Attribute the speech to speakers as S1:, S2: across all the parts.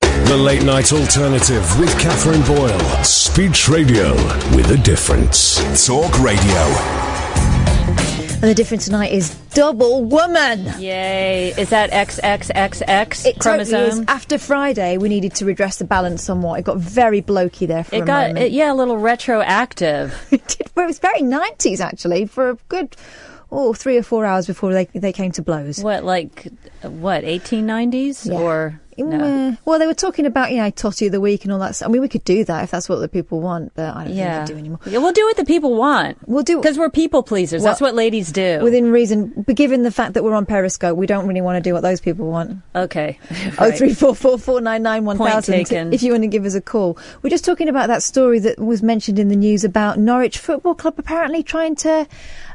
S1: The Late Night Alternative with Catherine Boyle. Speech radio with a difference. Talk radio.
S2: And the difference tonight is double woman.
S3: Yay. Is that XXXX
S2: It
S3: chromosome?
S2: Totally is. Uh, After Friday, we needed to redress the balance somewhat. It got very blokey there for
S3: It
S2: a
S3: got,
S2: moment.
S3: it, yeah, a little retroactive.
S2: It, did, well, it was very 90s, actually, for a good, oh, three or four hours before they, they came to blows.
S3: what, like, what, 1890s?
S2: Yeah.
S3: Or, no.
S2: Mm, uh, Well, they were talking about, you know, Totty of the Week and all that stuff. I mean, we could do that if that's what the people want, but I don't
S3: Yeah.
S2: think we do anymore.
S3: Yeah, We'll do what the people want.
S2: We'll do-
S3: Because we're people pleasers.
S2: Well,
S3: That's what ladies do.
S2: Within reason, but given the fact that we're on Periscope, we don't really want to do what those people want.
S3: okay.
S2: Oh
S3: Right.
S2: three four four four nine nine one
S3: Point
S2: thousand.
S3: taken.
S2: If you want to give us a call, we're just talking about that story that was mentioned in the news about Norwich Football Club apparently trying to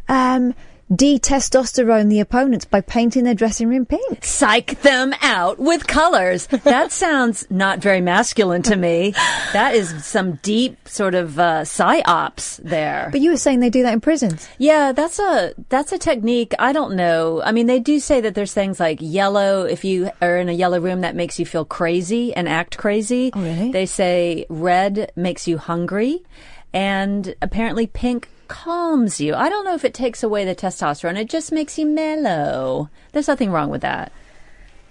S2: um, de-testosterone the opponents by painting their dressing room pink.
S3: Psych them out with colors. That sounds not very masculine to me. That is some deep sort of uh, psyops there.
S2: But you were saying they do that in prisons.
S3: Yeah, that's a that's a technique. I don't know. I mean, they do say that there's things like yellow. If you are in a yellow room, that makes you feel crazy and act crazy.
S2: Oh, really?
S3: They say red makes you hungry, and apparently pink calms you. I don't know if it takes away the testosterone. It just makes you mellow. There's nothing wrong with that.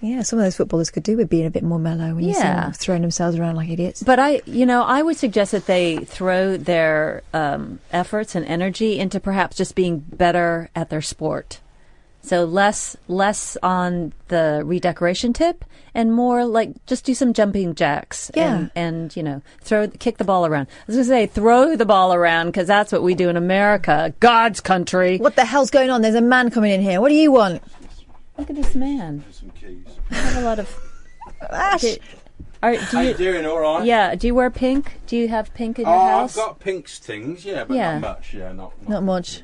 S2: Yeah, some of those footballers could do with being a bit more mellow when you see
S3: Yeah.
S2: them throwing themselves around like idiots.
S3: But I, you know, I would suggest that they throw their um, efforts and energy into perhaps just being better at their sport. So less less on the redecoration tip and more like just do some jumping jacks.
S2: Yeah.
S3: And, and you know, throw kick the ball around. I was going to say throw the ball around because that's what we do in America, God's country.
S2: What the hell's going on? There's a man coming in here. What do you want,
S3: Look at this man.
S4: some keys.
S3: I have a lot of.
S2: Ash?
S3: Did- Are, do
S4: How
S3: you,
S4: you doing? All right.
S3: yeah. Do you wear pink? Do you have pink in your
S4: Oh,
S3: house?
S4: I've got pinks things. Yeah, but
S3: Yeah.
S4: not much. Yeah, not, not
S2: Not much.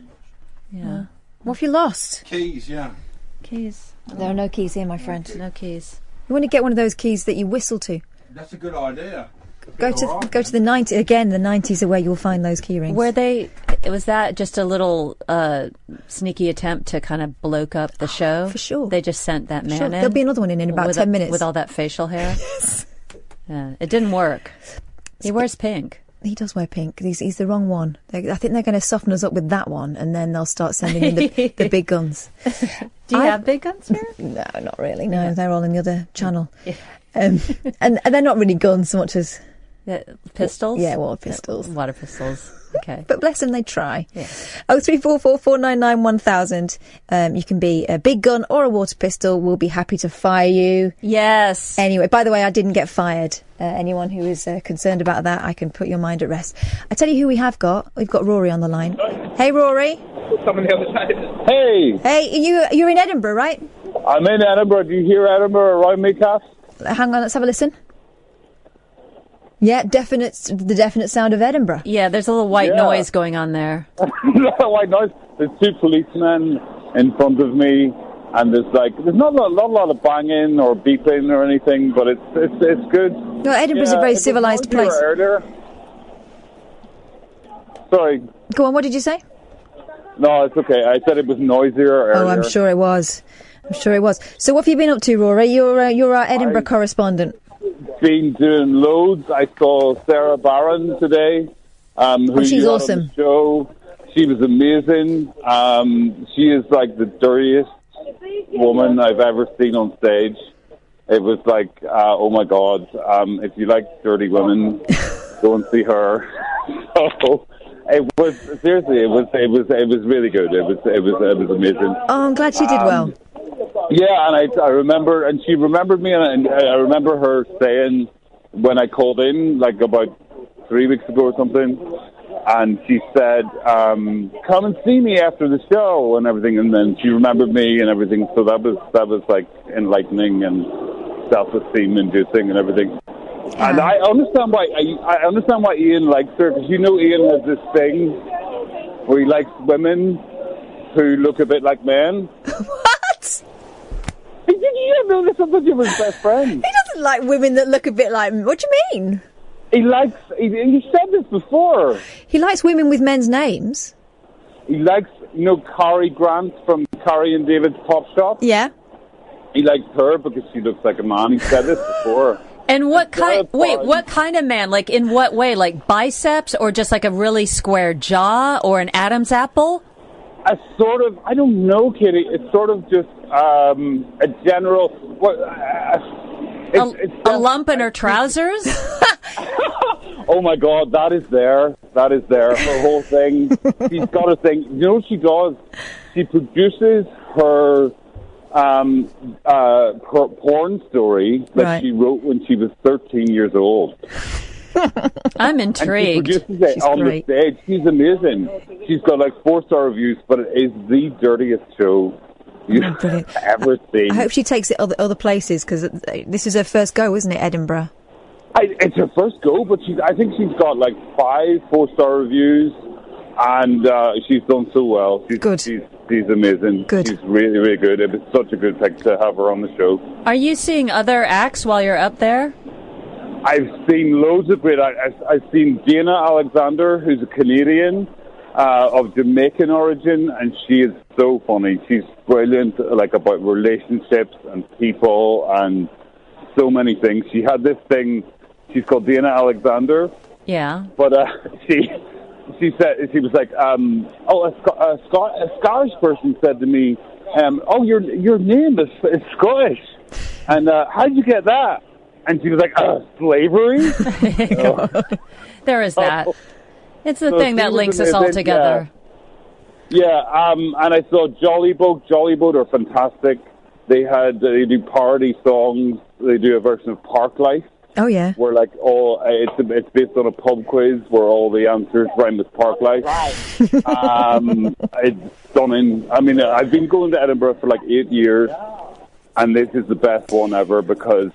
S3: yeah.
S2: What have you lost?
S4: keys. Yeah.
S3: Keys.
S2: There are no keys here, my friend. You
S3: No keys.
S2: want to get one of those keys that you whistle to.
S4: That's a good idea.
S2: Go to go to the 90 again. The 90s are where you'll find those key rings.
S3: Were they? Was that just a little uh, sneaky attempt to kind of bloke up the show?
S2: For sure.
S3: They just sent that man
S2: Sure,
S3: in.
S2: there'll be another one in in about
S3: with
S2: 10
S3: a-
S2: minutes.
S3: with all that facial hair. Yeah, it didn't work. He wears pink.
S2: He does wear pink. He's, he's the wrong one. They, I think they're going to soften us up with that one, and then they'll start sending in the, the big guns.
S3: Do you
S2: I-
S3: have big guns here?
S2: No, not really. No, they're all in the other channel. Um, and, and they're not really guns so much as.
S3: Yeah, pistols.
S2: Yeah, water pistols.
S3: Water pistols. Okay.
S2: But bless them, they try. Oh three four four four nine nine one thousand. Um, you can be a big gun or a water pistol. We'll be happy to fire you.
S3: yes.
S2: Anyway, by the way, I didn't get fired. Uh, anyone who is uh, concerned about that, I can put your mind at rest. I tell you who we have got. We've got Rory on the line. Hey, Rory.
S5: Someone the other side.
S6: Hey,
S2: Hey, you you're in Edinburgh, right?
S6: I'm in Edinburgh. Do you hear Edinburgh around me, Cass?
S2: Uh, Hang on, let's have a listen. Yeah, definite the definite sound of Edinburgh.
S3: yeah. There's a little white
S6: Yeah.
S3: noise going on there.
S6: White noise. There's two policemen in front of me, and there's like there's not a lot, not a lot of banging or beeping or anything, but it's it's it's good.
S2: No, Edinburgh's a
S6: Yeah,
S2: very
S6: it was
S2: civilized
S6: noisier
S2: place.
S6: Earlier. Sorry,
S2: Go on, what did you say?
S6: no, it's okay. I said it was noisier.
S2: Oh,
S6: earlier.
S2: I'm sure it was. I'm sure it was. So, what have you been up to, Rory? You're uh, you're our Edinburgh
S6: I-
S2: correspondent.
S6: been doing loads. I saw Sarah Barron today. Um, who
S2: Oh, she's
S6: you had on
S2: awesome.
S6: the show. She was amazing. Um, she is like the dirtiest woman I've ever seen on stage. It was like, uh, oh my God, um, if you like dirty women, go and see her. so it was seriously, it was it was it was really good. It was it was it was amazing.
S2: Oh, I'm glad she
S6: Um,
S2: did well.
S6: Yeah, and I, I remember, and she remembered me, and I, I remember her saying when I called in, like about three weeks ago or something, and she said, um, "Come and see me after the show and everything." And then she remembered me and everything, so that was that was like enlightening and self-esteem inducing and everything. And I understand why I, I understand why Ian likes her because you know Ian has this thing where he likes women who look a bit like men.
S2: What?
S6: Did you know this? I thought you were his best friend.
S2: He doesn't like women that look a bit like. What do you mean?
S6: He likes. He, he said this before.
S2: He likes women with men's names.
S6: He likes, you know, Cary Grant from Cary and David's Pop Shop.
S2: Yeah.
S6: He likes her because she looks like a man. He said this before.
S3: And what kind?
S6: That's
S3: Wait,
S6: fine.
S3: what kind of man? Like in what way? Like biceps, or just like a really square jaw, or an Adam's apple?
S6: a sort of I don't know, Kitty. It's sort of just um, a general. What, uh,
S3: A,
S2: Um,
S6: it's, it's
S3: a lump in her trousers?
S6: Oh my God, that is there. That is there. Her whole thing. She's got a thing. You know what she does? She produces her um, uh, her porn story that
S2: Right.
S6: she wrote when she was 13 years old.
S3: I'm
S6: She
S3: intrigued.
S6: produces it
S2: She's
S6: on
S2: great.
S6: the stage. She's amazing. She's got like four star reviews, but it is the dirtiest show you've
S2: brilliant.
S6: ever seen.
S2: I hope she takes it other, other places because this is her first go, isn't it, Edinburgh?
S6: I, it's her first go, but she's, I think she's got like five four star reviews, and uh, she's done so well. She's,
S2: Good.
S6: She's, she's amazing.
S2: Good.
S6: She's really, really good. It was such a good pick to have her on the show.
S3: Are you seeing other acts while you're up there?
S6: I've seen loads of great. I, I've, I've seen Dana Alexander, who's a Canadian uh, of Jamaican origin, and she is so funny. She's brilliant, like about relationships and people and so many things. She had this thing. She's called Dana Alexander.
S3: Yeah.
S6: but uh, she she said she was like, um, oh, a, Sc- a, Sc- a Scottish person said to me, um, oh, your your name is, is Scottish, and uh, how'd you get that? And she was like, uh, slavery.
S3: There is that.
S6: Oh.
S3: It's the
S6: No,
S3: thing
S6: she
S3: that
S6: was
S3: links us all
S6: amazing,
S3: together.
S6: Yeah, um, and I saw Jolly Boat. Jolly Boat are fantastic. They had uh, they do parody songs. They do a version of Park Life
S2: Oh yeah.
S6: where like all uh, it's it's based on a pub quiz where all the answers rhyme with Park Life. um, it's stunning. I mean, uh, I've been going to Edinburgh for like eight years, and this is the best one ever because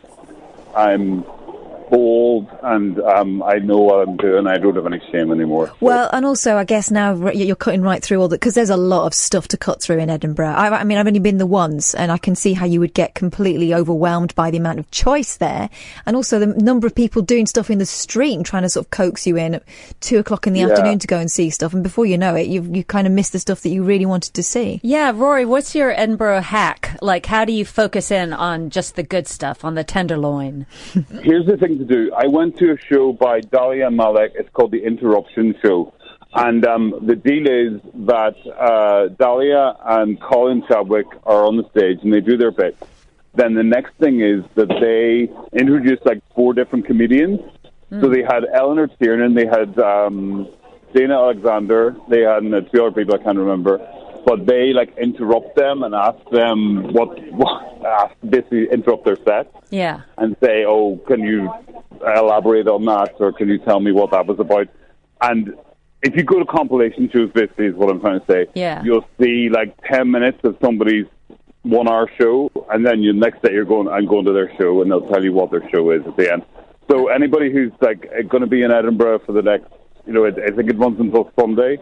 S6: I'm old and um, I know what I'm doing. I don't have any shame anymore. So-
S2: Well, and also, I guess now r- you're cutting right through all that because there's a lot of stuff to cut through in Edinburgh. I, I mean, I've only been the once, and I can see how you would get completely overwhelmed by the amount of choice there, and also the number of people doing stuff in the street and trying to sort of coax you in at two o'clock in the
S6: Yeah.
S2: afternoon to go and see stuff. And before you know it, you you kind of miss the stuff that you really wanted to see.
S3: Yeah, Rory, what's your Edinburgh hack? Like, how do you focus in on just the good stuff, on the tenderloin?
S6: here's the thing to do. I went to a show by Dalia Malek. It's called the Interruption Show. And um, the deal is that uh, Dahlia and Colin Chadwick are on the stage and they do their bit. Then the next thing is that they introduce like four different comedians. So they had Eleanor Tiernan, they had um, Dana Alexander, they had uh, two other people I can't remember. But they like interrupt them and ask them what, what uh, basically interrupt their set
S3: Yeah.
S6: and say, "Oh, can you elaborate on that, or can you tell me what that was about?" And if you go to compilation shows, basically is what I'm trying to say.
S3: Yeah.
S6: you'll see like ten minutes of somebody's one-hour show, and then you next day you're going. I'm going to their show, and they'll tell you what their show is at the end. So anybody who's like going to be in Edinburgh for the next, you know, I I think it runs until Sunday.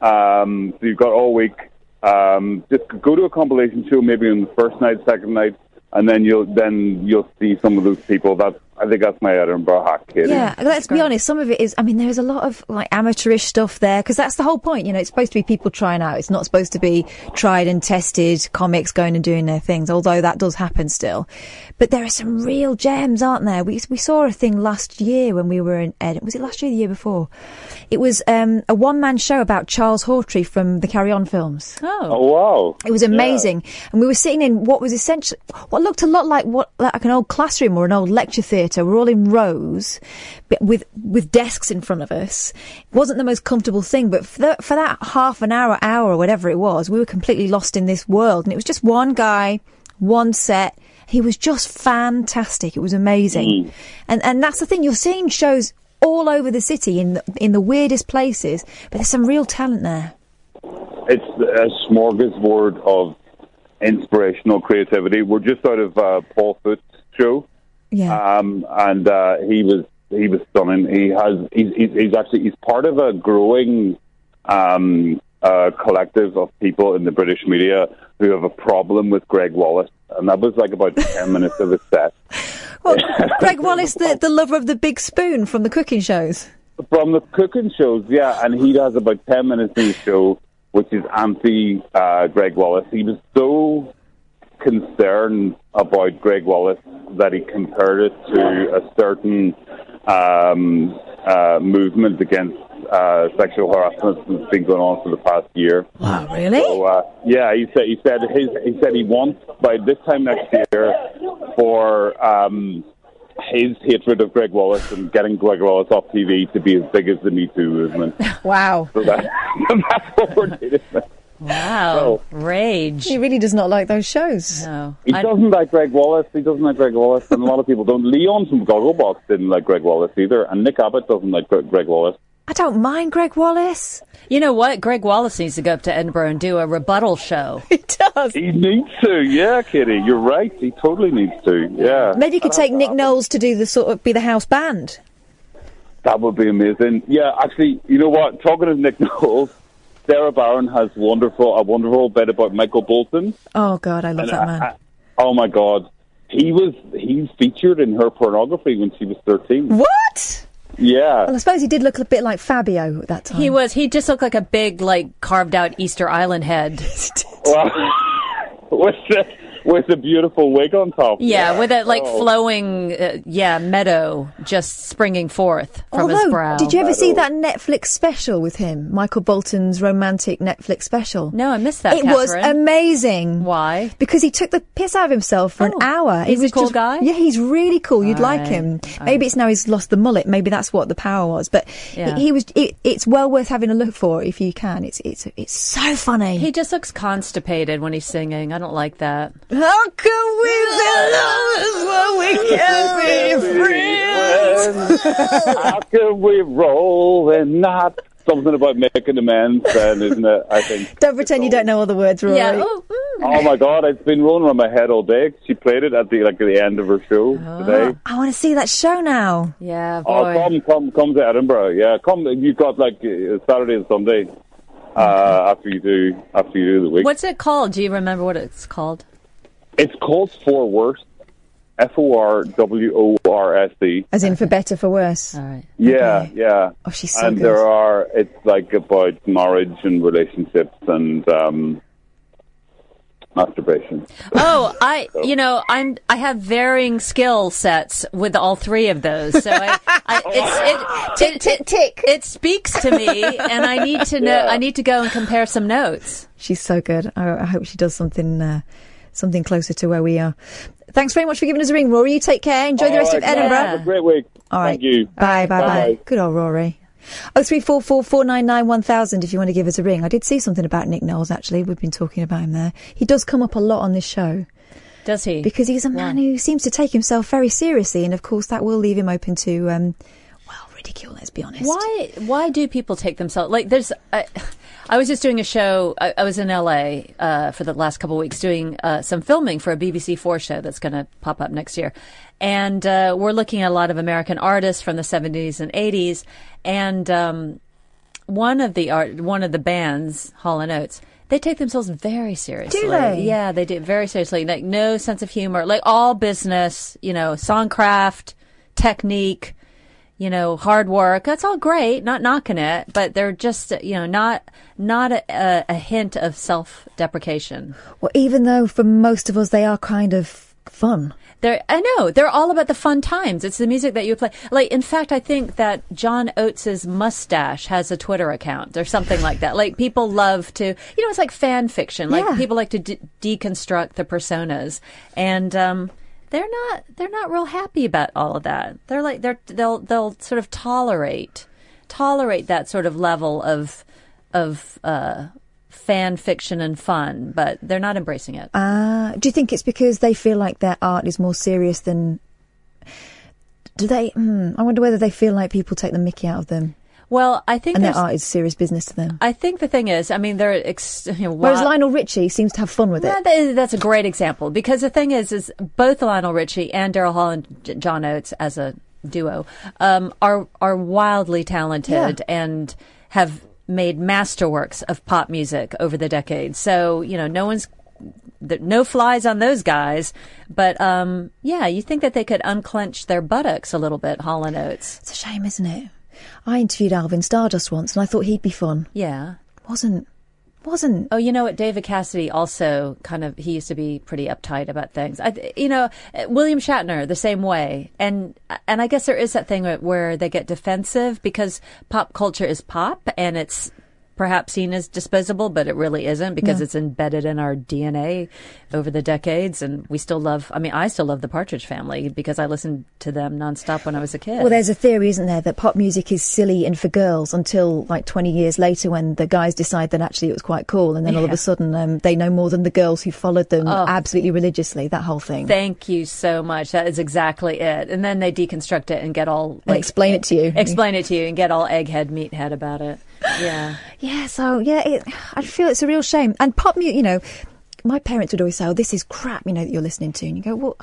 S6: Um, so you've got all week. Um, just go to a compilation show, maybe on the first night, second night, and then you'll then you'll see some of those people. That's I think that's my Edinburgh hack, Katie.
S2: Yeah, let's be honest. Some of it is. I mean, there is a lot of like amateurish stuff there because that's the whole point. You know, it's supposed to be people trying out. It's not supposed to be tried and tested comics going and doing their things. Although that does happen still, but there are some real gems, aren't there? We we saw a thing last year when we were in Ed. Was it last year? or The year before? It was um, a one man show about Charles Hawtrey from the Carry On films.
S3: Oh.
S6: Oh wow!
S2: It was amazing. And we were sitting in what was essentially what looked a lot like what like an old classroom or an old lecture theatre. We're all in rows but with with desks in front of us. It wasn't the most comfortable thing, but for, that for that half an hour, hour or whatever it was, we were completely lost in this world. And it was just one guy, one set. He was just fantastic. It was amazing. And and that's the thing you're seeing shows all over the city in the, in the weirdest places, but there's some real talent there.
S6: It's a smorgasbord of inspirational creativity. We're just out of uh, Paul Foot's show.
S2: Yeah.
S6: um, and uh, he was he was stunning. He has he's, he's, he's actually he's part of a growing um, uh, collective of people in the British media who have a problem with Greg Wallace, and that was like about ten minutes of his set
S2: Well, Greg Wallace, the, the lover of the big spoon from the cooking shows.
S6: from the cooking shows. Yeah, and he has about ten minutes in the show, which is anti uh, Greg Wallace. He was so concern about Greg Wallace that he compared it to a certain um, uh, movement against uh, sexual harassment that's been going on for the past year.
S2: Wow, really?
S6: So, uh, yeah, he said he said his, he said he wants by this time next year for um, his hatred of Greg Wallace and getting Greg Wallace off TV to be as big as the Me Too movement.
S2: Wow.
S6: So that, that's what we're doing.
S3: Wow. Rage.
S2: He really does not like those shows.
S3: No.
S6: He
S3: I-
S6: doesn't like Greg Wallace. He doesn't like Greg Wallace, and a lot of people don't. Leon from Gogglebox didn't like Greg Wallace either, and Nick Abbott doesn't like Gre- Greg Wallace.
S2: I don't mind Greg Wallace.
S3: you know what? Greg Wallace needs to go up to Edinburgh and do a rebuttal show.
S2: He does.
S6: He needs to, yeah, Kitty. You're right. He totally needs to, yeah.
S2: Maybe you could take Nick Knowles to do the sort of be the house band.
S6: That would be amazing. Yeah, actually, you know what? Talking of Nick Knowles, Sarah Barron has wonderful a wonderful bit about Michael Bolton.
S2: Oh God, I love that man.
S6: I- I- oh my God, he was he's featured in her pornography when she was thirteen.
S2: what?
S6: Yeah.
S2: Well, I suppose he did look a bit like Fabio at that time.
S3: He was. He just looked like a big, like carved out Easter Island head.
S6: Well, with the, with a beautiful wig on top.
S3: Yeah, with that like
S6: Oh.
S3: flowing, uh, yeah, meadow just springing forth from
S2: Although,
S3: his brow.
S2: did you ever see
S6: all.
S2: that Netflix special with him, Michael Bolton's romantic Netflix special?
S3: No, I missed that.
S2: it was
S3: Catherine.
S2: amazing.
S3: Why?
S2: Because he took the piss out of himself for an
S3: Oh,
S2: hour. It
S3: he's a
S2: was
S3: cool
S2: just-
S3: guy?
S2: Yeah, he's really cool. You'd like
S3: Alright,
S2: him. Maybe it's now he's lost the mullet. Maybe that's what the power was. But he-
S3: Yeah.
S2: he, was. It, it's well worth having a look for if you can. It's it's it's so funny.
S3: He just looks constipated when he's singing. I don't like that.
S2: How can we be lovers when we can't be friends?
S6: How can we roll and not? Something about making amends, then, isn't it? I think.
S2: Don't pretend you don't know all the words, Rory.
S3: Yeah. Oh, mm.
S6: Oh my God, it's been rolling around my head all day. She played it at the like the end of her show today.
S2: I want to see that show now.
S3: Yeah, boy.
S6: Oh, come, come, come to Edinburgh. Yeah, come. You've got like uh, Saturday and Sunday
S2: Mm-hmm.
S6: uh, after you do after you do the week.
S3: What's it called? Do you remember what it's called?
S6: It's called For Worse. F O R W O R S E.
S2: As in for better, for worse.
S3: All right.
S6: Yeah,
S2: Okay.
S6: yeah.
S2: Oh, she's so
S6: and
S2: good.
S6: there are. It's like about marriage and relationships and um, masturbation.
S3: Oh, I, you know, I'm, I have varying skill sets with all three of those. So I, I it's, it, it, it,
S2: tick.
S3: it speaks to me and I need to know,
S6: Yeah.
S3: I need to go and compare some notes.
S2: She's so good. I, I hope she does something, uh, something closer to where we are. Thanks very much for giving us a ring, Rory. You take care. Enjoy the rest
S6: All
S2: of
S6: right, guys,
S2: Edinburgh.
S6: Have a great week.
S2: All right.
S6: Thank you.
S2: Bye, bye, bye.
S6: Bye-bye.
S2: Good old Rory. Oh three four four four nine nine one thousand. If you want to give us a ring, I did see something about Nick Knowles. Actually, we've been talking about him there. He does come up a lot on this show
S3: Does he?
S2: because he's a man who seems to take himself very seriously, and of course that will leave him open to, um, well, ridicule. Let's be honest.
S3: Why? Why do people take themselves like? There's. I, I was just doing a show. I, I was in LA uh, for the last couple of weeks doing uh, some filming for a BBC Four show that's going to pop up next year, and uh, we're looking at a lot of American artists from the 70s and 80s, and um, one of the art, one of the bands, Hall and Oates. They take themselves very seriously.
S2: they?
S3: Yeah, they do very seriously. Like no sense of humor. Like all business, you know, songcraft, technique you know, hard work. That's all great. Not knocking it, but they're just, you know, not not a, a, a hint of self deprecation.
S2: Well, even though for most of us they are kind of fun.
S3: They're, I know they're all about the fun times. It's the music that you play. Like, in fact, I think that John Oates's mustache has a Twitter account or something like that. Like, people love to, you know, it's like fan fiction. Like,
S2: Yeah.
S3: people like to de- deconstruct the personas, and um, they're not they're not real happy about all of that. They're like they're they'll they'll sort of tolerate tolerate that sort of level of of uh, fan fiction and fun, but they're not embracing it.
S2: Uh, do you think it's because they feel like their art is more serious than? Do they? Mm, I wonder whether they feel like people take the Mickey out of them,
S3: well, I think
S2: and their
S3: there's-
S2: art is serious business to them.
S3: I think the thing is, I mean, they're ex- you know,
S2: Whereas
S3: wa-
S2: Lionel Richie seems to have fun with
S3: Yeah,
S2: it.
S3: that- that's a great example because the thing is, is both Lionel Richie and Daryl Hall and J- John Oates as a duo um, are are wildly talented and have made masterworks of pop music over the decades. So you know, no one's th- no flies on those guys, but um, yeah, you think that they could unclench their buttocks a little bit, Hall and Oates.
S2: It's a shame, isn't it? I interviewed Alvin Stardust once, and I thought he'd be fun.
S3: Yeah,
S2: Wasn't wasn't.
S3: Oh, you know what? David Cassidy also kind of, he used to be pretty uptight about things. I, you know, William Shatner, the same way. And, and I guess there is that thing where they get defensive because pop culture is pop and it's perhaps seen as disposable, but it really isn't because
S2: No.
S3: it's embedded in our DNA over the decades. And we still love, I mean, I still love the Partridge Family because I listened to them nonstop when I was a kid.
S2: Well, there's a theory, isn't there, that pop music is silly and for girls until like 20 years later when the guys decide that actually it was quite cool, and then all of
S3: Yeah. Oh.
S2: a sudden um, they know more than the girls who followed them absolutely religiously. That whole thing.
S3: Thank you so much. That is exactly it. And then they deconstruct it and get all
S2: And explain it to you.
S3: Explain it to you and get all egghead, meathead about it. Yeah.
S2: Yeah, so yeah, it, I feel it's a real shame. And pop music, you know, my parents would always say, "Oh, this is crap," you know, that you're listening to, and you go, "Well,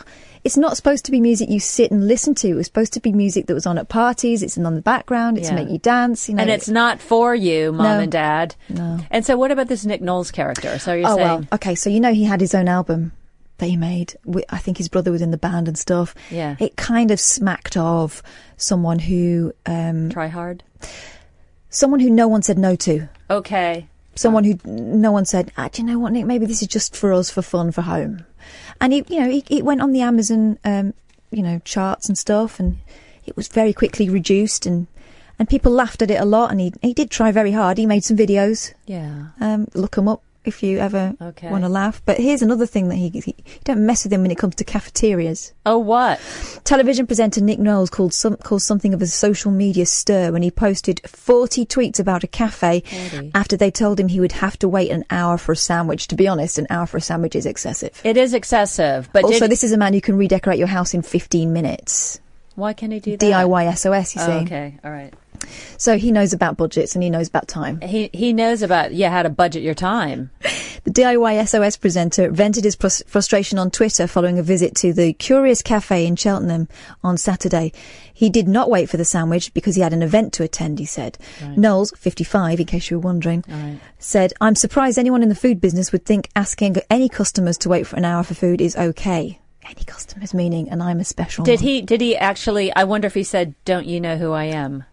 S2: it's not supposed to be music you sit and listen to. It was supposed to be music that was on at parties. It's on the background. It's to
S3: Yeah.
S2: make you dance. You know,
S3: And it's not for you, mom
S2: No.
S3: and dad.
S2: No.
S3: And so, what about this Nick Knowles character? So you're
S2: oh
S3: saying,
S2: well, okay. So you know, he had his own album that he made. wi- I think his brother was in the band and stuff.
S3: Yeah.
S2: uh, it kind of smacked of someone who, um,
S3: try hard.
S2: someone who no one said no to.
S3: Okay.
S2: someone who no one said, ah, do you know what, Nick? Maybe this is just for us, for fun, for home. And it, you know, it, it went on the Amazon, um, you know, charts and stuff, and it was very quickly reduced, and and people laughed at it a lot. And he he did try very hard. He made some videos.
S3: Yeah.
S2: Um, look them up if you ever
S3: Okay.
S2: want to laugh. But here's another thing that he, he you don't mess with him when it comes to cafeterias.
S3: Oh, what?
S2: Television presenter Nick Knowles called some caused something of a social media stir when he posted 40 tweets about a cafe after they told him he would have to wait an hour for a sandwich. To be honest, an hour for a sandwich is excessive.
S3: It is excessive, but
S2: also,
S3: did-
S2: this is a man who can redecorate your house in 15 minutes.
S3: why can he do that?
S2: DIY SOS, you see.
S3: Oh, okay. All right.
S2: So he knows about budgets and he knows about time.
S3: He he knows about yeah how to budget your time.
S2: The DIY SOS presenter vented his frus- frustration on Twitter following a visit to the Curious Cafe in Cheltenham on Saturday. He did not wait for the sandwich because he had an event to attend, he said. Knowles, 55, in case you were wondering, said, I'm surprised anyone in the food business would think asking any customers to wait for an hour for food is okay. Any customers, meaning, and I'm a special
S3: Did
S2: one.
S3: he did he actually? I wonder if he said, "Don't you know who I am?"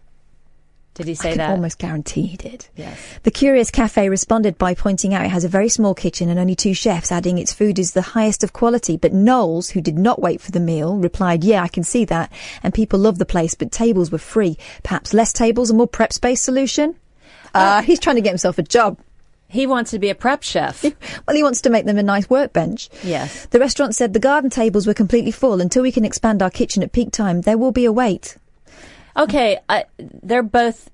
S3: Did he say
S2: I can
S3: that?
S2: almost guarantee he did.
S3: Yes.
S2: The Curious Cafe responded by pointing out it has a very small kitchen and only two chefs, adding its food is the highest of quality. But Knowles, who did not wait for the meal, replied, Yeah, I can see that. And people love the place, but tables were free. Perhaps less tables, a more prep space solution? Uh, he's trying to get himself a job.
S3: He wants to be a prep chef.
S2: Well, he wants to make them a nice workbench.
S3: Yes.
S2: The restaurant said the garden tables were completely full. Until we can expand our kitchen at peak time, there will be a wait.
S3: Okay, I, they're both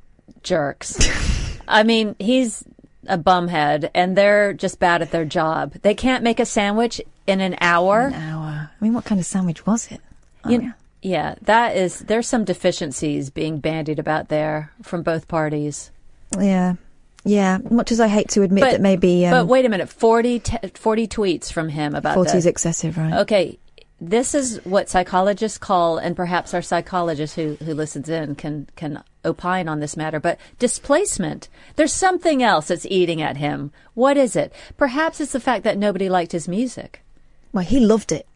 S3: jerks. I mean, he's a bumhead, and they're just bad at their job. They can't make a sandwich in an hour.
S2: Hour. I mean, what kind of sandwich was it?
S3: You- yeah, that is. There's some deficiencies being bandied about there from both parties.
S2: Yeah. Yeah. Much as I hate to admit that maybe. Um,
S3: but wait a minute, 40, t- 40 tweets from him about
S2: 40 is
S3: this.
S2: excessive, right?
S3: Okay, this is what psychologists call, and perhaps our psychologist who who listens in can can opine on this matter. But displacement. There's something else that's eating at him. What is it? Perhaps it's the fact that nobody liked his music.
S2: Well, he loved it,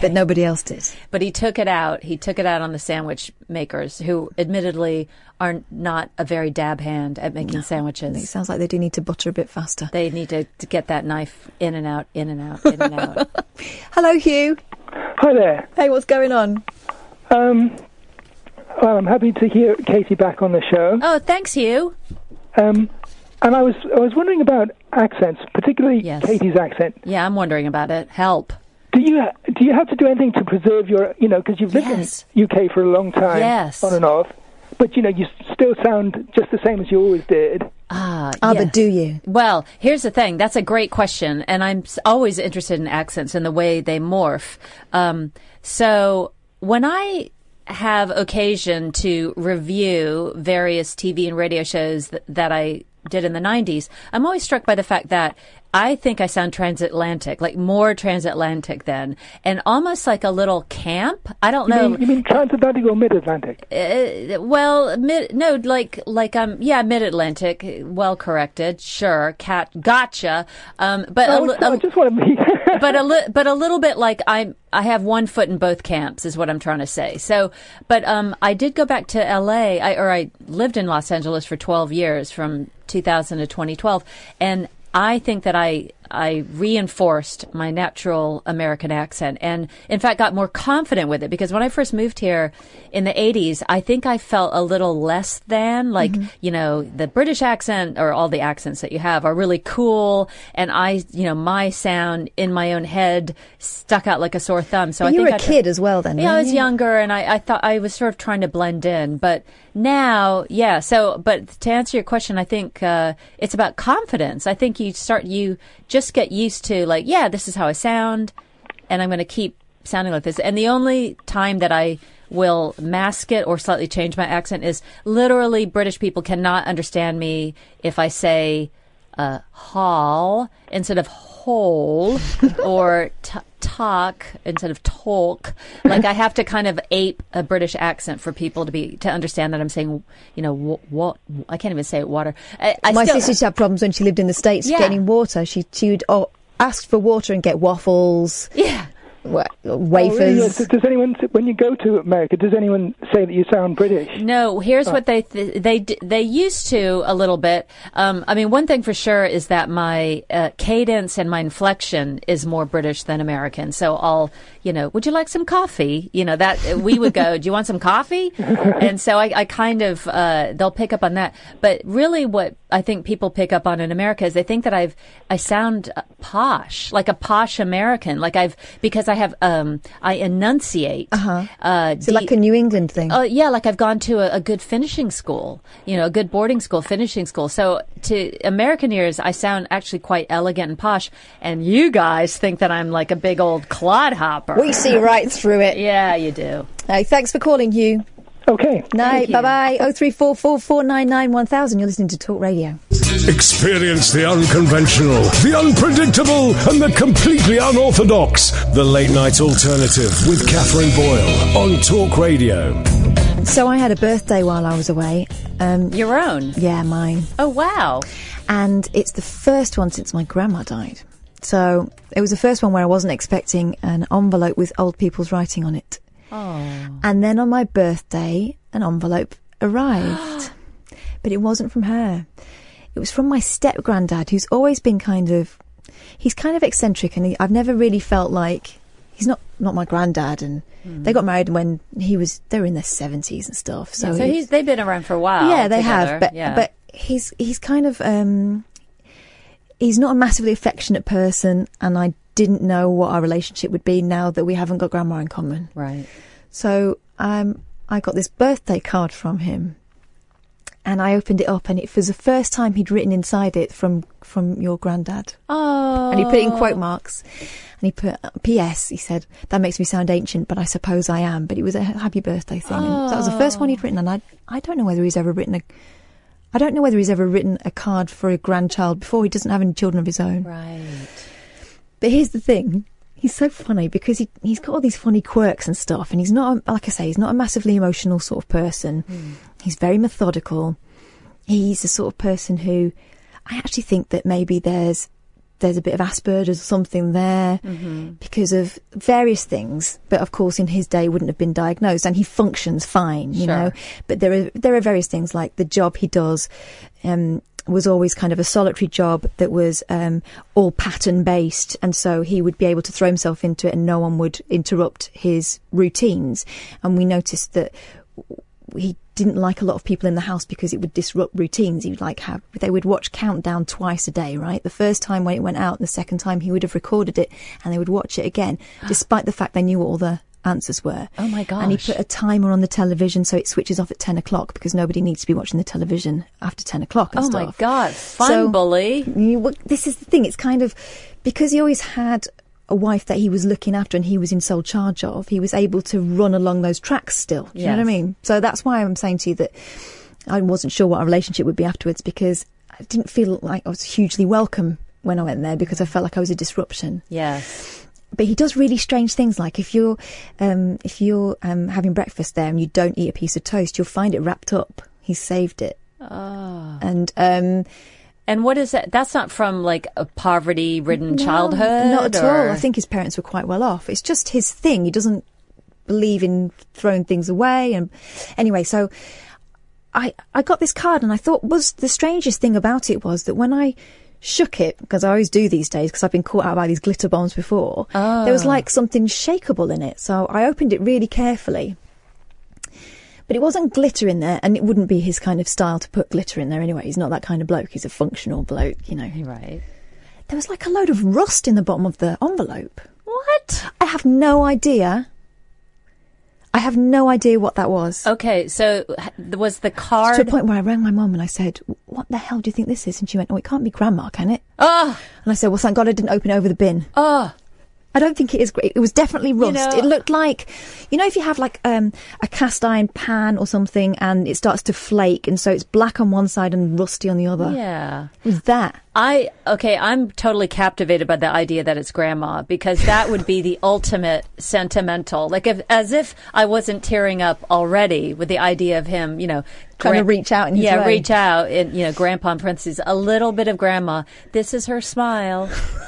S2: but nobody else did.
S3: But he took it out. He took it out on the sandwich makers, who admittedly are not a very dab hand at making
S2: It
S3: sandwiches.
S2: sounds like they do need to butter a bit faster.
S3: They need to, to get that knife in and out, in and out, in and out.
S2: Hello, Hugh.
S5: Hi there.
S2: Hey, what's going on?
S5: Um, well, I'm happy to hear Katie back on the show.
S3: Oh, thanks, Hugh.
S5: Um, and I was I was wondering about accents, particularly
S3: Yes.
S5: Katie's accent.
S3: Yeah, I'm wondering about it. Help.
S5: Do you do you have to do anything to preserve your you know because you've lived
S3: Yes.
S5: in UK for a long time,
S3: Yes.
S5: on and off, but you know you still sound just the same as you always did.
S3: Ah,
S2: Ah,
S3: yes.
S2: but do you?
S3: Well, here's the thing. That's a great question, and I'm s- always interested in accents and the way they morph. Um, so when I have occasion to review various TV and radio shows th- that I did in the 90s, I'm always struck by the fact that I think I sound transatlantic, like more transatlantic than, and almost like a little camp. I don't
S5: You
S3: know.
S5: mean, you mean transatlantic or mid-Atlantic?
S3: Uh, well, mid, no, like, like, um, yeah, mid Atlantic, well corrected, sure, cat, gotcha. Um, but,
S5: I,
S3: a,
S5: was,
S3: li-
S5: I
S3: a-
S5: just want to be.
S3: but a li- but a little bit like I'm, I have one foot in both camps is what I'm trying to say. So, but, um, I did go back to LA, I, or I lived in Los Angeles for 12 years from 2000 to 2012. And I think that I, I reinforced my natural American accent and in fact got more confident with it because when I first moved here in the 80s, I think I felt a little less than like,
S2: Mm-hmm.
S3: you know, the British accent or all the accents that you have are really cool. And I, you know, my sound in my own head stuck out like a sore thumb. So I
S2: you
S3: think
S2: were a
S3: I
S2: kid as well then.
S3: yeah, I
S2: weren't
S3: was
S2: you?
S3: younger and I, I thought I was sort of trying to blend in. But now, yeah. So, but to answer your question, I think uh, it's about confidence. I think you start, you just get used to, like, yeah, this is how I sound and I'm going to keep sounding like this. And the only time that I will mask it or slightly change my accent is literally British people cannot understand me if I say uh, hall instead of hole or t- talk instead of talk. Like I have to kind of ape a British accent for people to be to understand that I'm saying, you know, what, what I can't even say it, water. I, I
S2: My
S3: still-
S2: sister used to have problems when she lived in the States
S3: Yeah.
S2: getting water. She, she would oh, ask for water and get waffles,
S3: yeah.
S2: wa-
S5: Yes,
S2: wafers.
S5: Oh, Does anyone, when you go to America, does anyone say that you sound British?
S3: No, here's what they th- they d- they used to a little bit. Um, I mean, one thing for sure is that my uh, cadence and my inflection is more British than American. So I'll, you know, would you like some coffee? You know, that uh, we would go, do you want some coffee? And so I, I kind of uh, they'll pick up on that. But really, what I think people pick up on in America is they think that I've I sound uh, posh, like a posh American, like I've because I have um, I enunciate. Uh-huh. Uh,
S2: Is it like a New England thing?
S3: Oh yeah, like I've gone to a, a good finishing school, you know, a good boarding school, finishing school. So to American ears, I sound actually quite elegant and posh, and you guys think that I'm like a big old clodhopper.
S2: We see right through it.
S3: yeah, you do.
S2: Hey, thanks for calling, Hugh.
S5: Okay.
S2: Night. Oh
S3: you.
S2: Bye bye. 03444991000. You're listening to Talk Radio.
S1: Experience the unconventional, the unpredictable, and the completely unorthodox. The Late Night Alternative with Catherine Boyle on Talk Radio.
S2: So I had a birthday while I was away. Um,
S3: Your own.
S2: yeah, mine.
S3: Oh wow.
S2: and it's the first one since my grandma died. So it was the first one where I wasn't expecting an envelope with old people's writing on it. Oh. And then on my birthday, an envelope arrived, but it wasn't from her. It was from my step granddad, who's always been kind of, he's kind of eccentric, and he, I've never really felt like he's not not my granddad. And
S3: Hmm.
S2: they got married when he was they were in their seventies and stuff. So,
S3: So
S2: he-
S3: he's, they've been around for a while.
S2: yeah, they
S3: together.
S2: have, but
S3: Yeah.
S2: but he's he's kind of um, he's not a massively affectionate person, and I didn't know what our relationship would be now that we haven't got grandma in common.
S3: right.
S2: So um, I got this birthday card from him, and I opened it up, and it was the first time he'd written inside it from from your granddad,
S3: Oh,
S2: and he put it in quote marks. And he put P.S. He said that makes me sound ancient, but I suppose I am. But it was a happy birthday thing. And that was the first one he'd written, and I I don't know whether he's ever written a I don't know whether he's ever written a card for a grandchild before. He doesn't have any children of his own.
S3: Right.
S2: But here's the thing. He's so funny because he, he's got all these funny quirks and stuff. And he's not, a, like I say, he's not a massively emotional sort of person.
S3: Oh
S2: He's very methodical. He's the sort of person who I actually think that maybe there's, there's a bit of Asperger's or something there because of various things. But of course, in his day, wouldn't have been diagnosed and he functions fine, you
S3: Sure.
S2: know. But there are, there are various things like the job he does, um, was always kind of a solitary job that was um, all pattern based, and so he would be able to throw himself into it, and no one would interrupt his routines. And we noticed that he didn't like a lot of people in the house because it would disrupt routines. He would like have they would watch Countdown twice a day, right? The first time when it went out, the second time he would have recorded it, and they would watch it again, despite the fact they knew what all the answers were.
S3: Oh, my
S2: And he
S3: gosh.
S2: put a timer on the television so it switches off at ten o'clock because nobody needs to be watching the television after ten o'clock. and
S3: Oh my
S2: stuff.
S3: God, fun
S2: So-
S3: bully.
S2: You- well, this is the thing. It's kind of because he always had a wife that he was looking after and he was in sole charge of. He was able to run along those tracks still. Do you know what I
S3: Yes.
S2: mean? So that's why I'm saying to you that I wasn't sure what our relationship would be afterwards because I didn't feel like I was hugely welcome when I went there because I felt like I was a disruption.
S3: Yes.
S2: But he does really strange things. Like if you're um, if you're um, having breakfast there and you don't eat a piece of toast, you'll find it wrapped up. He saved it.
S3: Oh.
S2: And um,
S3: And what is that? That's not from like a poverty ridden
S2: No,
S3: childhood?
S2: Not at
S3: or-
S2: all. I think his parents were quite well off. It's just his thing. He doesn't believe in throwing things away. And anyway, so I I got this card, and I thought was the strangest thing about it was that when I shook it because I always do these days because I've been caught out by these glitter bombs before. There
S3: Oh.
S2: was like something shakeable in it, so I opened it really carefully. But it wasn't glitter in there, and it wouldn't be his kind of style to put glitter in there anyway. He's not that kind of bloke. He's a functional bloke, you know
S3: Right.
S2: there was like a load of rust in the bottom of the envelope.
S3: What?
S2: I have no idea. I have no idea what that was.
S3: Okay, so h- was the
S2: To a
S3: card.
S2: point where I rang my mum and I said, "What the hell do you think this is?" And she went, "Oh, it can't be grandma, can it?"
S3: Oh,
S2: And I said, "Well, thank God I didn't open it over the bin.
S3: oh.
S2: I don't think it is. gr- It was definitely rust.
S3: know-
S2: it looked like, you know, if you have like um, a cast iron pan or something, and it starts to flake, and so it's black on one side and rusty on the other.
S3: Yeah.
S2: It was that?
S3: I okay, I'm totally captivated by the idea that it's grandma because that would be the ultimate sentimental. Like if as if I wasn't tearing up already with the idea of him, you know,
S2: Trying to reach out in his
S3: yeah,
S2: way.
S3: reach out and you know, grandpa in parentheses, a little bit of grandma. This is her smile.
S2: Oh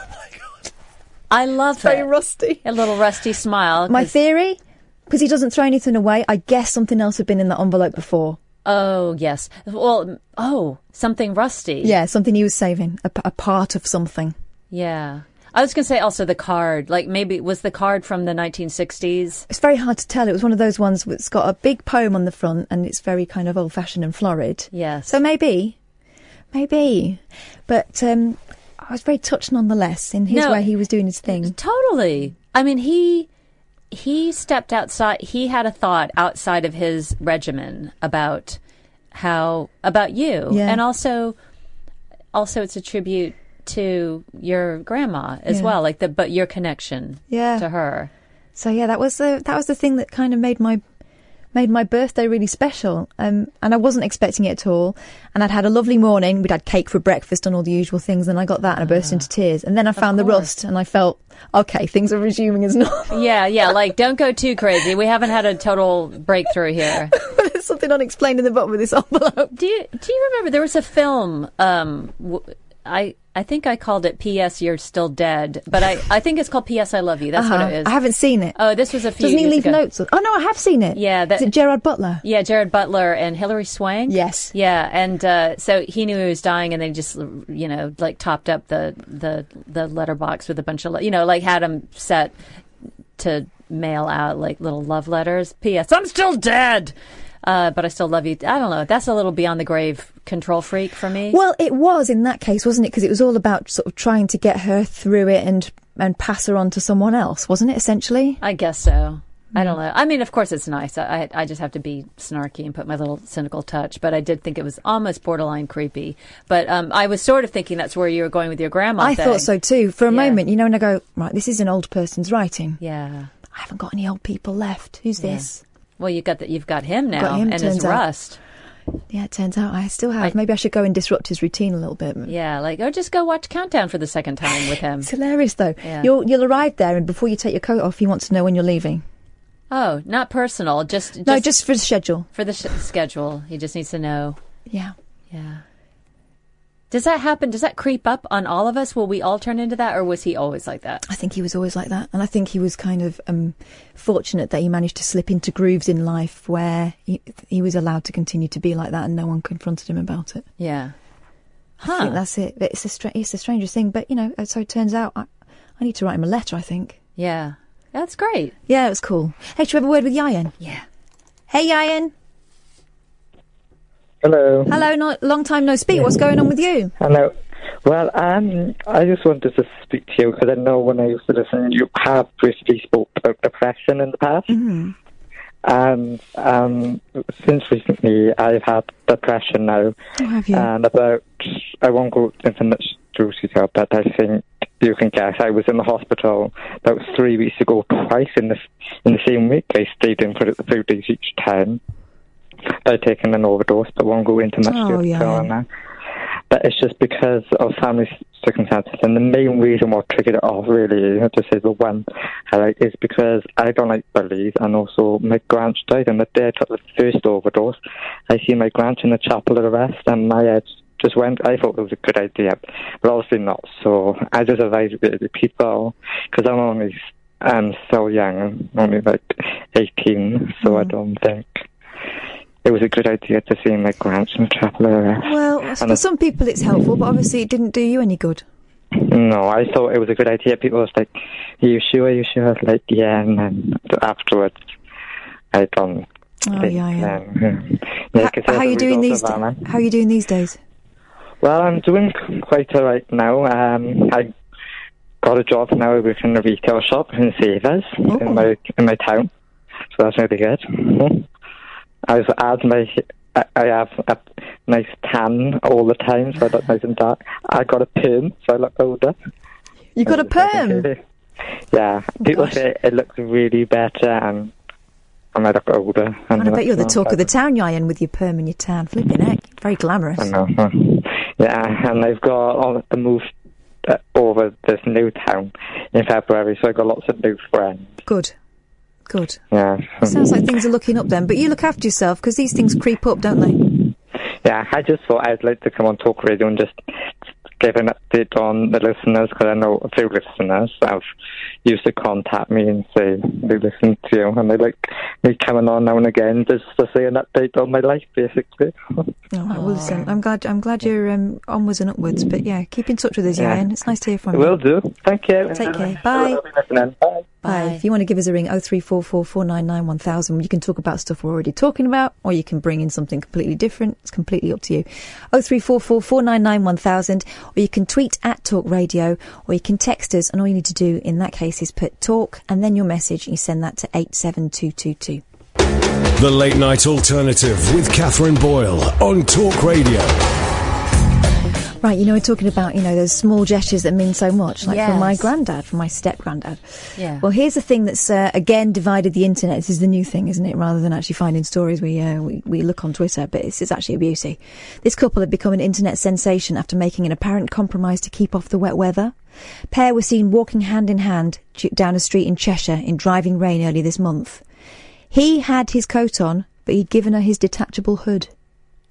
S3: I love it.
S2: Very rusty.
S3: A little rusty smile.
S2: My
S3: 'cause-
S2: theory, because he doesn't throw anything away, I guess something else had been in the envelope before.
S3: oh yes. Well, oh something rusty.
S2: Yeah, something he was saving, a, p- a part of something.
S3: Yeah. I was gonna say also the card. Like maybe was the card from the 1960s.
S2: It's very hard to tell. It was one of those ones that's got a big poem on the front and it's very kind of old fashioned and florid.
S3: Yes.
S2: So maybe, maybe. But um, I was very touched nonetheless in his
S3: No.
S2: way he was doing his thing.
S3: Totally. I mean, he he stepped outside. He had a thought outside of his regimen about how about you,
S2: Yeah.
S3: and also also it's a tribute to your grandma as
S2: Yeah.
S3: well, like the but your connection
S2: Yeah.
S3: to her.
S2: So yeah, that was the that was the thing that kind of made my made my birthday really special. Um, and I wasn't expecting it at all. And I'd had a lovely morning. We'd had cake for breakfast and all the usual things. And I got that and I burst into tears. And then I found the
S3: Ah. course.
S2: rust and I felt okay. Things are resuming as normal.
S3: Yeah, yeah. Like, don't go too crazy. We haven't had a total breakthrough here.
S2: There's something unexplained in the bottom of this envelope.
S3: Oh, Do you do you remember there was a film? Um, w- I I think I called it "P.S. You're Still Dead," but I I think it's called "P.S. I Love You." That's
S2: Uh-huh.
S3: what it is.
S2: I haven't seen it.
S3: Oh, this was a few.
S2: Doesn't he
S3: years
S2: leave
S3: ago.
S2: notes? Or, oh no, I have seen it.
S3: Yeah, that-
S2: Is it Gerard Butler?
S3: Yeah, Jared Butler and Hilary Swank.
S2: Yes.
S3: Yeah, and uh, so he knew he was dying, and they just you know like topped up the the the letterbox with a bunch of le- you know like had him set to mail out like little love letters. P.S. I'm still dead. Uh, but I still love you. I don't know. That's a little beyond the grave control freak for me.
S2: Well, it was in that case, wasn't it? Because it was all about sort of trying to get her through it and and pass her on to someone else, wasn't it? Essentially.
S3: I guess so. I
S2: Mm.
S3: don't know. I mean, of course, it's nice. I, I I just have to be snarky and put my little cynical touch. But I did think it was almost borderline creepy. But um, I was sort of thinking that's where you were going with your grandma.
S2: I
S3: thing.
S2: thought so too. For a
S3: Yeah.
S2: moment, you know, and I go, right, this is an old person's writing.
S3: Yeah.
S2: I haven't got any old people left. Who's this?
S3: Well, you got that. You've got him now,
S2: him,
S3: and his
S2: turns out.
S3: rust.
S2: Yeah, it turns out I still have. Maybe I should go and disrupt his routine a little bit.
S3: Yeah, like or just go watch Countdown for the second time with him.
S2: It's hilarious though.
S3: Yeah.
S2: You'll you'll arrive there, and before you take your coat off, he wants to know when you're leaving.
S3: oh, not personal. Just, just
S2: no, just for the schedule.
S3: for the sh- schedule. He just needs to know.
S2: Yeah.
S3: Yeah. Does that happen? Does that creep up on all of us? Will we all turn into that, or was he always like that?
S2: I think he was always like that, and I think he was kind of um, fortunate that he managed to slip into grooves in life where he, he was allowed to continue to be like that, and no one confronted him about it.
S3: Yeah.
S2: I think that's it. But It's a stra- it's the strangest thing, but you know, uh, so it turns out I, I need to write him a letter. I think.
S3: Yeah. That's great.
S2: Yeah, it was cool. Hey, should we have a word with Yayan?
S3: Yeah.
S2: Hey, Yayan.
S7: Hello.
S2: Hello, no, long time no speak. What's going on with you?
S7: Hello. Well, um, I just wanted to speak to you because I know when I used to listen, you have briefly spoke about depression in the past.
S2: Mm-hmm.
S7: And um, since recently, I've had depression now.
S2: Oh, have you?
S7: And about, I won't go into much detail, but I think you can guess I was in the hospital about three weeks ago, twice in the, in the same week. I stayed in for a few days each time. I taken an overdose, but won't go into much
S2: Oh,
S7: detail
S2: yeah.
S7: on that. But it's just because of family circumstances. And the main reason what triggered it off, really, you have to say the one highlight, is because I don't like bullies, and also my grand's died, and the day I took the first overdose, I see my grand's in the chapel of the rest, and my head just went, I thought it was a good idea, but obviously not. So I just advise the people, because I'm only, I'm so young, I'm only like 18, so I don't think it was a good idea to see my grants in the chapel of the rest.
S2: Well,
S7: And I-
S2: for some people it's helpful, but obviously it didn't do you any good.
S7: No, I thought it was a good idea. People was like, "Are you sure? Are you sure?" I was like, "Yeah." And then afterwards, I don't.
S2: Oh
S7: think
S2: yeah, yeah.
S7: then. Yeah, 'cause
S2: How, how
S7: I
S2: you
S7: have a
S2: doing
S7: result
S2: these?
S7: of that,
S2: da-
S7: man.
S2: How you doing these days?
S7: Well, I'm doing quite all right now. Um, I got a job now. I work in a retail shop in Savers
S2: Oh.
S7: in my in my town, so that's really good. Mhm. I've had my I- I have a nice tan all the time, so I look nice and dark. I got a perm, so I look older.
S2: You got a perm.
S7: Yeah, people
S2: gosh.
S7: say it looks really better, and and I look older. And
S2: And I bet you're the
S7: look-
S2: talk of the town, Yayan, with your perm and your tan. Flipping heck, very glamorous.
S7: I know. Yeah, and I've got all the move uh, over this new town in February, so I got lots of new friends.
S2: Good, good.
S7: Yeah.
S2: Sounds like things are looking up then. But you look after yourself because these things creep up, don't they?
S7: Yeah, I just thought I'd like to come on Talk Radio and just give an update on the listeners because I know a few listeners have used to contact me and say they listen to you and they like me coming on now and again just to say an update on my life basically. Oh,
S2: All right, well, listen, I'm glad. I'm glad you're um, onwards and upwards. But yeah, keep in touch with us,
S7: Yeah.
S2: Yayan. It's nice to hear from you.
S7: Will do. Thank you.
S2: Take care. Bye.
S7: I'll be listening. Bye.
S2: Bye.
S3: Bye.
S2: If you want to give us a ring, 0344 499 1000, you can talk about stuff we're already talking about, or you can bring in something completely different. It's completely up to you. 0344 499 1000, or you can tweet at Talk Radio, or you can text us, and all you need to do in that case is put talk and then your message, and you send that to 87222.
S1: The Late Night Alternative with Catherine Boyle on Talk Radio.
S2: Right, you know, we're talking about, you know, those small gestures that mean so much, like from my
S3: Yes.
S2: granddad, from my step granddad.
S3: Yeah.
S2: Well, here's the thing that's, uh, again, divided the internet. This is the new thing, isn't it? Rather than actually finding stories, we, uh, we, we look on Twitter, but this is actually a beauty. This couple have become an internet sensation after making an apparent compromise to keep off the wet weather. Pair were seen walking hand in hand ju- down a street in Cheshire in driving rain early this month. He had his coat on, but he'd given her his detachable hood.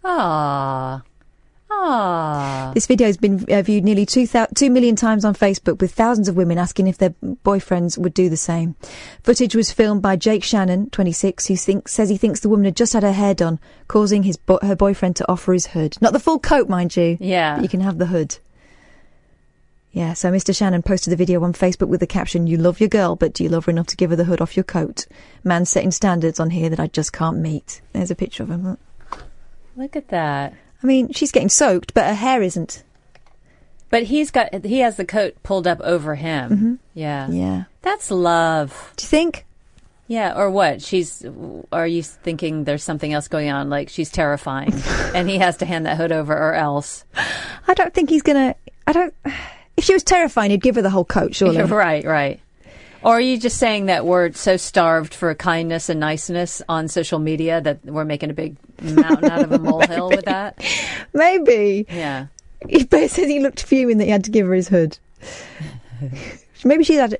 S3: Ah. Ah.
S2: This video has been uh, viewed nearly two thou- 2 million times on Facebook, with thousands of women asking if their boyfriends would do the same. Footage was filmed by Jake Shannon, 26, who thinks, says he thinks the woman had just had her hair done, causing his bo- her boyfriend to offer his hood. Not the full coat, mind you.
S3: Yeah.
S2: But you can have the hood. Yeah, so Mr. Shannon posted the video on Facebook with the caption, You love your girl, but do you love her enough to give her the hood off your coat? Man setting standards on here that I just can't meet. There's a picture of him.
S3: Look at that.
S2: I mean, she's getting soaked, but her hair isn't.
S3: But he's got he has the coat pulled up over him. Yeah.
S2: Mm-hmm. Yeah.
S3: That's love.
S2: Do you think?
S3: Yeah, or what? She's are you thinking there's something else going on like she's terrifying and he has to hand that hood over or else.
S2: I don't think he's gonna. I don't. If she was terrifying, he'd give her the whole coat, surely.
S3: right, right. Or are you just saying that we're so starved for kindness and niceness on social media that we're making a big mountain out of a molehill with that?
S2: Maybe.
S3: Yeah.
S2: He but says he looked fuming that he had to give her his hood. Maybe she's had.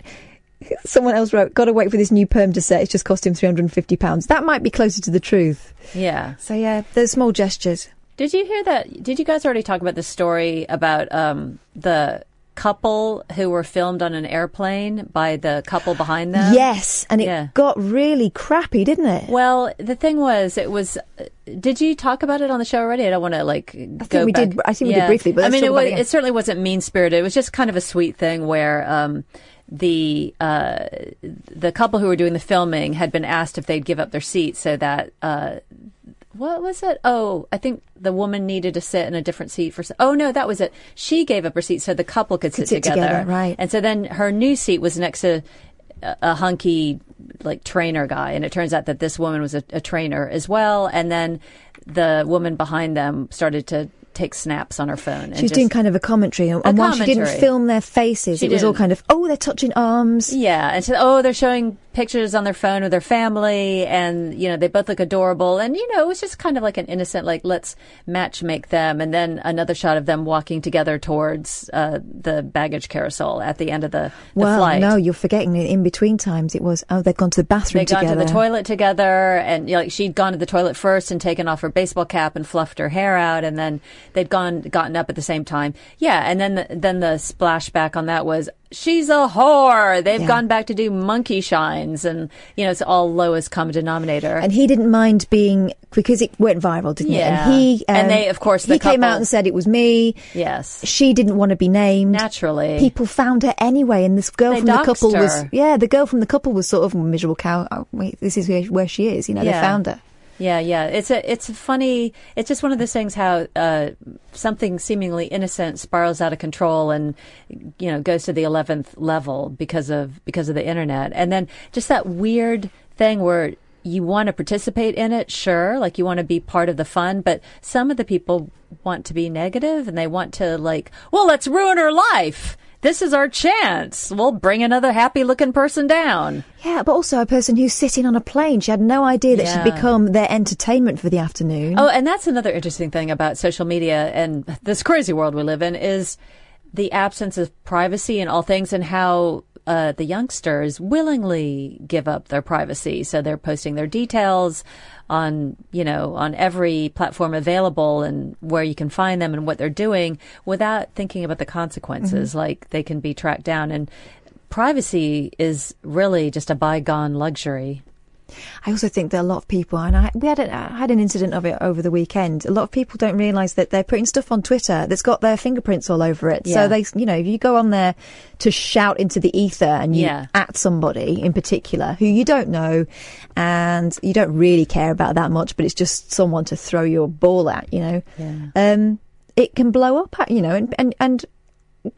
S2: Someone else wrote, "Got to wait for this new perm to set. It's just cost him three hundred and fifty pounds. That might be closer to the truth."
S3: Yeah.
S2: So yeah, there's small gestures.
S3: Did you hear that? Did you guys already talk about the story about um, the couple who were filmed on an airplane by the couple behind them?
S2: yes, and it
S3: yeah.
S2: got really crappy, didn't it?
S3: Well, the thing was, it was. uh, Did you talk about it on the show already? I don't want to like. I think
S2: we did- I think we did briefly, but
S3: I
S2: let's
S3: mean,
S2: talk
S3: it
S2: about
S3: was.
S2: it again.
S3: It certainly wasn't mean spirited. It was just kind of a sweet thing where um, the uh, the couple who were doing the filming had been asked if they'd give up their seat so that. Uh, what was it? Oh, I think the woman needed to sit in a different seat for. s- Oh no, that was it. She gave up her seat so the couple could,
S2: sit together, right.
S3: And so then her new seat was next to a a hunky like trainer guy and it turns out that this woman was a, a trainer as well and then the woman behind them started to take snaps on her phone and
S2: She was doing kind of a commentary, and, and while she didn't
S3: commentary.
S2: film their faces,
S3: She
S2: it was all
S3: didn't.
S2: kind of, "Oh, they're touching arms."
S3: yeah and so oh they're showing pictures on their phone with their family, and you know they both look adorable. And you know it was just kind of like an innocent, like let's match make them, and then another shot of them walking together towards uh, the baggage carousel at the end of the, the
S2: well,
S3: flight.
S2: no, you're forgetting. that In between times, it was oh, they've gone to the bathroom
S3: They'd gone
S2: together.
S3: to the toilet together, and you know, like she'd gone to the toilet first and taken off her baseball cap and fluffed her hair out, and then they'd gone gotten up at the same time. Yeah, and then the, then the splashback on that was she's a whore. They've
S2: Yeah.
S3: gone back to do monkey shines, and you know it's all lowest common denominator.
S2: And he didn't mind being because it went viral, didn't it?
S3: Yeah.
S2: And he um,
S3: And they, of course, the
S2: he came
S3: couple-
S2: out and said it was me.
S3: yes,
S2: She didn't want to be named.
S3: naturally.
S2: People found her anyway, and this girl
S3: They
S2: from the
S3: doxed
S2: couple was
S3: her.
S2: yeah, the girl from the couple was sort of miserable cow. Oh, wait, this is where- where she is. You know,
S3: Yeah.
S2: they found her.
S3: Yeah, yeah. It's a it's a funny. It's just one of those things how uh, something seemingly innocent spirals out of control and you know goes to the eleventh level because of because of the internet, and then just that weird thing where you want to participate in it, sure, like you want to be part of the fun, but some of the people want to be negative and they want to like, well, let's ruin her life. This is our chance. We'll bring another happy looking person down.
S2: Yeah, but also a person who's sitting on a plane. She had no idea that
S3: Yeah.
S2: she'd become their entertainment for the afternoon.
S3: Oh, and that's another interesting thing about social media and this crazy world we live in is the absence of privacy in all things and how uh, the youngsters willingly give up their privacy. So they're posting their details on, you know, on every platform available and where you can find them and what they're doing without thinking about the consequences. Like they can be tracked down and privacy is really just a bygone luxury.
S2: I also think that a lot of people, and I, we had a, I had an incident of it over the weekend. A lot of people don't realise that they're putting stuff on Twitter that's got their fingerprints all over it.
S3: Yeah.
S2: So they, you know, if you go on there to shout into the ether and you
S3: Yeah.
S2: at somebody in particular who you don't know and you don't really care about that much, but it's just someone to throw your ball at, you know, um, it can blow up, you know, and, and, and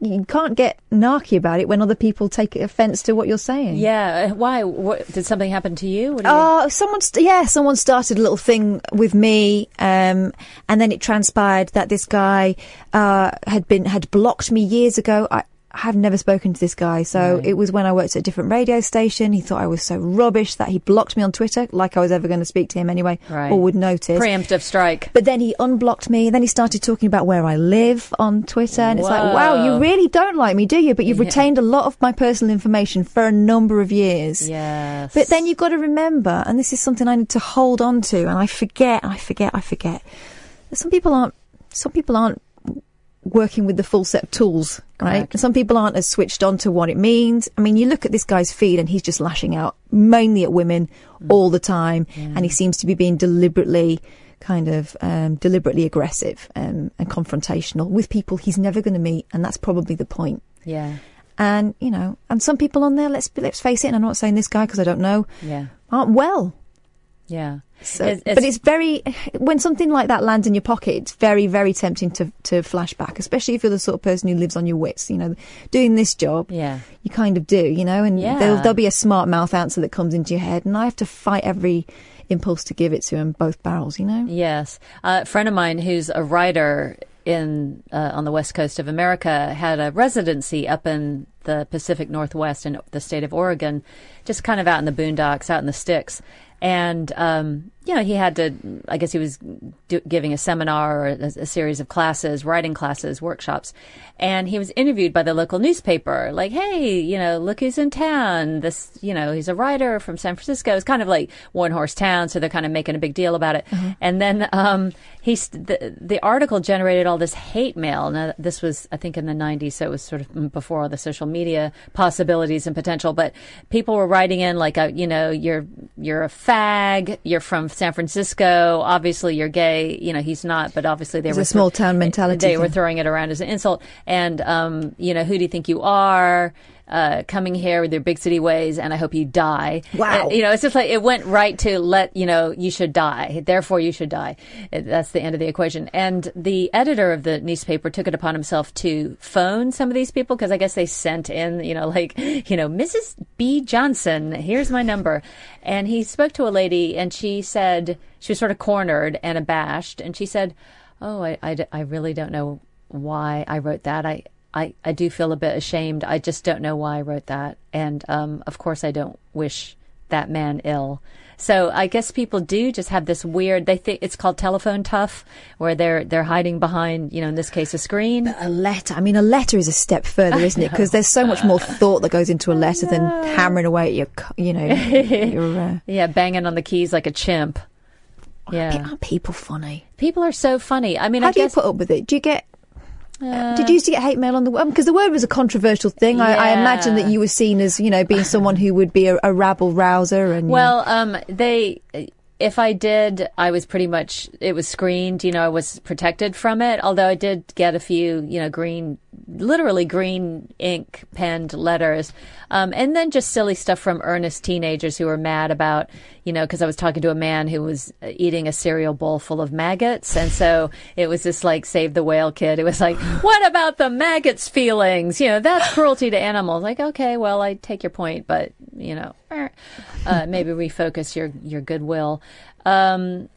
S2: you can't get narky about it when other people take offence to what you're saying.
S3: Yeah. Why? What, did something happen to you? What do you-
S2: Oh, someone, st- yeah, someone started a little thing with me, um, and then it transpired that this guy uh, had been had blocked me years ago. I have never spoken to this guy, so it was when I worked at a different radio station. He thought I was so rubbish that he blocked me on Twitter, like I was ever going to speak to him anyway,
S3: Right.
S2: or would notice.
S3: Preemptive strike.
S2: But then he unblocked me. Then he started talking about where I live on Twitter, and it's
S3: Whoa.
S2: like, wow, you really don't like me, do you? But you've retained a lot of my personal information for a number of years.
S3: Yes.
S2: But then you've got to remember, and this is something I need to hold on to, and I forget, I forget, I forget. that Some people aren't. Some people aren't working with the full set of tools, right?
S3: Correct.
S2: Some people aren't as switched on to what it means. I mean, you look at this guy's feed, and he's just lashing out mainly at women all the time, and he seems to be being deliberately. Kind of um, deliberately aggressive um, and confrontational with people he's never going to meet, and that's probably the point
S3: yeah,
S2: and you know, and some people on there. Let's let's face it, and I'm not saying this guy because I don't know,
S3: yeah,
S2: aren't well.
S3: yeah.
S2: So, but it's very when something like that lands in your pocket, it's very very tempting to to flash back, especially if you're the sort of person who lives on your wits. You know, doing this job,
S3: Yeah.
S2: you kind of do, you know, and
S3: Yeah.
S2: there'll there'll be a smart mouth answer that comes into your head, and I have to fight every impulse to give it to him, both barrels, you know.
S3: yes. Uh, a friend of mine who's a writer in uh, on the west coast of America had a residency up in the Pacific Northwest in the state of Oregon, just kind of out in the boondocks, out in the sticks. And um, you know, he had to. I guess he was do, giving a seminar or a, a series of classes, writing classes, workshops, and he was interviewed by the local newspaper. Like, hey, you know, look who's in town. This, you know, he's a writer from San Francisco. It's kind of like one horse town, so they're kind of making a big deal about it. And then um, he's the, the article generated all this hate mail. Now, this was, I think, in the '90s, so it was sort of before all the social media possibilities and potential. But people were writing in like, uh, you know, you're you're a fag. You're from San Francisco. Obviously, you're gay. You know, he's not, but obviously they
S2: It's
S3: were
S2: a small town mentality
S3: They were
S2: thing.
S3: throwing it around as an insult. And, um, you know, who do you think you are? Uh, coming here with your big city ways, and I hope you die.
S2: Wow.
S3: And, you know, it's just like it went right to let you know you should die. Therefore, you should die. It- That's the end of the equation. And the editor of the newspaper took it upon himself to phone some of these people because I guess they sent in, you know, like you know, Mrs. B. Johnson. Here's my number. And he spoke to a lady, and she said she was sort of cornered and abashed, and she said, "Oh, I, I d- I really don't know why I wrote that. I." I, I do feel a bit ashamed. I just don't know why I wrote that. And um, of course, I don't wish that man ill. So I guess people do just have this weird. They think it's called telephone tough, where they're they're hiding behind, you know, in this case, a screen.
S2: a letter. I mean, a letter is a step further, isn't it? Because there's so much more thought that goes into a letter than hammering away at your, co- you know, your. Uh,
S3: Yeah, banging on the keys like a chimp.
S2: Pe-
S3: Yeah,
S2: Aren't people funny?
S3: people are so funny. I mean,
S2: How
S3: I
S2: do you
S3: guess Uh,
S2: put up with it? Do you get? uh, Did you used to get hate mail on the because the word was a controversial thing? I, I imagine that
S3: Yeah.
S2: you were seen as you know being someone who would be a, a rabble rouser and you know,
S3: Well, um, they. If I did, I was pretty much it was screened. You know, I was protected from it. Although I did get a few, you know, green, literally green ink penned letters, um, and then just silly stuff from earnest teenagers who were mad about, you know, because I was talking to a man who was eating a cereal bowl full of maggots, and so it was this like save the whale kid. It was like, what about the maggots' feelings? You know, that's cruelty to animals. Like, okay, well, I take your point, but you know, er, uh, maybe refocus your your goodwill. Um,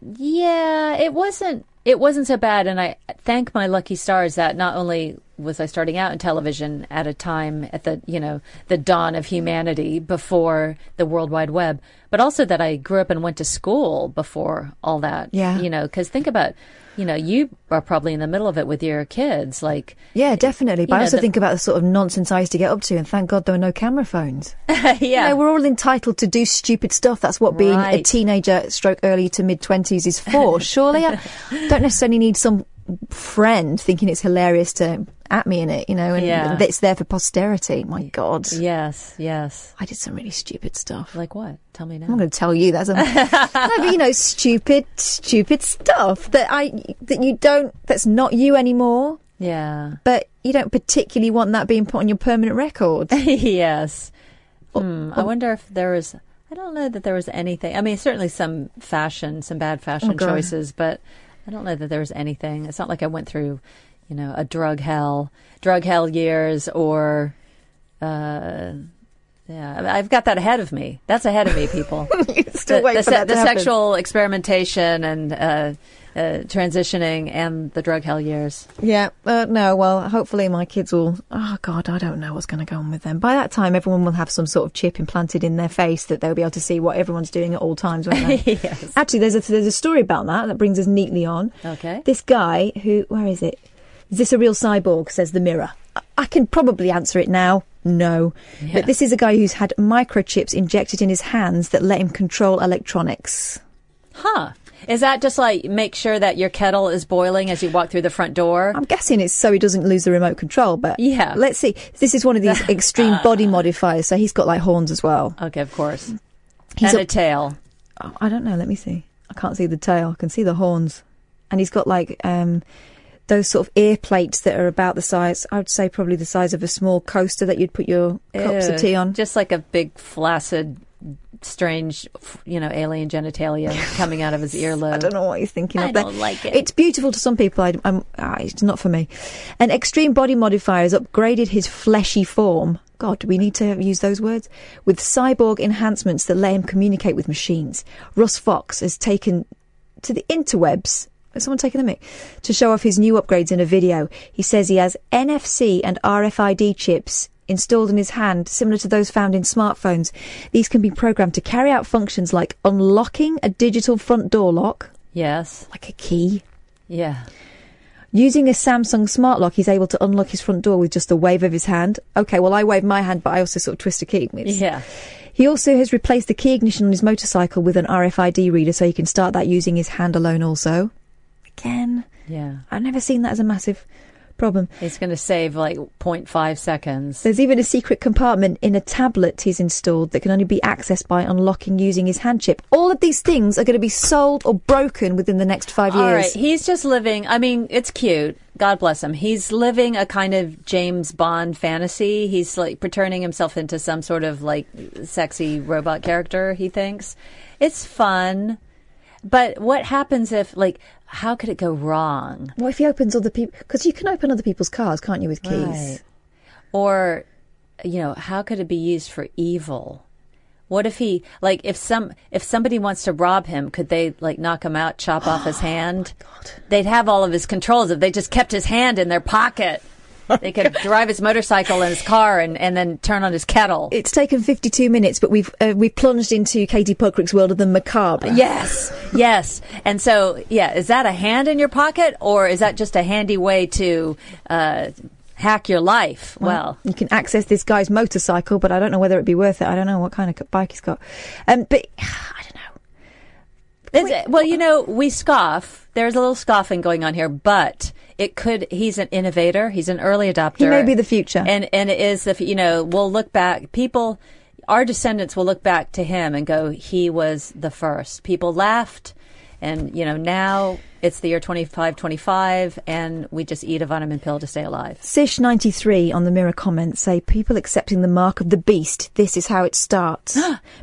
S3: yeah, it wasn't it wasn't so bad, and I thank my lucky stars that not only was I starting out in television at a time at the you know the dawn of humanity before the World Wide Web, but also that I grew up and went to school before all that.
S2: Yeah.
S3: you know, because think about you know you are probably in the middle of it with your kids, like
S2: yeah, definitely. But
S3: you
S2: I
S3: know,
S2: also
S3: the-
S2: think about the sort of nonsense I used to get up to, and thank God there were no camera phones.
S3: yeah,
S2: They were all entitled to do stupid stuff. That's what being a
S3: Right.
S2: teenager, stroke early to mid twenties, is for. Surely, I don't necessarily need some friend thinking it's hilarious to at me in it, you know, and
S3: Yeah.
S2: it's there for posterity. My God,
S3: yes, yes.
S2: I did some really stupid stuff.
S3: Like what? Tell me now.
S2: I'm going to tell you that's a, no, but you know, stupid, stupid stuff that I that you don't. That's not you anymore.
S3: Yeah.
S2: But you don't particularly want that being put on your permanent record.
S3: yes. Hmm. I wonder if there was. I don't know that there was anything. I mean, certainly some fashion, some bad fashion
S2: God.
S3: choices, but I don't know that there was anything. It's not like I went through, you know, a drug hell, drug hell years, or. Uh, yeah, I mean, I've got that ahead of me. That's ahead of me, people.
S2: Still
S3: the,
S2: wait
S3: the
S2: for
S3: se-
S2: that to
S3: the
S2: happen.
S3: sexual experimentation and uh, uh, transitioning, and the drug hell years.
S2: Yeah, uh, no, well, hopefully my kids will. Oh, God, I don't know what's going to go on with them. By that time, everyone will have some sort of chip implanted in their face that they'll be able to see what everyone's doing at all times, won't they?
S3: Yes.
S2: Actually, there's a, there's a story about that that brings us neatly on.
S3: Okay.
S2: This guy who, where is it? Is this a real cyborg? Says the mirror. I, I can probably answer it now. No. But this is a guy who's had microchips injected in his hands that let him control electronics.
S3: Huh. Is that just like make sure that your kettle is boiling as you walk through the front door?
S2: I'm guessing it's so he doesn't lose the remote control, but
S3: Yeah.
S2: let's see. This is one of these extreme body modifiers, so he's got like horns as well.
S3: Okay, of course.
S2: He's
S3: and
S2: a-
S3: a tail.
S2: Oh, I don't know. Let me see. I can't see the tail. I can see the horns, and he's got like um, those sort of ear plates that are about the size. I would say probably the size of a small coaster that you'd put your cups
S3: Ew.
S2: of tea on.
S3: Just like a big flaccid, strange, f- you know, alien genitalia coming out of his earlobe.
S2: I don't know what you're thinking
S3: I
S2: of there.
S3: don't like it.
S2: It's beautiful to some people. I, am ah, it's not for me. An extreme body modifier has upgraded his fleshy form. God, do we need to use those words? With cyborg enhancements that let him communicate with machines. Russ Fox has taken to the interwebs. Has someone taken the mic? To show off his new upgrades in a video. He says he has NFC and RFID chips installed in his hand, similar to those found in smartphones. These can be programmed to carry out functions like unlocking a digital front door lock,
S3: Yes.
S2: like a key.
S3: Yeah.
S2: Using a Samsung smart lock, he's able to unlock his front door with just a wave of his hand. Okay, well, I wave my hand, but I also sort of twist a key. It's-
S3: Yeah.
S2: He also has replaced the key ignition on his motorcycle with an RFID reader, so he can start that using his hand alone also. Again,
S3: Yeah.
S2: I've never seen that as a massive problem.
S3: It's going to save like 0.5 seconds.
S2: There's even a secret compartment in a tablet he's installed that can only be accessed by unlocking using his hand chip. All of these things are going to be sold or broken within the next five
S3: All
S2: years.
S3: right. He's just living. I mean, it's cute. God bless him. He's living a kind of James Bond fantasy. He's like turning himself into some sort of like sexy robot character, he thinks. It's fun. But what happens if, like, how could it go wrong?
S2: What if he opens other people? Because you can open other people's cars, can't you, with keys?
S3: Or, you know, how could it be used for evil? What if he, like, if some, if somebody wants to rob him, could they, like, knock him out, chop off his hand?
S2: Oh God.
S3: they'd have all of his controls if they just kept his hand in their pocket.
S2: Oh
S3: they could drive his motorcycle and his car and, and then turn on his kettle.
S2: It's taken 52 minutes, but we've uh, we've plunged into Katie Puckrick's world of the macabre.
S3: Yes, yes. And so, yeah, is that a hand in your pocket or is that just a handy way to uh, hack your life? Well,
S2: you can access this guy's motorcycle, but I don't know whether it'd be worth it. I don't know what kind of bike he's got. Um, but I don't know.
S3: Is it- well, you know, we scoff. There's a little scoffing going on here, but it could. He's an innovator. He's an early adopter.
S2: He may be the future.
S3: And and it is the f- you know we'll look back. People, our descendants will look back to him and go, he was the first. People laughed, and you know now it's the year 2525, and we just eat a vitamin pill to stay alive.
S2: Sish93 on the Mirror comments say people accepting the mark of the beast, this is how it starts,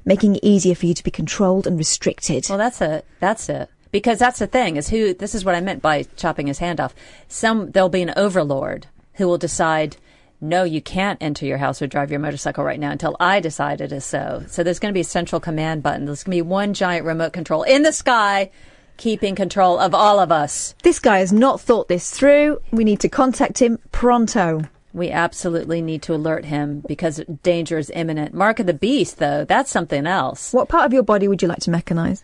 S2: making it easier for you to be controlled and restricted.
S3: Well, that's it. That's it. Because that's the thing is who. This is what I meant by chopping his hand off. Some there'll be an overlord who will decide. No, you can't enter your house or drive your motorcycle right now until I decide it is so. So there's going to be a central command button. There's going to be one giant remote control in the sky, keeping control of all of us.
S2: This guy has not thought this through. We need to contact him pronto.
S3: We absolutely need to alert him because danger is imminent. Mark of the beast, though, that's something else.
S2: What part of your body would you like to mechanize?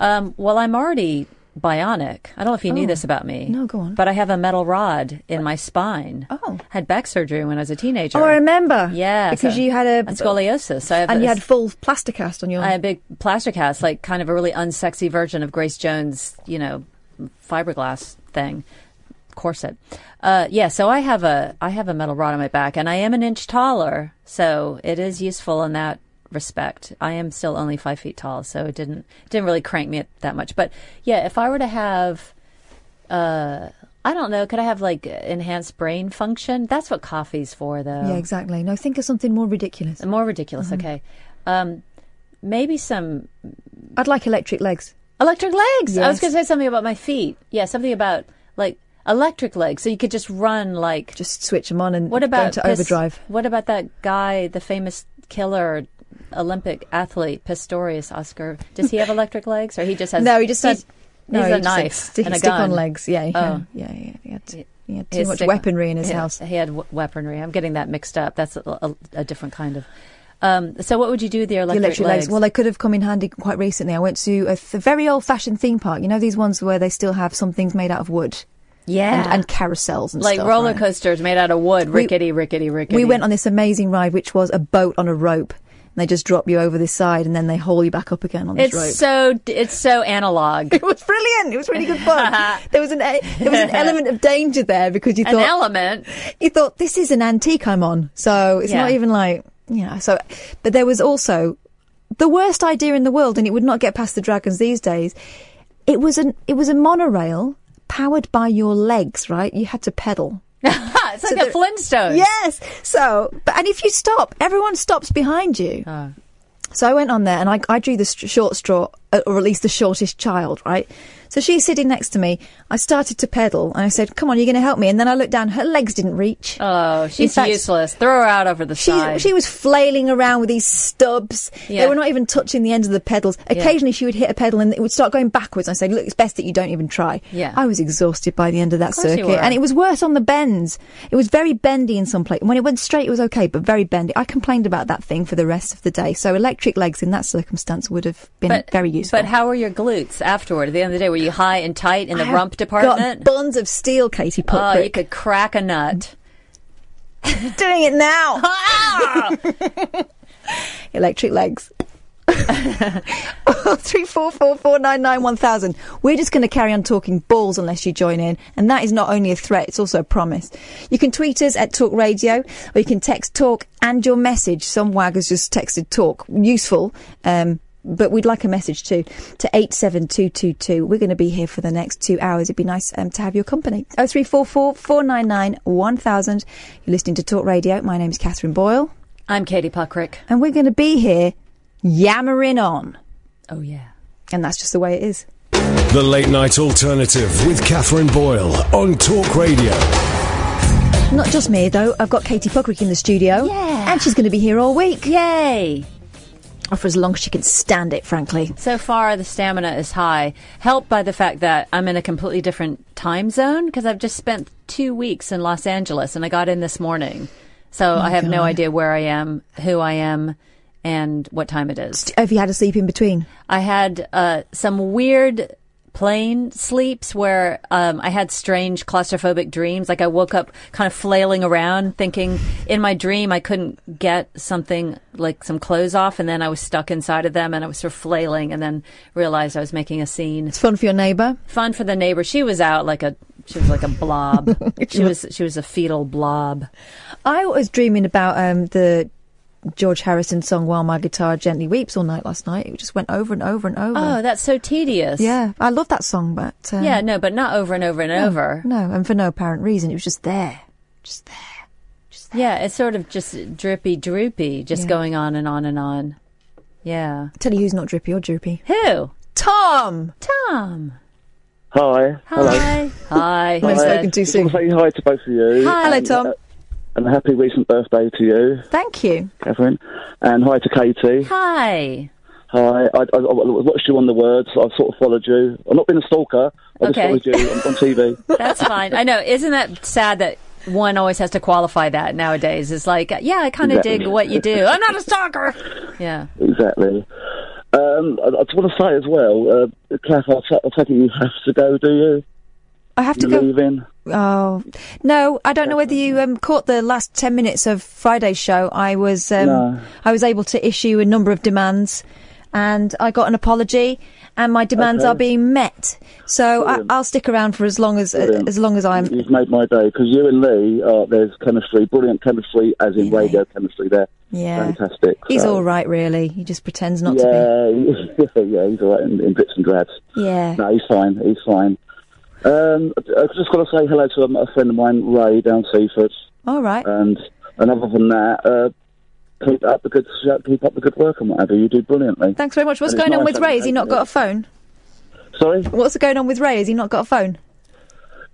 S3: Um, well, I'm already bionic. I don't know if you knew this about me.
S2: Oh. No, go on.
S3: But I have a metal rod in my spine.
S2: Oh.
S3: Had back surgery when I was a teenager.
S2: Oh, I remember.
S3: Yeah.
S2: Because
S3: so-
S2: you had a.
S3: scoliosis. So I have
S2: And
S3: a
S2: you had
S3: s-
S2: full plaster cast on your.
S3: I had a big plaster cast, like kind of a really unsexy version of Grace Jones, you know, fiberglass thing corset. Uh, yeah, so I have a I have a metal rod on my back, and I am an inch taller, so it is useful in that respect. I am still only five feet tall, so it didn't didn't really crank me up that much. But yeah, if I were to have, uh, I don't know, could I have like enhanced brain function? That's what coffee's for, though.
S2: yeah, exactly. No, think of something more ridiculous.
S3: Uh,
S2: Mm-hmm.
S3: More ridiculous. Okay. Um, maybe some
S2: I'd like electric legs.
S3: Electric legs. I was
S2: Yes.
S3: going to say something about my feet. Yeah, something about like electric legs. So you could just run like.
S2: Just switch them on and
S3: what about
S2: go into
S3: Pis-
S2: overdrive.
S3: What about that guy, the famous killer Olympic athlete Pistorius Oscar? Does he have electric legs, or he just has?
S2: No, he just
S3: he's-
S2: had. No,
S3: he's
S2: he
S3: a
S2: just had
S3: knife
S2: stick,
S3: and a
S2: stick
S3: gun.
S2: on legs. Yeah, he had-
S3: Oh.
S2: yeah, yeah. He had,
S3: He-
S2: he had too
S3: His
S2: much
S3: stick-
S2: weaponry in his
S3: yeah,
S2: house.
S3: He had w- weaponry. I'm getting that mixed up. That's a, a, a different kind of. Um, so what would you do with your
S2: The
S3: electric,
S2: electric legs.
S3: legs?
S2: Well, they could have come in handy quite recently. I went to a th- very old-fashioned theme park. You know these ones where they still have some things made out of wood
S3: yeah,
S2: and, and carousels and
S3: like
S2: stuff,
S3: roller
S2: right?
S3: coasters made out of wood,
S2: We-
S3: rickety, rickety, rickety.
S2: We went on this amazing ride, which was a boat on a rope, and they just drop you over this side, and then they haul you back up again on this
S3: It's
S2: rope.
S3: so it's so analog.
S2: it was brilliant. It was really good fun. there was an e- there was an element of danger there because you
S3: An
S2: thought
S3: element.
S2: you thought this is an antique I'm on, so it's not
S3: Yeah.
S2: even like you know. So, but there was also the worst idea in the world, and it would not get past the dragons these days. It was an it was a monorail powered by your legs, right? You had to pedal.
S3: It's like a
S2: there-
S3: Flintstone.
S2: Yes. So, but and if you stop, everyone stops behind you. So I went on there and I, I drew the st- short straw, uh, or at least the shortest child, right? So she's sitting next to me. I started to pedal and I said, "Come on, you're going to help me." And then I looked down; her legs didn't reach.
S3: Oh, she's
S2: fact-
S3: useless. Throw her out over the
S2: She,
S3: side.
S2: she was flailing around with these stubs.
S3: Yeah.
S2: They were not even touching the ends of the pedals. Occasionally, she would hit a pedal and it would start going backwards. I said, "Look, it's best that you don't even try."
S3: Yeah.
S2: I was exhausted by the end of that
S3: course you
S2: circuit,
S3: were.
S2: and it was worse on the bends. It was very bendy in some places. When it went straight, it was okay, but very bendy. I complained about that thing for the rest of the day. So electric legs in that circumstance would have been very useful.
S3: But how were your glutes afterward? At the end of the day, were you high and tight in the
S2: I have
S3: rump department?
S2: Got buns of steel, Katie
S3: oh, you
S2: Puckrick.
S3: could crack a nut.
S2: doing it now.
S3: Ah!
S2: electric legs. Three four four four nine nine one thousand. We're just going to carry on talking balls unless you join in, and that is not only a threat; it's also a promise. You can tweet us at Talk Radio, or you can text Talk and your message. Some wag has just texted Talk, useful, um, but we'd like a message too to eight seven two two two. We're going to be here for the next two hours. It'd be nice um, to have your company. Oh three four four four nine nine one thousand. You're listening to Talk Radio. My name's Catherine Boyle
S3: I'm Katie Puckrick.
S2: and we're going to be here yammering on.
S3: Oh, yeah.
S2: And that's just the way it is.
S1: The Late Night Alternative with Catherine Boyle on Talk Radio.
S2: Not just me, though. I've got Katie Puckrick in the studio.
S3: Yeah.
S2: And she's going to be here all week.
S3: Yay.
S2: or for as long as she can stand it, frankly.
S3: So far, the stamina is high, helped by the fact that I'm in a completely different time zone because I've just spent two weeks in Los Angeles and I got in this morning. So I have no idea where I am, who I am, and what time it is.
S2: Have you had a sleep in between?
S3: I had uh, some weird plane sleeps where um, I had strange claustrophobic dreams. Like I woke up kind of flailing around, thinking in my dream I couldn't get something like some clothes off, and then I was stuck inside of them, and I was sort of flailing, and then realized I was making a scene.
S2: It's fun for your neighbour.
S3: Fun for the neighbor. She was out like a she was like a blob. she was she was a fetal blob.
S2: I was dreaming about um, the George Harrison song "While My Guitar Gently Weeps" all night last night. It just went over and over and over.
S3: Oh, that's so tedious.
S2: yeah, I love that song, but um,
S3: Yeah, no, but not over and over and over.
S2: no, and for no apparent reason, it was just there, just there.
S3: Yeah, it's sort of just drippy, droopy, just
S2: Yeah.
S3: going on and on and on. Yeah.
S2: Tell you who's not drippy or droopy.
S3: Who?
S2: Tom.
S3: Tom.
S8: Hi.
S3: Hi. Hi.
S2: I've spoken too
S8: Just
S2: soon.
S8: want to say hi to both of you.
S2: Hi. Hello,
S8: and,
S2: Tom.
S8: uh, and a happy recent birthday to you,
S2: Thank you.
S8: Catherine. And hi to Katie.
S3: Hi.
S8: Hi. I, I, I watched you on The Words. I've sort of followed you. I've not been a stalker. I just
S3: Okay.
S8: followed you on, on TV.
S3: That's fine. I know. Isn't that sad that one always has to qualify that nowadays? It's like, yeah, I kind of
S8: Exactly.
S3: dig what you do. I'm not a stalker. Yeah.
S8: exactly. Um, I, I just want to say as well, uh, Kath, I ta- I take it you have to go, do you?
S2: I have to
S8: You're
S2: go.
S8: leaving?
S2: Oh no, I don't know whether you um, caught the last ten minutes of Friday's show. I was um,
S8: No.
S2: I was able to issue a number of demands, and I got an apology, and my demands
S8: Okay.
S2: are being met. So I,
S8: Brilliant.
S2: I'll stick around for as long as uh,
S8: Brilliant.
S2: as long as I'm.
S8: You've made my day because you and Lee, uh, there's chemistry, brilliant chemistry, as in radio chemistry there.
S2: Yeah.
S8: Fantastic.
S2: He's
S8: So-
S2: all right, really. He just pretends not to
S8: yeah, yeah, he's all right in, in bits and drabs.
S2: be. Yeah.
S8: No, he's fine. He's fine. Um, I just got to say hello to um, a friend of mine, Ray down Seaford,
S2: All right.
S8: and and other than that, uh, keep up the good keep up the good work and whatever you do brilliantly.
S2: Thanks very much. What's
S8: and it's
S2: going on
S8: nice
S2: with Ray? Has he not
S8: having you.
S2: got a phone?
S8: Sorry,
S2: What's going on with Ray? Has he not got a phone?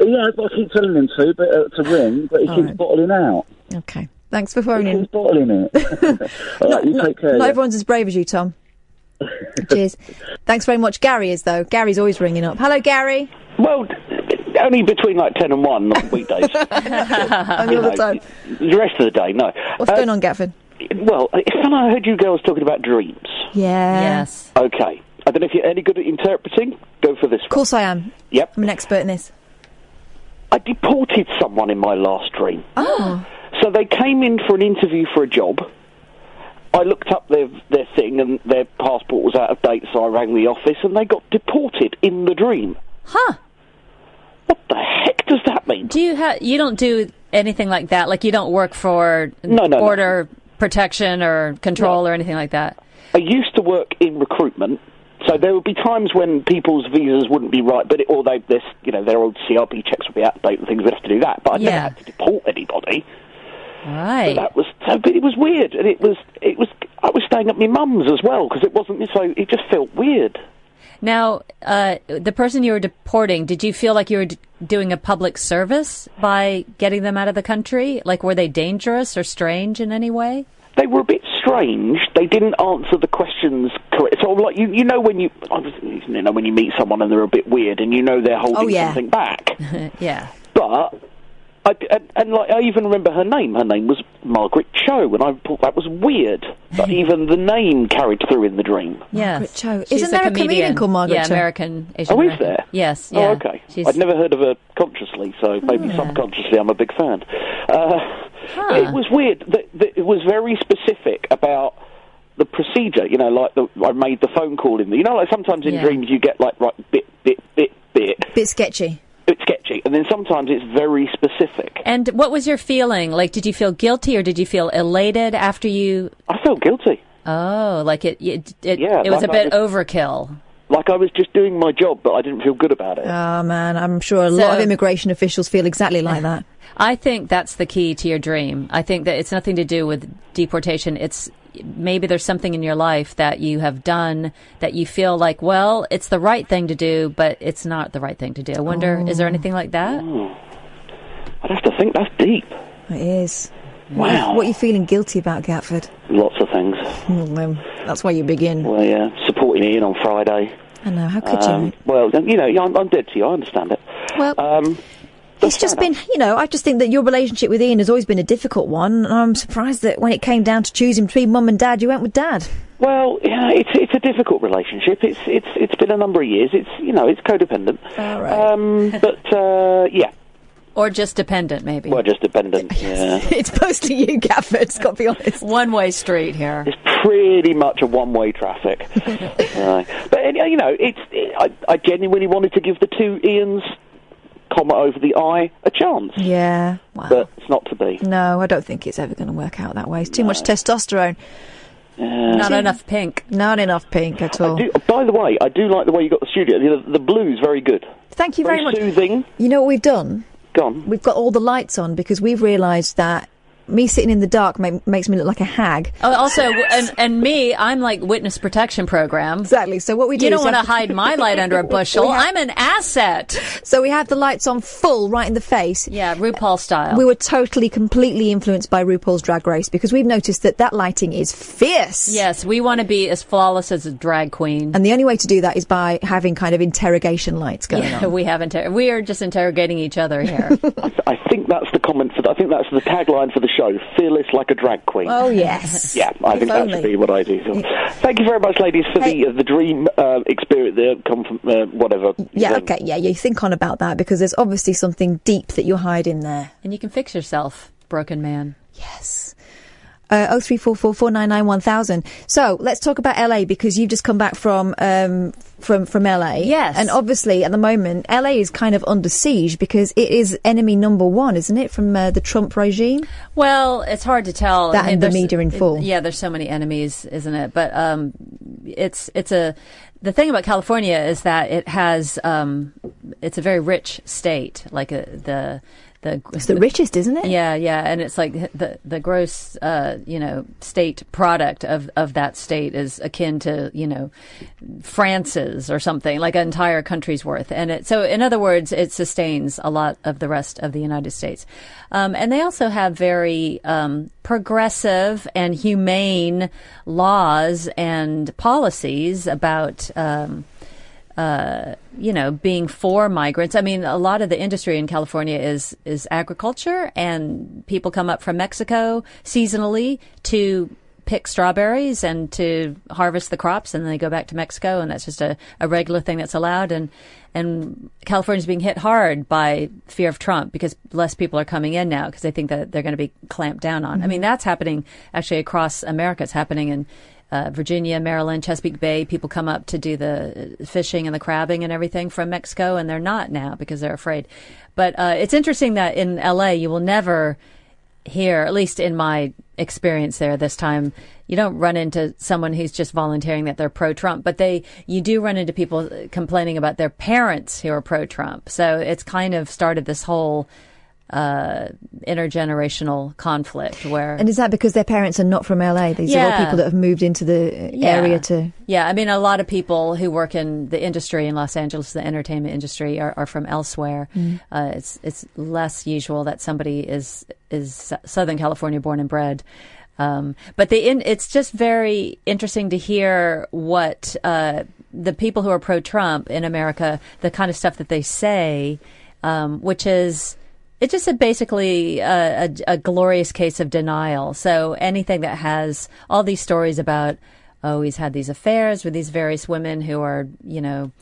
S8: yeah, I keep telling him to, but uh, to ring, but he
S2: All
S8: keeps
S2: right.
S8: bottling out.
S2: Okay. Thanks for
S8: He
S2: phoning. in.
S8: keeps bottling it. all right, you
S2: not,
S8: take care.
S2: not
S8: yeah.
S2: everyone's as brave as you, Tom. Cheers. Thanks very much. Gary is though. Gary's always ringing up. Hello, Gary.
S9: Well, only between like 10 and 1 on weekdays.
S2: Only all the time.
S9: the rest of the day, no. Uh,
S2: What's going on, Gavin?
S9: Well, somehow I heard you girls talking about dreams.
S2: Yeah.
S3: Yes.
S9: Okay. I don't know if you're any good at interpreting. Go for this
S2: Of course I am.
S9: Yep.
S2: I'm an expert in this.
S9: I deported someone in my last dream.
S2: Oh.
S9: So they came in for an interview for a job. I looked up their their thing and their passport was out of date, so I rang the office and they got deported in the dream.
S3: Huh.
S9: What the heck does that mean?
S3: Do you have? You don't do anything like that. Like you don't work for
S9: No, no, no.
S3: border protection or control or anything like that.
S9: I used to work in recruitment, so there would be times when people's visas wouldn't be right, but it, or they this you know their old CRP checks would be out of date and things. We'd have to do that, but I
S3: Yeah.
S9: never had to deport anybody.
S3: Right.
S9: That was so, but it was weird, and it was it was I was staying at my mum's as well because it wasn't so it just felt weird.
S3: Now, uh, the person you were deporting, did you feel like you were d- doing a public service by getting them out of the country? Like, were they dangerous or strange in any way?
S9: they were a bit strange. They didn't answer the questions correct. So, like you, you know, when you, obviously, you know, when you meet someone and they're a bit weird, and you know they're holding
S2: Oh, yeah.
S9: something back.
S3: Uh, Yeah.
S9: but I, and, and like I even remember her name. Her name was Margaret Cho, and I thought that was weird. But even the name carried through in the dream.
S3: Yes.
S2: Margaret Cho. Isn't there a comedian called Margaret
S3: yeah,
S2: Cho?
S3: American Asian
S9: Oh, is
S3: American.
S9: there?
S3: Yes.
S9: Oh,
S3: Yeah.
S9: okay.
S3: She's-
S9: I'd never heard of her consciously, so maybe
S3: Yeah.
S9: subconsciously I'm a big fan. Uh,
S3: Huh.
S9: It was weird. That, that it was very specific about the procedure. You know, like the, I made the phone call in the. You know, like sometimes in
S3: Yeah.
S9: dreams you get like right bit bit bit bit.
S2: Bit sketchy.
S9: It's sketchy, and then sometimes it's very specific.
S3: And what was your feeling? Like, did you feel guilty or did you feel elated after you?
S9: I felt guilty.
S3: Oh, like it. It. It,
S9: Yeah,
S3: it was a
S9: like I
S3: bit
S9: was-
S3: overkill.
S9: Like I was just doing my job, but I didn't feel good about it.
S2: Oh man, I'm sure a lot of
S3: So-
S2: immigration officials feel exactly like that.
S3: I think that's the key to your dream. I think that it's nothing to do with deportation. It's maybe there's something in your life that you have done that you feel like, well, it's the right thing to do, but it's not the right thing to do. I Oh. wonder, is there anything like that?
S9: I'd have to think that's deep.
S2: It is. What you- What are you feeling guilty about, Gatford?
S9: Lots of things.
S2: Well, um, that's where you begin.
S9: Well, yeah, supporting Ian on Friday.
S2: I know. How Oh, could
S9: Um,
S2: you?
S9: Well, you know, yeah, I'm, I'm dead to you. I understand it.
S2: Well,
S9: Um,
S2: it's just been, you know, I just think that your relationship with Ian has always been a difficult one, and I'm surprised that when it came down to choosing between mum and dad, you went with dad.
S9: well, yeah, it's it's a difficult relationship. It's it's it's been a number of years. It's you know, it's codependent.
S3: All right.
S9: Um, but uh, yeah,
S3: Or just dependent, maybe.
S9: well, just dependent. Yeah.
S2: It's mostly you, Gatford, it's got to be honest.
S3: One way street here.
S9: pretty much a one-way traffic. Right. But any- you know, it's it, I, I genuinely wanted to give the two Ian's comma over the I a chance,
S2: Yeah. Wow.
S9: but it's not to be.
S2: No, I don't think it's ever going to work out that way. It's too much testosterone.
S3: Not enough pink.
S2: Not enough pink at all.
S9: Um, Do, by the way, I do like the way you got the studio. The, the blues very good,
S2: Thank you very
S9: very
S2: much.
S9: soothing.
S2: You know what we've done?
S9: Gone.
S2: We've got all the lights on because we've realised that me sitting in the dark ma- makes me look like a hag.
S3: Oh, also, and, and me, I'm like witness protection program.
S2: Exactly. So what we do
S3: You
S2: is
S3: don't want
S2: have-
S3: to hide my light under a bushel. I'm an asset.
S2: So we have the lights on full right in the face.
S3: Yeah, RuPaul style.
S2: We were totally, completely influenced by RuPaul's Drag Race because we've noticed that that lighting is fierce.
S3: yes, we want to be as flawless as a drag queen.
S2: And the only way to do that is by having kind of interrogation lights going
S3: Yeah,
S2: on.
S3: we have inter- we are just interrogating each other here.
S9: I, th- I think that's the comment for. The, I think that's the tagline for the show: "Fearless like a drag queen."
S2: Oh yes.
S9: Yeah, I
S2: If
S9: think that should
S2: only.
S9: be what I do. Thank you very much, ladies, for
S2: Hey.
S9: the uh, the dream uh, experience, the conf- uh, whatever.
S2: Yeah,
S9: thing.
S2: okay, yeah, you think on about that because there's obviously something deep that you hide in there.
S3: and you can fix yourself, broken man.
S2: Yes. Uh, 03444991000. So let's talk about LA because you've just come back from um, from from LA.
S3: Yes.
S2: And obviously at the moment LA is kind of under siege because it is enemy number one, isn't it, from uh, the Trump regime?
S3: Well, it's hard to tell.
S2: That and the
S3: there's-
S2: media in full.
S3: Yeah, there's so many enemies, isn't it? But um, it's it's a the thing about California is that it has um, it's a very rich state, like a, the the
S2: It's the richest, isn't it?
S3: yeah yeah, and it's like the the gross uh, you know state product of of that state is akin to you know France's or something like an entire country's worth, and it so in other words, it sustains a lot of the rest of the United States, um, and they also have very um, progressive and humane laws and policies about. Um, uh, you know, being for migrants. I mean, a lot of the industry in California is is agriculture, and people come up from Mexico seasonally to pick strawberries and to harvest the crops, and then they go back to Mexico, and that's just a, a regular thing that's allowed. And and California's being hit hard by fear of Trump because less people are coming in now because they think that they're going to be clamped down on. I mean, that's happening actually across America. It's happening in uh, Virginia, Maryland, Chesapeake Bay, people come up to do the uh, fishing and the crabbing and everything from Mexico, and they're not now because they're afraid. But uh, it's interesting that in LA, you will never hear, at least in my experience there this time, you don't run into someone who's just volunteering that they're pro-Trump, but they, you do run into people uh, complaining about their parents who are pro-Trump. So it's kind of started this whole uh, intergenerational conflict where
S2: And is that because their parents are not from LA? These are all
S3: Yeah.
S2: people that have moved into the uh, area to.
S3: Yeah, I mean, a lot of people who work in the industry in Los Angeles, the entertainment industry, are, are from elsewhere. Uh, it's it's less usual that somebody is is Southern California born and bred. Um, but the in, it's just very interesting to hear what uh, the people who are pro Trump in America, the kind of stuff that they say, um, which is it's just a basically a, a, a glorious case of denial. So anything that has all these stories about, oh, he's had these affairs with these various women who are, you know,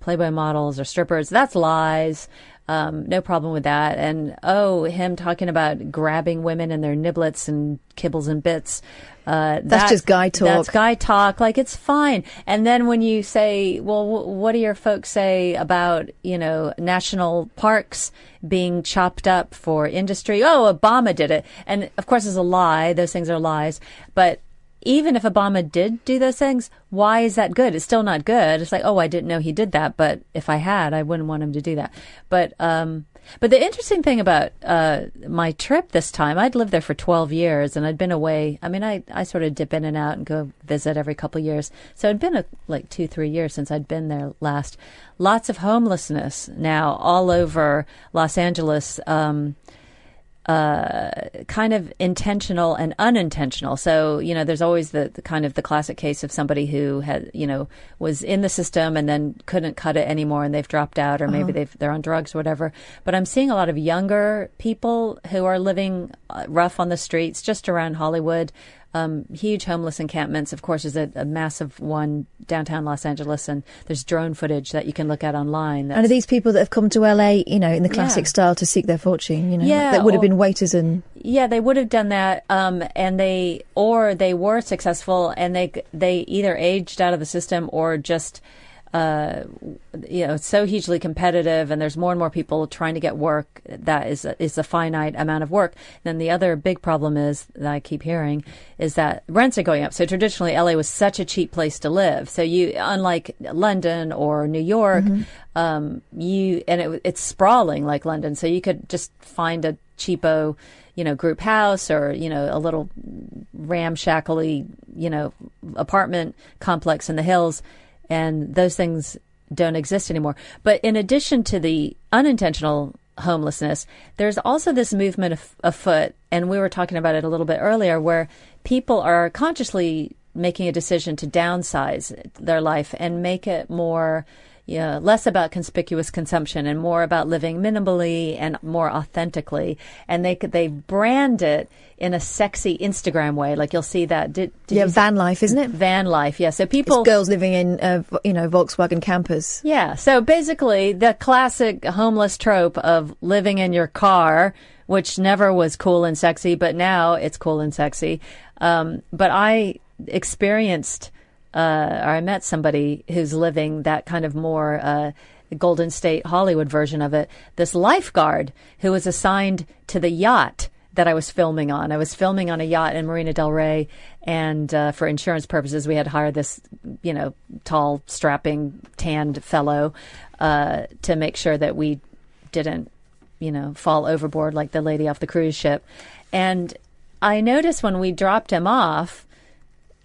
S3: Playboy models or strippers, that's lies. Um, no problem with that. And oh, him talking about grabbing women and their niblets and kibbles and bits. Uh,
S2: That's just guy talk.
S3: That's guy talk. Like it's fine. And then when you say, well, wh- what do your folks say about, you know, national parks being chopped up for industry? Oh, Obama did it. And of course it's a lie. Those things are lies. But even if Obama did do those things, why is that good? It's still not good. It's like, oh, I didn't know he did that, but if I had, I wouldn't want him to do that. But, um, but the interesting thing about uh, my trip this time, I'd lived there for 12 years and I'd been away. I mean, I, I sort of dip in and out and go visit every couple years. So it'd been a, like two, three years since I'd been there last. Lots of homelessness now all over Los Angeles. Um, uh, kind of intentional and unintentional. So, you know, there's always the, the kind of the classic case of somebody who had, you know, was in the system and then couldn't cut it anymore and they've dropped out or maybe
S2: Uh-huh.
S3: they've, they're on drugs or whatever. But I'm seeing a lot of younger people who are living uh, rough on the streets just around Hollywood. Um, huge homeless encampments, of course, is a, a massive one downtown Los Angeles, and there's drone footage that you can look at online.
S2: And are these people that have come to LA, you know, in the classic
S3: Yeah.
S2: style to seek their fortune, you know,
S3: Yeah,
S2: that would have
S3: or-
S2: been waiters and
S3: Yeah, they would have done that, um, and they or they were successful, and they they either aged out of the system or just, uh, you know, it's so hugely competitive, and there's more and more people trying to get work that is is a finite amount of work. Then the other big problem is that I keep hearing is that rents are going up. So traditionally, LA was such a cheap place to live. So you, unlike London or New York,
S2: mm-hmm.
S3: um, you and it, it's sprawling like London, so you could just find a cheapo, you know, group house or you know a little ramshackly, you know, apartment complex in the hills, and those things don't exist anymore. But in addition to the unintentional homelessness, there's also this movement af- afoot, and we were talking about it a little bit earlier, where people are consciously making a decision to downsize their life and make it more yeah, less about conspicuous consumption and more about living minimally and more authentically. And they could, they brand it in a sexy Instagram way. Like you'll see that. Did, did
S2: yeah,
S3: you see-
S2: van life, isn't it?
S3: van life? Yeah. So
S2: It's
S3: people.
S2: girls living in, uh, you know, Volkswagen campers.
S3: Yeah. So basically, the classic homeless trope of living in your car, which never was cool and sexy, but now it's cool and sexy. Um, but I experienced, uh, or I met somebody who's living that kind of more, uh, Golden State Hollywood version of it. This lifeguard who was assigned to the yacht that I was filming on. I was filming on a yacht in Marina Del Rey, and uh, for insurance purposes, we had hired this, you know, tall, strapping, tanned fellow uh, to make sure that we didn't, you know, fall overboard like the lady off the cruise ship. And I noticed when we dropped him off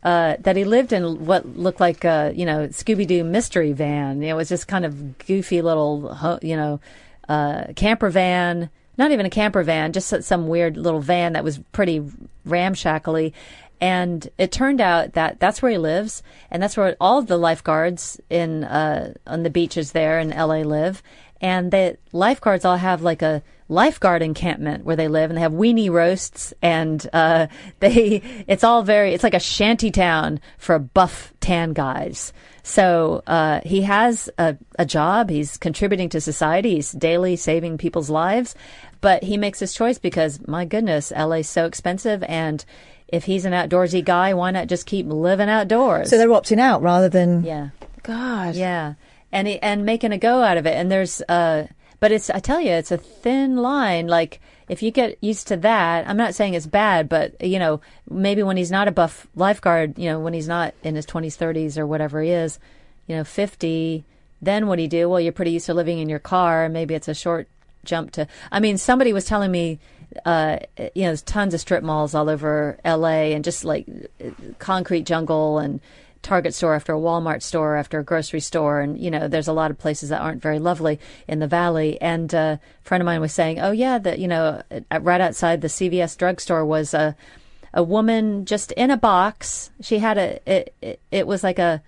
S3: uh, that he lived in what looked like a you know Scooby Doo mystery van. You know, it was just kind of goofy little ho- you know uh, camper van. Not even a camper van, just so- some weird little van that was pretty ramshackly. And it turned out that that's where he lives, and that's where all of the lifeguards in uh, on the beaches there in LA live. And the lifeguards all have like a lifeguard encampment where they live and they have weenie roasts and uh, they it's all very it's like a shanty town for buff tan guys so uh, he has a, a job he's contributing to society he's daily saving people's lives but he makes his choice because my goodness la's so expensive and if he's an outdoorsy guy why not just keep living outdoors
S2: So they're opting out rather than.
S3: yeah
S2: God.
S3: yeah, and it- and making a go out of it. And there's uh, but it's I tell you, it's a thin line. Like if you get used to that, I'm not saying it's bad, but you know, maybe when he's not a buff lifeguard, you know, when he's not in his 20s, 30s, or whatever he is, you know, 50, then what do you do? Well, you're pretty used to living in your car. Maybe it's a short jump to. I mean, somebody was telling me. Uh, you know, there's tons of strip malls all over LA and just like uh, concrete jungle and Target store after a Walmart store after a grocery store, and you know, there's a lot of places that aren't very lovely in the valley. And uh, a friend of mine was saying, "Oh yeah, that you know, uh, right outside the CVS drugstore was a a woman just in a box. She had a it it, it was like a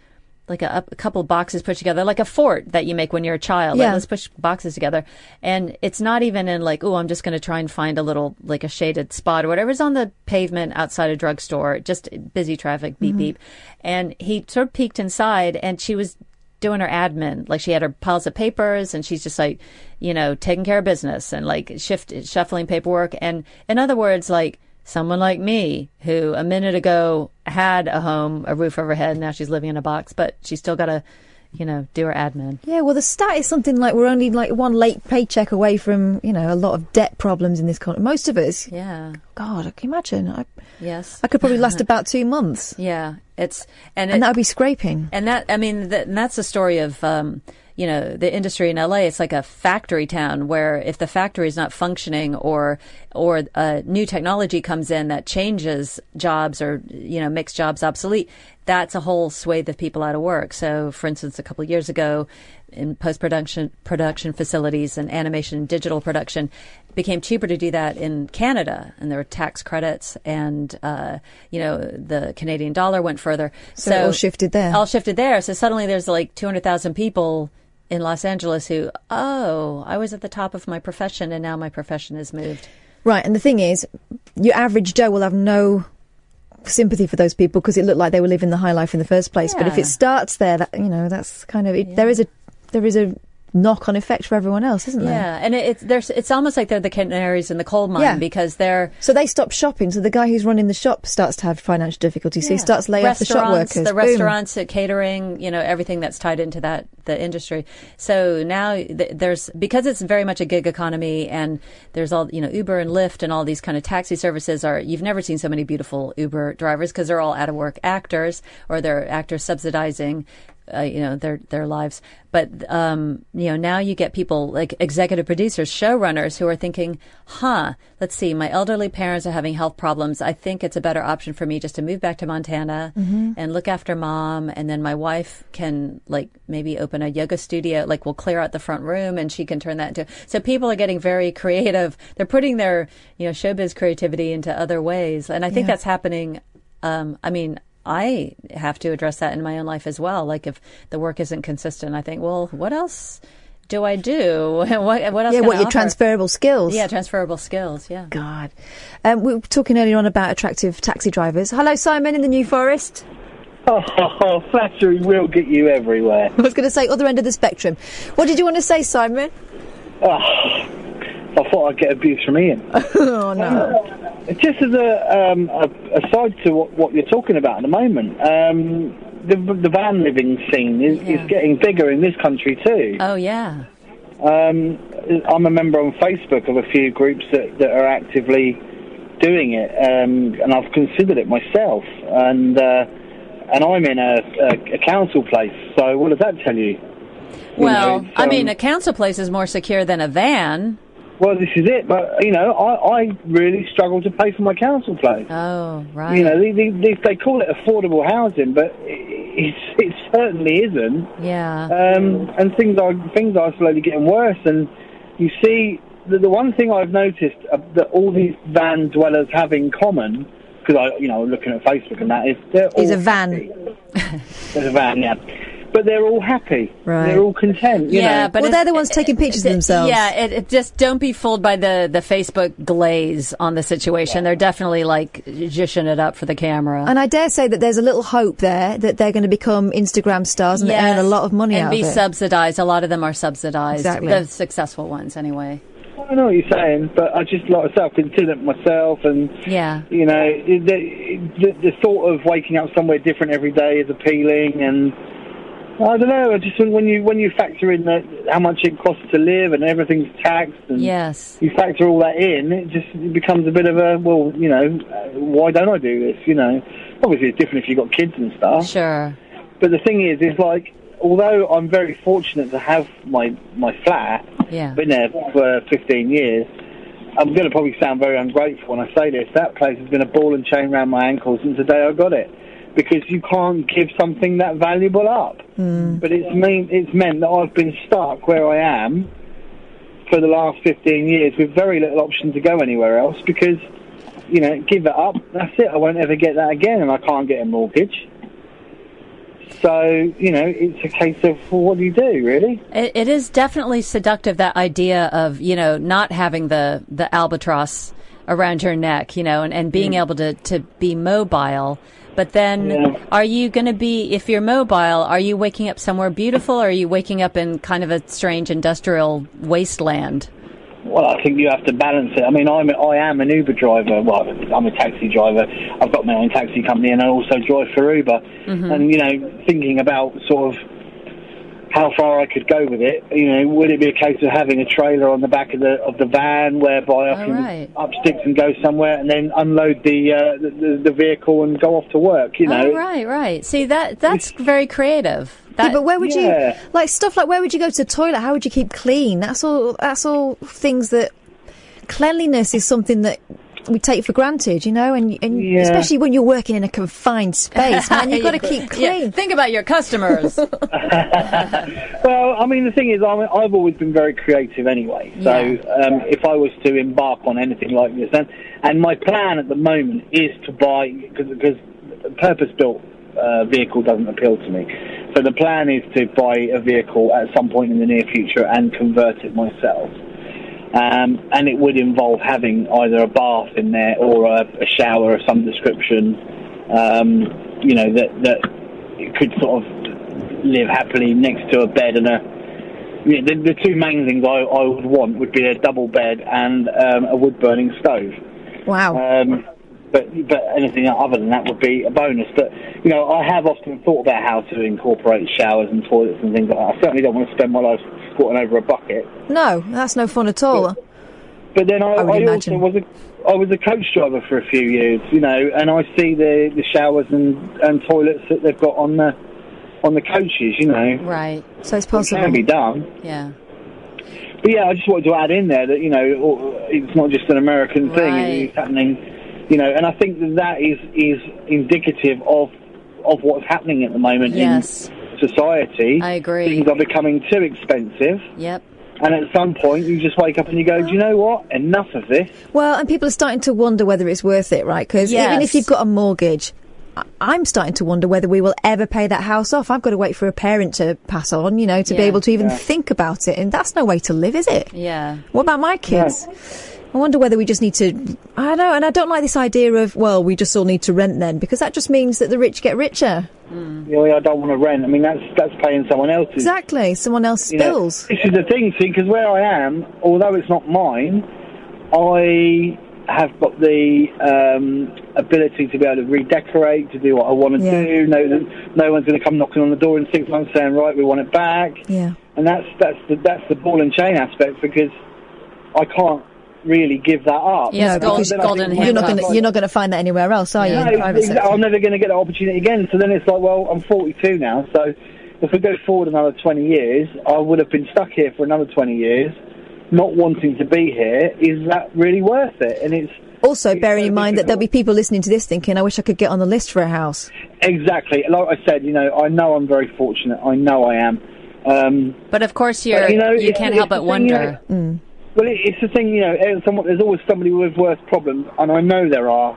S3: like a, a couple boxes put together, like a fort that you make when you're a child. Like,
S2: Yeah.
S3: let's push boxes together, and it's not even in like, oh, I'm just going to try and find a little like a shaded spot or whatever's on the pavement outside a drugstore, just busy traffic, beep beep. And he sort of peeked inside, and she was doing her admin, like she had her piles of papers, and she's just like, you know, taking care of business and like shift shuffling paperwork, and in other words, like someone like me who a minute ago had a home, a roof over her head, and now she's living in a box, but she's still got to, you know, do her admin.
S2: Yeah, well, the stat is something like we're only like one late paycheck away from, you know, a lot of debt problems in this country. Most of us,
S3: Yeah.
S2: God, I can imagine. I,
S3: Yes.
S2: I could probably last about two months,
S3: Yeah. It's and
S2: and
S3: it,
S2: that would be scraping.
S3: and that I mean that, and that's the story of um, you know the industry in LA. It's like a factory town where if the factory is not functioning or or uh, new technology comes in that changes jobs or you know makes jobs obsolete, that's a whole swathe of people out of work. So for instance, a couple of years ago, in post production production facilities and animation and digital production it became cheaper to do that in Canada, and there were tax credits, and uh, you know the Canadian dollar went further.
S2: So it all shifted there.
S3: All shifted there. So suddenly there's like two hundred thousand people in Los Angeles who, oh, I was at the top of my profession, and now my profession has moved.
S2: Right, and the thing is, your average Joe will have no sympathy for those people because it looked like they were living the high life in the first place. But if
S3: Yeah.
S2: it starts there, that you know, that's kind of it, there is a there is a knock on effect for everyone else, isn't there?
S3: Yeah, and it, it's there's it's almost like they're the canaries in the coal mine
S2: Yeah.
S3: because they're
S2: So they stop shopping. So the guy who's running the shop starts to have financial difficulties. So he starts laying off the shop
S3: Restaurants,
S2: workers.
S3: The
S2: Boom.
S3: restaurants, the catering, you know, everything that's tied into that the industry. So now th- there's because it's very much a gig economy, and there's all you know, Uber and Lyft and all these kind of taxi services are. You've never seen so many beautiful Uber drivers because they're all out of work actors or they're actors subsidizing. Uh, you know their their lives, but um, you know now you get people like executive producers, showrunners who are thinking, "Huh, let's see, my elderly parents are having health problems. I think it's a better option for me just to move back to Montana
S2: Mm-hmm.
S10: Mhm.
S3: and look after mom and then my wife can like maybe open a yoga studio like we'll clear out the front room and she can turn that into so people are getting very creative they're putting their you know showbiz creativity into other ways and i think
S10: Yeah.
S3: that's happening um, i mean i have to address that in my own life as well like if the work isn't consistent i think well what else do i do what, what else
S2: yeah,
S3: can
S2: what
S3: I
S2: your
S3: offer?
S2: transferable skills.
S3: yeah transferable skills yeah
S2: God. Um, we were talking earlier on about attractive taxi drivers. Hello, Simon in the New Forest.
S11: Oh, flattery will get you everywhere.
S2: I was going to say other end of the spectrum. What did you want to say, Simon?
S11: Oh, I thought I'd get abuse from Ian. Uh,
S2: oh no!
S11: Just as a, um, a aside to what, what you're talking about at the moment, um, the, the van living scene is, is getting bigger in this country too.
S3: oh yeah
S11: Um, I'm a member on Facebook of a few groups that, that are actively doing it, um, and I've considered it myself. And uh, and I'm in a, a, a council place, so what does that tell you? You
S3: well
S11: know, it's,
S3: i mean
S11: um,
S3: a council place is more secure than a van
S11: Well, this is it, but you know, I, I really struggle to pay for my council place.
S3: Oh, right.
S11: You know, they, they, they, they call it affordable housing, but it, it certainly isn't.
S3: yeah
S11: Um, and things are things are slowly getting worse. And you see, the, the one thing I've noticed uh, that all these van dwellers have in common, because I, you know, looking at Facebook and that is they're all
S2: He's a van.
S11: there's a van, yeah, but they're all happy.
S2: Right.
S11: They're all content. You
S3: Yeah,
S11: know.
S3: but
S2: well, they're the ones taking pictures of themselves.
S3: Yeah, it, it just don't be fooled by the the Facebook glaze on the situation. They're definitely like jishing it up for the camera.
S2: And I dare say that there's a little hope there that they're going to become Instagram stars and
S3: Yes,
S2: earn a lot of money
S3: and
S2: out
S3: be
S2: of it.
S3: subsidized. A lot of them are subsidized.
S2: Exactly.
S3: The successful ones, anyway.
S11: I know what you're saying, but I just like I said, I've considered it myself, and
S3: Yeah.
S11: you know, the, the the thought of waking up somewhere different every day is appealing, and I don't know. I just think when you when you factor in that how much it costs to live and everything's taxed, and
S3: Yes.
S11: you factor all that in, it just it becomes a bit of a well, you know, uh, why don't I do this? You know, obviously it's different if you've got kids and
S12: Uh,
S11: stuff.
S3: Sure.
S11: But the thing is, is like although I'm very fortunate to have my my flat.
S3: Yeah.
S11: Been there for 15 years. I'm going to probably sound very ungrateful when I say this. That place has been a ball and chain round my ankles since the day I got it, because you can't give something that valuable up.
S3: Uh, Mm.
S11: But it's mean it's meant that I've been stuck where I am for the last 15 years with very little option to go anywhere else because you know give it up. That's it. I won't ever get that again, and I can't get a mortgage. So you know it's a case of well, what do you do really?
S3: It, it is definitely seductive that idea of you know not having the the albatross around your neck, you know, and, and
S11: Mm.
S3: being able to to be mobile. But then,
S10: Yeah.
S3: are you going to be if you're mobile? Are you waking up somewhere beautiful? Or are you waking up in kind of a strange industrial wasteland?
S11: Well, I think you have to balance it. I mean, I'm I am an Uber driver. Well, I'm a taxi driver. I've got my own taxi company, and I also drive for Uber.
S12: Mhm.
S11: And you know, thinking about sort of how far I could go with it. You know, would it be a case of having a trailer on the back of the of the van whereby I
S3: All
S11: can
S3: right.
S11: up sticks and go somewhere, and then unload the uh, the, the, the vehicle and go off to work? You know,
S3: Oh, right, right. See that that's very creative. That,
S2: yeah, but where would
S11: Yeah.
S2: you like stuff like where would you go to the toilet? How would you keep clean? That's all. That's all things that cleanliness is something that we take for granted, you know, and, and
S3: Yeah.
S2: especially when you're working in a confined space, man, you've got to keep clean.
S3: Yeah, Think about your customers.
S11: Well, I mean, the thing is, I'm, I've always been very creative anyway. So um, if I was to embark on anything like this, and, and my plan at the moment is to buy, because purpose-built uh, vehicle doesn't appeal to me. So the plan is to buy a vehicle at some point in the near future and convert it myself. Um, and it would involve having either a bath in there or a, a shower of some description, um, you know, that, that could sort of live happily next to a bed and a. Yeah, the, the two main things I, I would want would be a double bed and um, a wood burning stove.
S2: Wow.
S11: Um, but but anything other than that would be a bonus. But you know, I have often thought about how to incorporate showers and toilets and things like that. I certainly don't want to spend my life squatting over a bucket.
S2: No, that's no fun at all.
S11: But then I,
S2: I would
S11: I, also
S2: imagine.
S11: was a I was a coach driver for a few years, you know, and I see the, the showers and, and toilets that they've got on the on the coaches, you know.
S3: Right.
S2: So it's
S11: It
S2: possible.
S11: can be done.
S3: Yeah.
S11: But yeah, I just wanted to add in there that you know all- it's not just an American thing;
S3: Right.
S11: it's happening, you know. And I think that that is is indicative of of what's happening at the moment
S3: Yes.
S11: in society. I
S3: agree.
S11: Things are becoming too expensive,
S3: Yep.
S11: and at some point you just wake up and you go, "Do you know what? Enough of this."
S2: Well, and people are starting to wonder whether it's worth it, right? Because even if
S3: Yes.
S2: you've got a mortgage, I- I'm starting to wonder whether we will ever pay that house off. I've got to wait for a parent to pass on, you know, to be
S3: Yeah.
S2: able to even
S3: Yeah.
S2: think about it. And that's no way to live, is it?
S3: Yeah.
S2: What about my kids? I wonder whether we just need to. I don't know, and I don't like this idea of, well, we just all need to rent then, because that just means that the rich get richer.
S11: You know, I don't want to rent. I mean, that's that's paying someone else's
S2: Exactly. Someone else's
S11: you know,
S2: bills.
S11: This is the thing, see, because where I am, although it's not mine, I have got the um, ability to be able to redecorate, to do what I want to do. No, no one's going to come knocking on the door in six months saying, "Right, we want it back."
S2: Yeah.
S11: And that's that's the that's the ball and chain aspect because I can't really give that up.
S2: No, because you're not going you're not going to find that anywhere else, are you?
S11: No,
S2: in the private
S11: exa-
S2: sector?
S11: I'm never going to get that opportunity again. So then it's like, well, I'm 42 now. So if we go forward another 20 years, I would have been stuck here for another 20 years, not wanting to be here. Is that really worth it? And it's
S2: Also, bearing in mind that there'll be people listening to this thinking, I wish I could get on the list for a house.
S11: exactly like I said. You know, I know I'm very fortunate. I know I am. Um,
S3: But of course, you're
S11: But,
S3: you,
S11: you know, it's-
S3: can't
S11: it's
S3: help
S11: the
S3: but
S11: thing, you know,
S3: wonder.
S2: Mm,
S11: Well, it- it's the thing, you know. eh, Someone, there's always somebody with worse problems, and I know there are.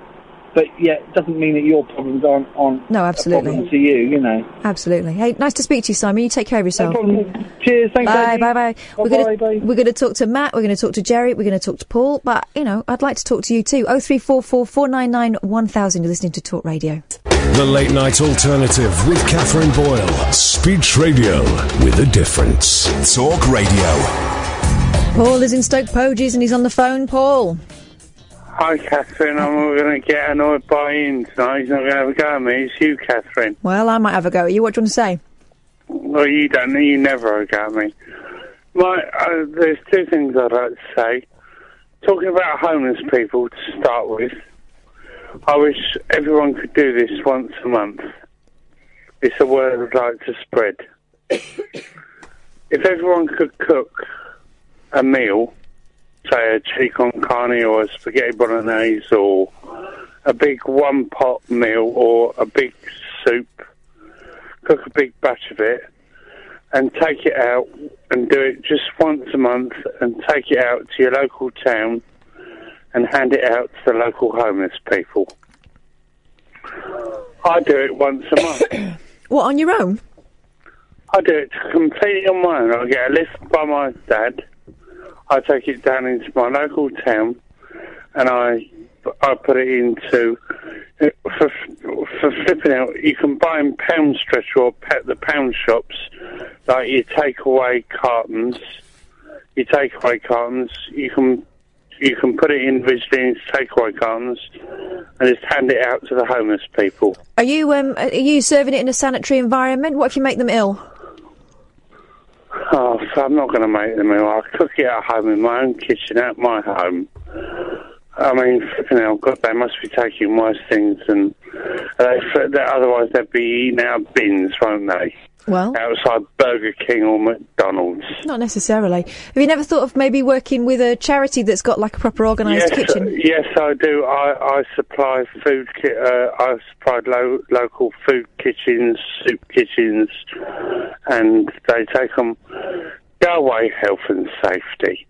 S11: But yeah, it doesn't mean that your problems aren't, aren't
S2: No,
S11: a
S2: absolutely.
S11: problem to you. You know.
S2: Absolutely. Hey, nice to speak to you, Simon. You take care of yourself.
S11: problem. Cheers. Thanks,
S2: Bye,
S11: Andy.
S2: bye, bye. We're gonna, we're going to talk to Matt. We're going to talk to Jerry. We're going to talk to Paul. But you know, I'd like to talk to you too. Oh three four four four nine nine one thousand. You're listening to Talk Radio.
S1: The Late Night Alternative with Catherine Boyle. Speech radio with a difference. Talk radio.
S2: Paul is in Stoke Poges and he's on the phone. Paul.
S10: Hi, Catherine. I'm going to get annoyed by Ian tonight. He's not going to have a go at me. It's you, Catherine.
S2: Well, I might have a go at you. What do you want to say?
S10: Well, you don't. You never have a go at me. My, uh, there's two things I'd like to say. Talking about homeless people to start with, I wish everyone could do this once a month. It's a word I'd like to spread. if everyone could cook a meal, say a chili con carne or a spaghetti bolognese or a big one pot meal or a big soup, cook a big batch of it and take it out and do it just once a month and take it out to your local town and hand it out to the local homeless people. I do it once a month.
S2: What on your own?
S10: I do it completely on my own. I get a lift by my dad. I take it down into my local town, and I I put it into for for flipping out. You can buy in pound stretch or pet the pound shops, like you take away cartons. You take away cartons. You can you can put it individually into takeaway cartons, and just hand it out to the homeless people.
S2: Are you um are you serving it in a sanitary environment? What if you make them ill?
S10: Oh, so I'm not going to make the meal. I cook it at home in my own kitchen at my home. I mean, flipping hell, God, they must be taking worse things than they. Otherwise, they'd be eating our bins, won't they?
S2: Well,
S10: outside Burger King or McDonald's.
S2: not necessarily. Have you never thought of maybe working with a charity that's got like a proper organised
S10: yes,
S2: kitchen?
S10: uh, yes, I do. I, I supply food. Ki- uh, I supply lo- local food kitchens, soup kitchens, and they take them. Go away, health and safety.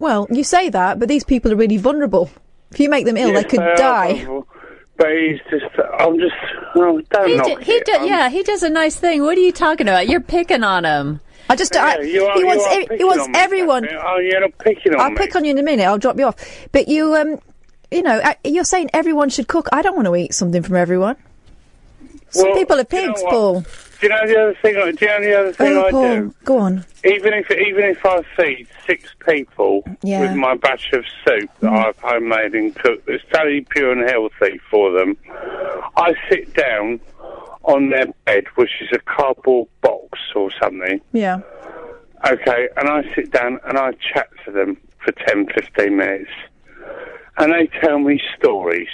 S2: Well, you say that, but these people are really vulnerable. If you make them ill,
S10: Yes,
S2: they could
S10: are
S2: die.
S10: vulnerable, But he's just. I'm just. Oh, don't
S3: He,
S10: knock
S3: d- he
S10: it.
S3: d-
S10: I'm-
S3: yeah, he does a nice thing. What are you talking about? You're picking on him.
S2: I just I,
S10: you are-
S2: he
S10: you
S2: wants
S10: are
S2: ev- he
S10: picking
S2: wants e
S10: on me,
S2: everyone.
S10: Catherine. Oh, you're not picking on
S2: I'll
S10: me.
S2: pick on you in a minute. I'll drop you off. But you um, you know, I, you're saying everyone should cook. I don't want to eat something from everyone. Some
S10: Well,
S2: people are
S10: do you know
S2: pigs,
S10: what?
S2: Paul.
S10: Do you know the other thing? I- Do you know the other thing
S2: Oh,
S10: I
S2: Paul,
S10: do?
S2: go on.
S10: Even if even if I feed six people
S2: Yeah.
S10: with my batch of soup that I've homemade and cooked that's totally pure and healthy for them, I sit down on their bed, which is a cardboard box or something.
S2: Yeah.
S10: Okay, and I sit down and I chat to them for 10, 15 minutes. And they tell me stories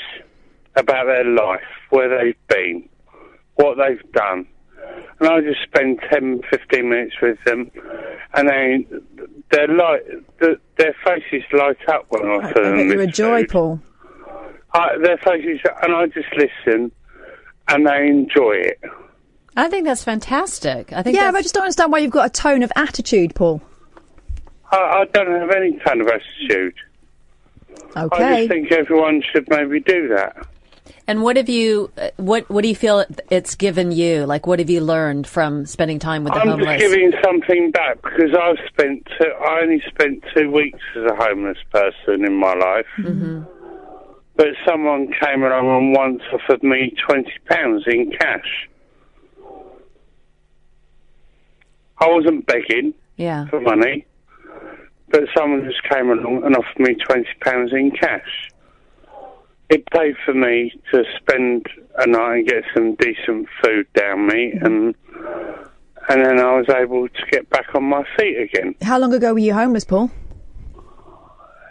S10: about their life, where they've been, what they've done. And I just spend 10, 15 minutes with them. And they, their, light, the, their faces light up when I
S2: I
S10: offer them
S2: bet
S10: this
S2: you're a joy, Paul.
S10: I, their faces, and I just listen, and they enjoy it.
S3: I think that's fantastic. I think
S2: yeah,
S3: that's-
S2: but I just don't understand why you've got a tone of attitude, Paul.
S10: I, I don't have any kind of attitude. I
S2: Okay.
S10: just think everyone should maybe do that.
S3: And what have you? uh, What What do you feel it- it's given you? Like, what have you learned from spending time with the
S10: I'm
S3: homeless?
S10: just giving something back because I've spent two, I only spent two weeks as a homeless person in my life. But someone came along and once offered me twenty pounds in cash. I wasn't begging
S3: yeah.
S10: for money, but someone just came along and offered me twenty pounds in cash. It paid for me to spend a night and get some decent food down me, and and then I was able to get back on my feet again.
S2: How long ago were you homeless, Paul?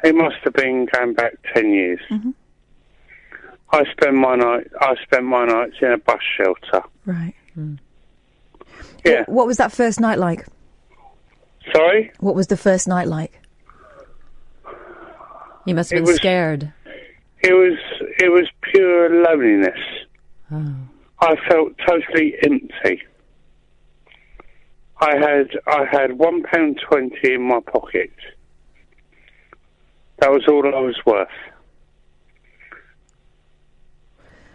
S10: It must have been going back ten years. I spent my night. I spent my nights in a bus shelter.
S2: Right.
S3: Hmm.
S10: Yeah.
S2: What was that first night like?
S10: Sorry.
S2: What was the first night like?
S3: You must have
S10: It
S3: been
S10: was-
S3: scared.
S10: It was it was pure loneliness. I felt totally empty. I had I had one pound twenty in my pocket. That was all I was worth.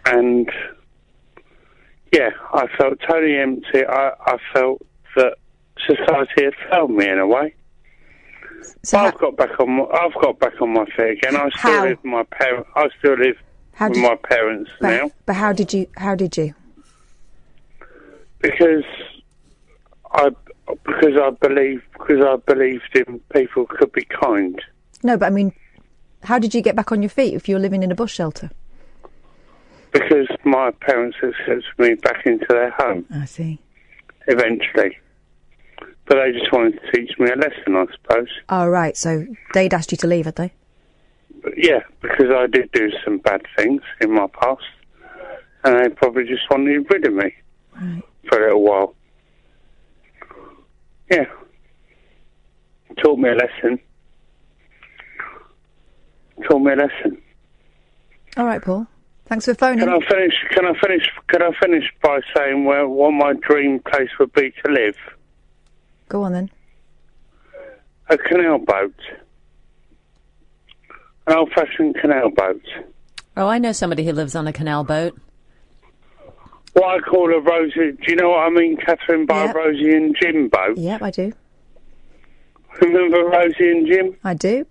S10: And yeah, I felt totally empty. I, I felt that society had failed me in a way. I've got back on. My, I've got back on my feet again. I still
S2: How?
S10: live with my parents. I still live
S2: How
S10: with
S2: did-
S10: my parents now
S2: But, but how did you? How did you?
S10: because I because I believe because I believed in people could be kind.
S2: No, but I mean, how did you get back on your feet if you were living in a bus shelter?
S10: Because my parents accepted me back into their home
S2: I see.
S10: eventually, but they just wanted to teach me a lesson, I suppose.
S2: Oh, right. So they'd asked you to leave, had they?
S10: But yeah, because I did do some bad things in my past, and they probably just wanted rid of me for a little while. Yeah, taught me a lesson. Taught me a lesson.
S2: All right, Paul. Thanks for phoning.
S10: Can I finish? Can I finish? Can I finish by saying where what my dream place would be to live?
S2: Go on then.
S10: A canal boat, an old-fashioned canal boat.
S3: Oh, I know somebody who lives on a canal boat.
S10: What I call a rosy. Do you know what I mean, Catherine? By
S2: Yep.
S10: Rosie and Jim boat.
S2: Yep, I do.
S10: Remember Rosie and Jim?
S2: I do.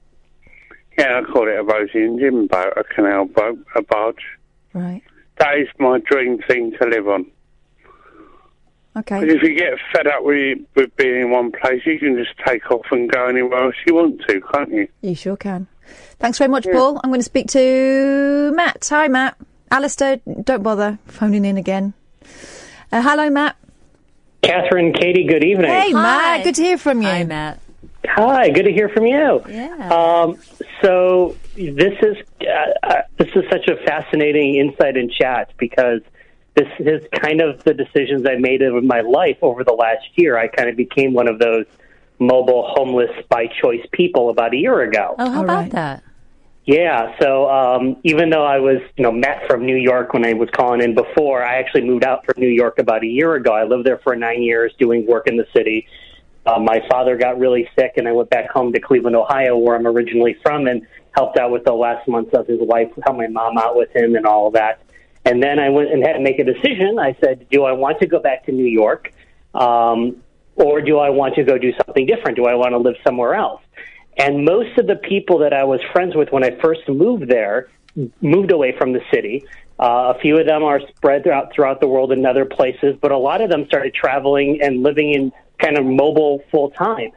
S10: Yeah, I call it a Rosie and Jim boat, a canal boat, a barge.
S2: Right.
S10: That is my dream thing to live on.
S2: Okay.
S10: Because if you get fed up with, with being in one place, you can just take off and go anywhere else you want to, can't you?
S2: You sure can. Thanks very much, Paul. I'm going to speak to Matt. Hi, Matt. Alistair, don't bother phoning in again. Uh, hello, Matt.
S12: Catherine, Katie, good evening.
S2: Hey, Matt. Good to hear from you. Hi,
S3: Matt.
S12: Hi, good to hear from you.
S3: Yeah.
S12: Um, so this is uh, uh, this is such a fascinating insight and chat because this is kind of the decisions I made over my life over the last year. I kind of became one of those mobile homeless by choice people about a year ago.
S3: Oh, how about that?
S12: Yeah, so um, even though I was, you know, met from New York when I was calling in before, I actually moved out from New York about a year ago. I lived there for nine years doing work in the city. Uh, my father got really sick, and I went back home to Cleveland, Ohio, where I'm originally from, and helped out with the last months of his life, helped my mom out with him, and all of that. And then I went and had to make a decision. I said, do I want to go back to New York, um, or do I want to go do something different? Do I want to live somewhere else? And most of the people that I was friends with when I first moved there moved away from the city. Uh, a few of them are spread throughout throughout the world in other places, but a lot of them started traveling and living in kind of mobile full time.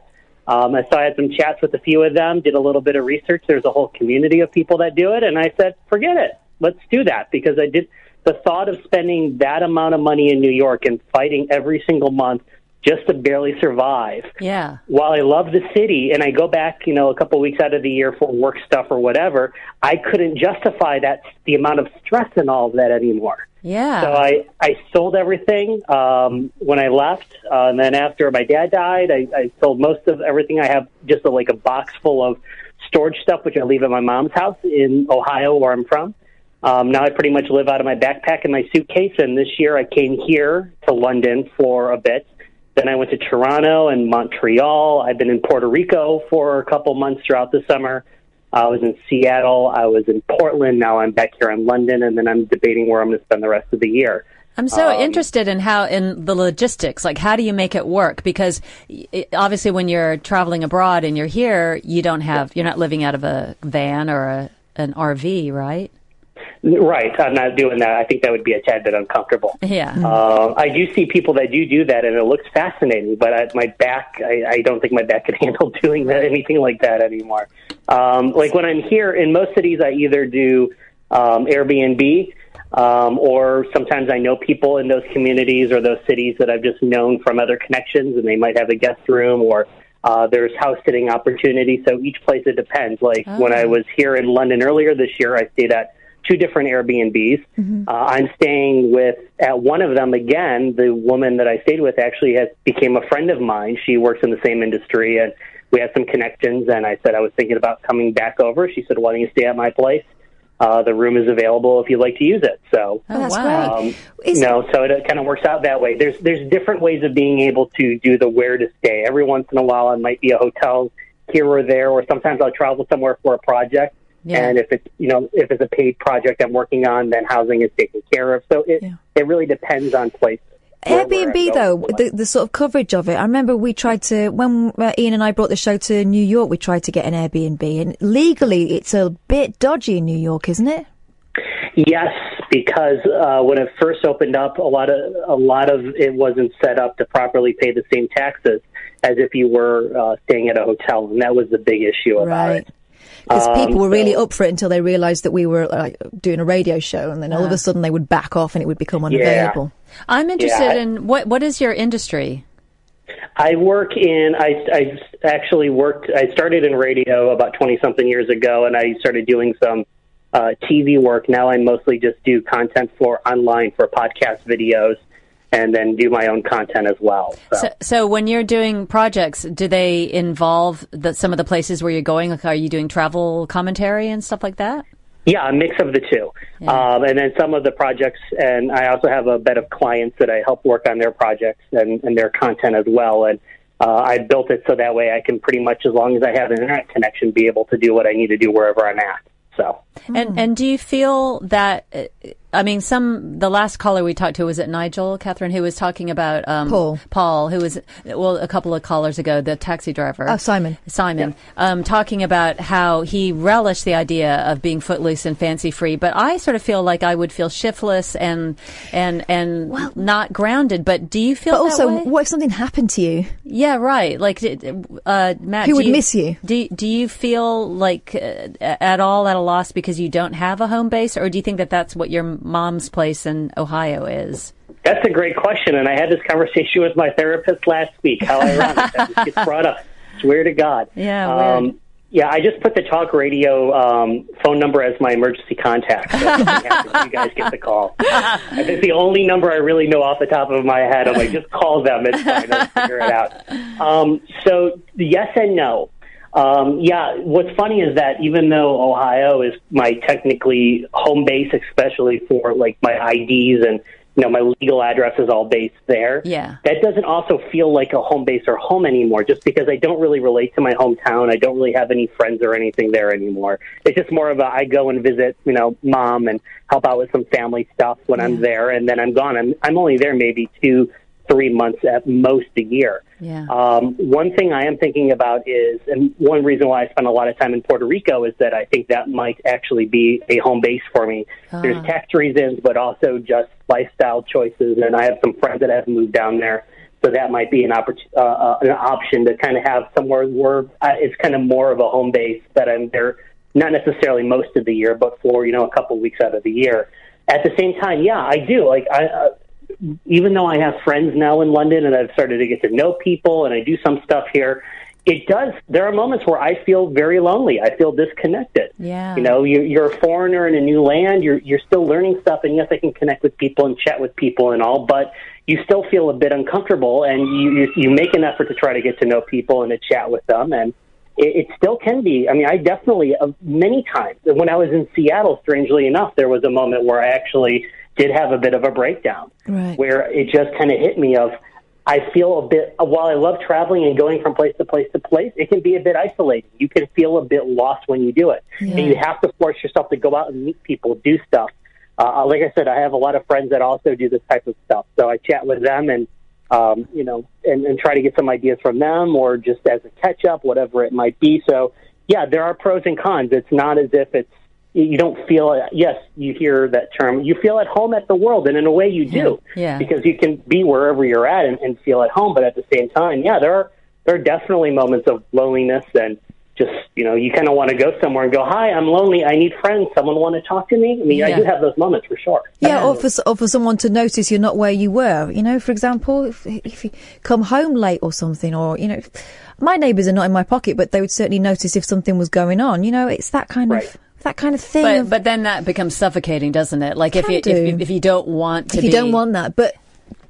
S12: Um, and so I had some chats with a few of them, did a little bit of research. There's a whole community of people that do it, and I said, forget it, let's do that because I did the thought of spending that amount of money in New York and fighting every single month just to barely survive
S3: Yeah.
S12: while I love the city and I go back, you know, a couple weeks out of the year for work stuff or whatever, I couldn't justify that the amount of stress and all of that anymore.
S3: Yeah.
S12: So I I sold everything um, when I left, uh, and then after my dad died, I, I sold most of everything. I have just a, like a box full of storage stuff, which I leave at my mom's house in Ohio, where I'm from. Um, now I pretty much live out of my backpack and my suitcase. And this year I came here to London for a bit. Then I went to Toronto and Montreal. I've been in Puerto Rico for a couple months throughout the summer. I was in Seattle. I was in Portland. Now I'm back here in London, and then I'm debating where I'm going to spend the rest of the year.
S3: I'm so
S10: Um,
S3: interested in how in the logistics, like how do you make it work? Because y- it, obviously, when you're traveling abroad and you're here, you don't have you're not living out of a van or a, an RV, right?
S12: Right. I'm not doing that. I think that would be a tad bit uncomfortable.
S3: Yeah.
S12: Uh, I do see people that do do that, and it looks fascinating. But I, my back, I, I don't think my back could handle doing that, anything like that anymore. Um, like when I'm here in most cities, I either do um, Airbnb, um, or sometimes I know people in those communities or those cities that I've just known from other connections, and they might have a guest room or. Uh, there's house sitting opportunities, so each place it depends. Like when I was here in London earlier this year, I stayed at two different Airbnbs.
S2: Mm-hmm.
S12: Uh, I'm staying with at one of them again. The woman that I stayed with actually has became a friend of mine. She works in the same industry, and we had some connections. And I said I was thinking about coming back over. She said, "Why don't you stay at my place? Uh, the room is available if you'd like to use it." So
S2: Oh, that's wow. great.
S12: Um, no, so it kind of works out that way. There's there's different ways of being able to do the where to stay. Every once in a while, it might be a hotel here or there, or sometimes I'll travel somewhere for a project.
S3: Yeah.
S12: And if it's you know if it's a paid project I'm working on, then housing is taken care of. So it it really depends on place. where- where I
S2: Airbnb
S12: go.
S2: though, the, the sort of coverage of it. I remember we tried to when uh, Ian and I brought the show to New York, we tried to get an Airbnb, and legally it's a bit dodgy in New York, isn't it?
S12: Yes, because uh, when it first opened up, a lot of a lot of it wasn't set up to properly pay the same taxes as if you were uh, staying at a hotel, and that was the big issue about it.
S2: Because
S12: Um,
S2: people were really up for it until they realised that we were like doing a radio show, and then all of a sudden they would back off and it would become unavailable.
S3: I'm interested
S12: I-
S3: in what what is your industry?
S12: I work in. I, I actually worked. I started in radio about twenty something years ago, and I started doing some uh, TV work. Now I mostly just do content for online for podcast videos, and then do my own content as well. So.
S3: So, so when you're doing projects, do they involve the, some of the places where you're going? Like, are you doing travel commentary and stuff like that?
S12: Yeah, a mix of the two. Um, and then some of the projects, and I also have a bed of clients that I help work on their projects and, and their content as well. And uh, I built it so that way I can pretty much, as long as I have an internet connection, be able to do what I need to do wherever I'm at. So.
S3: And and do you feel that? uh, I mean, some the last caller we talked to was it Nigel Catherine who was talking about um, Paul Paul who was well a couple of callers ago the taxi driver
S2: Oh, Simon.
S3: Simon um, talking about how he relished the idea of being footloose and fancy free, but I sort of feel like I would feel shiftless and and and not grounded. But do you feel
S2: But
S3: that
S2: also,
S3: way?
S2: what if something happened to you?
S3: Yeah, right. Like, did- uh, Matt,
S2: Who
S3: do
S2: would miss you?
S3: Do Do you feel like uh, at all at a loss because you don't have a home base, or do you think that that's what your mom's place in Ohio is?
S12: That's a great question, and I had this conversation with my therapist last week. How ironic that this gets brought up. Swear to God.
S3: Yeah,
S12: Um, Yeah, I just put the talk radio um, phone number as my emergency contact. So if something happens, you guys get the call. It's the only number I really know off the top of my head. I'm like, just call them. It's fine. I'll figure it out. Um, so yes and no. Um, yeah, what's funny is that even though Ohio is my technically home base, especially for like my IDs and you know my legal address is all based there
S3: Yeah.
S12: that doesn't also feel like a home base or home anymore just because I don't really relate to my hometown. I don't really have any friends or anything there anymore. It's just more of a I go and visit, you know, mom and help out with some family stuff when I'm there and then I'm gone. I'm I'm only there maybe 2 3 months at most a year.
S3: Yeah.
S12: Um, one thing I am thinking about is, and one reason why I spend a lot of time in Puerto Rico is that I think that might actually be a home base for me. There's
S13: Ah.
S12: tax reasons, but also just lifestyle choices. And I have some friends that have moved down there, so that might be an oppor- uh, uh, an option to kind of have somewhere where uh, it's kind of more of a home base that I'm there, not necessarily most of the year, but for you know a couple weeks out of the year. At the same time, yeah, I do like I. Uh, even though I have friends now in London and I've started to get to know people and I do some stuff here, it does. There are moments where I feel very lonely. I feel disconnected.
S3: Yeah.
S12: You know, you, you're a foreigner in a new land. You're you're still learning stuff, and yes, I can connect with people and chat with people and all, but you still feel a bit uncomfortable, and you you, you make an effort to try to get to know people and to chat with them, and it, it still can be. I mean, I definitely uh, many times when I was in Seattle, strangely enough, there was a moment where I actually did have a bit of a breakdown
S13: Right.
S12: where it just kind of hit me of I feel a bit while I love traveling and going from place to place to place, it can be a bit isolating. You can feel a bit lost when you do it. And you have to force yourself to go out and meet people, do stuff. Uh, like I said, I have a lot of friends that also do this type of stuff. So I chat with them and um, you know, and, and try to get some ideas from them or just as a catch up, whatever it might be. So yeah, there are pros and cons. It's not as if it's you you don't feel yes, you hear that term. You feel at home at the world and in a way you do
S13: Yeah.
S12: because you can be wherever you're at and, and feel at home. But at the same time, yeah, there are there are definitely moments of loneliness and just you know you kind of want to go somewhere and go, hi, I'm lonely. I need friends. Someone want to talk to me? I mean, I
S2: Yeah.
S12: do have those moments for sure.
S2: Yeah, or for s- or for someone to notice you're not where you were. You know, for example, if, if you come home late or something, or you know, my neighbours are not in my pocket, but they would certainly notice if something was going on. You know, it's that kind of that kind of thing.
S3: But, but then that becomes suffocating, doesn't it? Like if
S2: Can
S3: you, if
S2: do.
S3: you if you don't want to
S2: if you
S3: be-
S2: don't want that but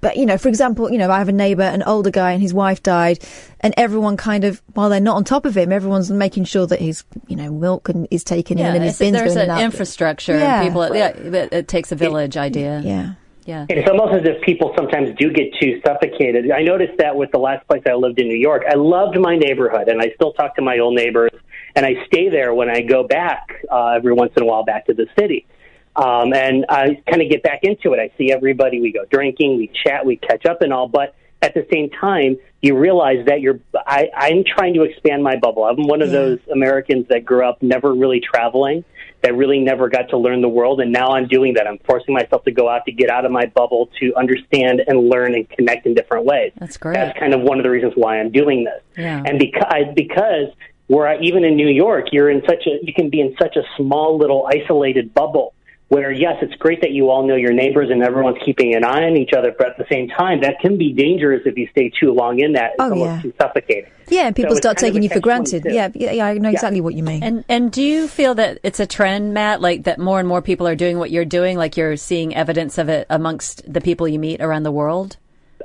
S2: but you know for example you know i have a neighbor an older guy and his wife died and everyone kind of while they're not on top of him everyone's making sure that his you know milk and is taken in and his
S3: it's-
S2: bins
S3: there's
S2: going
S3: an
S2: in and out.
S3: infrastructure
S2: Yeah.
S3: and people. Yeah, it, it takes a village idea.
S2: Yeah,
S3: yeah.
S12: And it's almost as if people sometimes do get too suffocated. I noticed that with the last place I lived in New York. I loved my neighborhood, and I still talk to my old neighbors, and I stay there when I go back uh, every once in a while back to the city. Um, and I kind of get back into it. I see everybody. We go drinking, we chat, we catch up, and all. But at the same time, you realize that you're. I, I'm trying to expand my bubble. I'm one of those Americans that grew up never really traveling, that really never got to learn the world, and now I'm doing that. I'm forcing myself to go out to get out of my bubble to understand and learn and connect in different ways.
S3: That's great.
S12: That's kind of one of the reasons why I'm doing this.
S3: Yeah.
S12: And because because where I, even in New York, you're in such a you can be in such a small little isolated bubble where yes, it's great that you all know your neighbors and everyone's keeping an eye on each other, but at the same time, that can be dangerous if you stay too long in that. It's
S2: Oh,
S12: almost
S2: yeah.
S12: too suffocating.
S2: yeah and people
S12: So it's
S2: start
S12: kind of
S2: taking
S12: a
S2: you for granted yeah, yeah yeah i know exactly what you mean
S3: And and do you feel that it's a trend, Matt? Like that more and more people are doing what you're doing. Like you're seeing evidence of it amongst the people you meet around the world.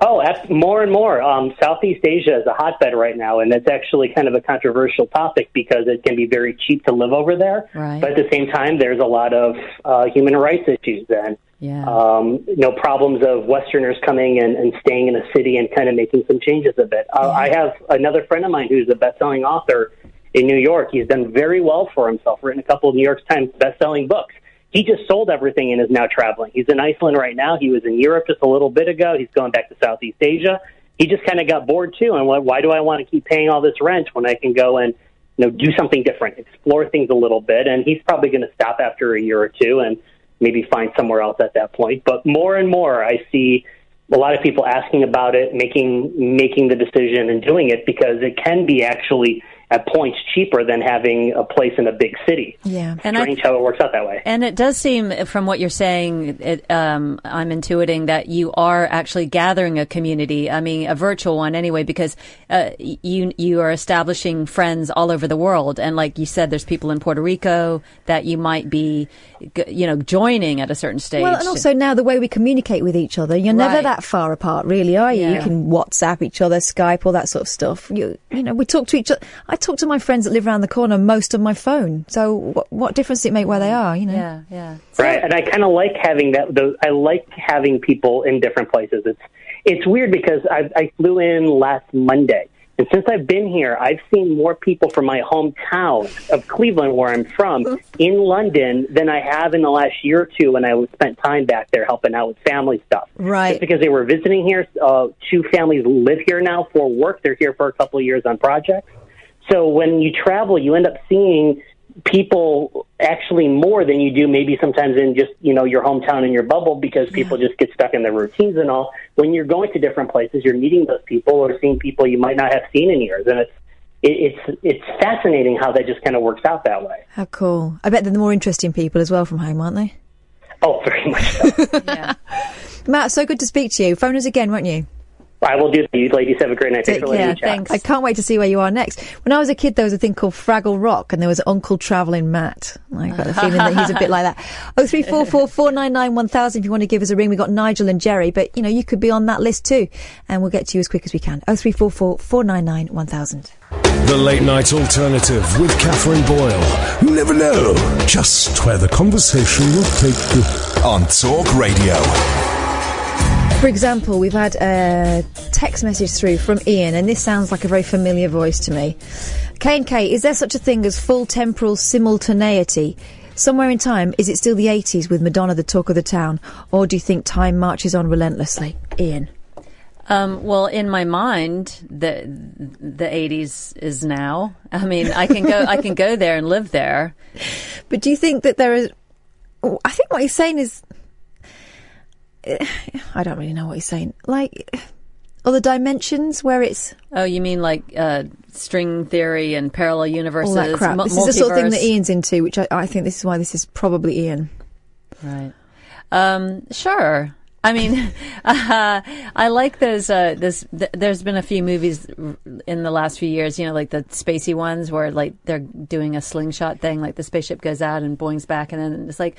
S12: Oh, ab- more and more. Um, Southeast Asia is a hotbed right now, and it's actually kind of a controversial topic because it can be very cheap to live over there.
S3: Right.
S12: But at the same time, there's a lot of uh, human rights issues and
S3: Yeah.
S12: um, you know problems of Westerners coming and, and staying in a city and kind of making some changes a bit. Uh, I have another friend of mine who's a best-selling author in New York. He's done very well for himself, written a couple of New York Times best-selling books. He just sold everything and is now traveling. He's in Iceland right now. He was in Europe just a little bit ago. He's going back to Southeast Asia. He just kind of got bored too and went, why do I want to keep paying all this rent when I can go and you know, do something different, explore things a little bit. And he's probably going to stop after a year or two and maybe find somewhere else at that point. But more and more, I see a lot of people asking about it, making making the decision and doing it because it can be actually at points cheaper than having a place in a big city.
S2: Yeah.
S3: And I-
S12: Strange how it works out that way.
S3: And it does seem, from what you're saying, it, um, I'm intuiting that you are actually gathering a community. I mean, a virtual one anyway, because uh, y- you you are establishing friends all over the world. And like you said, there's people in Puerto Rico that you might be, g- you know, joining at a certain stage.
S2: Well, and also now the way we communicate with each other, you're never
S3: Right.
S2: that far apart, really, are you? You
S3: Yeah.
S2: can WhatsApp each other, Skype, all that sort of stuff. You, you know, we talk to each other. I talk to my friends that live around the corner most on my phone. So what, what difference does it make where they are? You know?
S3: Yeah, yeah.
S12: right. And I kind of like having that. Those, I like having people in different places. It's it's weird because I, I flew in last Monday, and since I've been here, I've seen more people from my hometown of Cleveland, where I'm from, in London than I have in the last year or two when I was- spent time back there helping out with family stuff.
S2: Right.
S12: Just because they were visiting here. Uh, two families live here now for work. They're here for a couple of years on projects. So when you travel, you end up seeing people actually more than you do maybe sometimes in just you know your hometown and your bubble because people just get stuck in their routines and all. When you're going to different places, you're meeting those people or seeing people you might not have seen in years, and it's it, it's it's fascinating how that just kind of works out that way.
S2: How cool. I bet they're the more interesting people as well from home, aren't they?
S12: Oh, very much. So.
S2: Matt, so good to speak to you. Phone us again, won't you?
S12: I will do. You ladies have a great night. Thanks for letting me chat.
S2: I can't wait to see where you are next. When I was a kid, there was a thing called Fraggle Rock, and there was Uncle Traveling Matt. I got the feeling that he's a bit like that. Oh three four four four nine nine one thousand. If you want to give us a ring, we got Nigel and Jerry, but you know you could be on that list too, and we'll get to you as quick as we can. Oh three four four four nine nine one thousand.
S1: The Late Night Alternative with Catherine Boyle. You never know just where the conversation will take you. On Talk Radio.
S2: For example, we've had a text message through from Ian, and this sounds like a very familiar voice to me. K and K, is there such a thing as full temporal simultaneity? Somewhere in time, is it still the 80s with Madonna the talk of the town, or do you think time marches on relentlessly? Ian.
S3: Um, well, in my mind, the the '80s is now. I mean, I can go, I can go there and live there.
S2: But do you think that there is? oh, I think what he's saying is, eh, I don't really know what he's saying. Like other dimensions where it's
S3: Oh, you mean like uh, string theory and parallel universes?
S2: all that crap.
S3: mu-
S2: this is the sort of thing that
S3: multiverse?
S2: Ian's into, which I, I think this is why this is probably Ian.
S3: Right. Um, sure. I mean, uh, I like those. Uh, this th- there's been a few movies r- in the last few years, you know, like the spacey ones where like they're doing a slingshot thing, like the spaceship goes out and Boing's back, and then it's like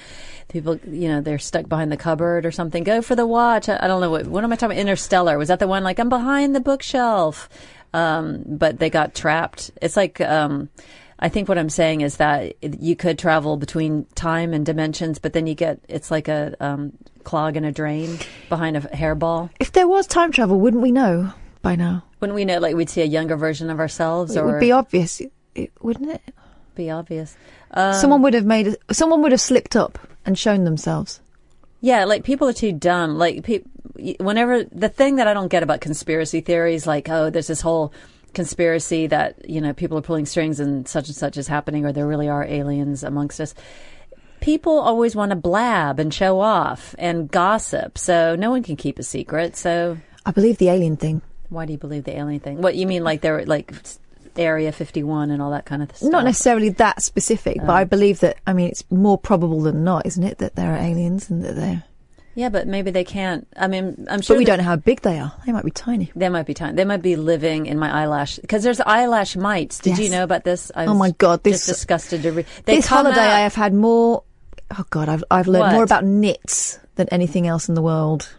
S3: people, you know, they're stuck behind the cupboard or something. Go for the watch. I, I don't know what. What am I talking? about? Interstellar was that the one? Like I'm behind the bookshelf, um, but they got trapped. It's like. Um, I think what I'm saying is that you could travel between time and dimensions, but then you get it's like a um, clog in a drain behind a hairball.
S2: If there was time travel, wouldn't we know by now?
S3: Wouldn't we know? Like we'd see a younger version of ourselves,
S2: it
S3: or
S2: would be obvious, it- it- wouldn't it?
S3: be obvious. Um,
S2: someone would have made. Someone would have slipped up and shown themselves.
S3: Yeah, like people are too dumb. Like pe- whenever the thing that I don't get about conspiracy theories, like oh, there's this whole conspiracy that you know people are pulling strings and such and such is happening, or there really are aliens amongst us. People always want to blab and show off and gossip, so no one can keep a secret. So
S2: I believe the alien thing.
S3: why do you believe the alien thing? What you mean, like they're like Area 51 and all that kind of stuff? Um,
S2: Not necessarily that specific, but I believe that. I mean, it's more probable than not, isn't it, that there are aliens and that they're.
S3: Yeah, but maybe they can't. I mean, I'm sure.
S2: but we
S3: that-
S2: don't know how big they are. They might be tiny.
S3: They might be tiny. They might be living in my eyelash because there's eyelash mites. Did you
S2: Yes.
S3: know about this? I
S2: Oh
S3: was
S2: my God, this-
S3: just disgusted to read. They
S2: this
S3: come
S2: holiday,
S3: out-
S2: I have had more. Oh God, I've I've learned
S3: What?
S2: more about knits than anything else in the world.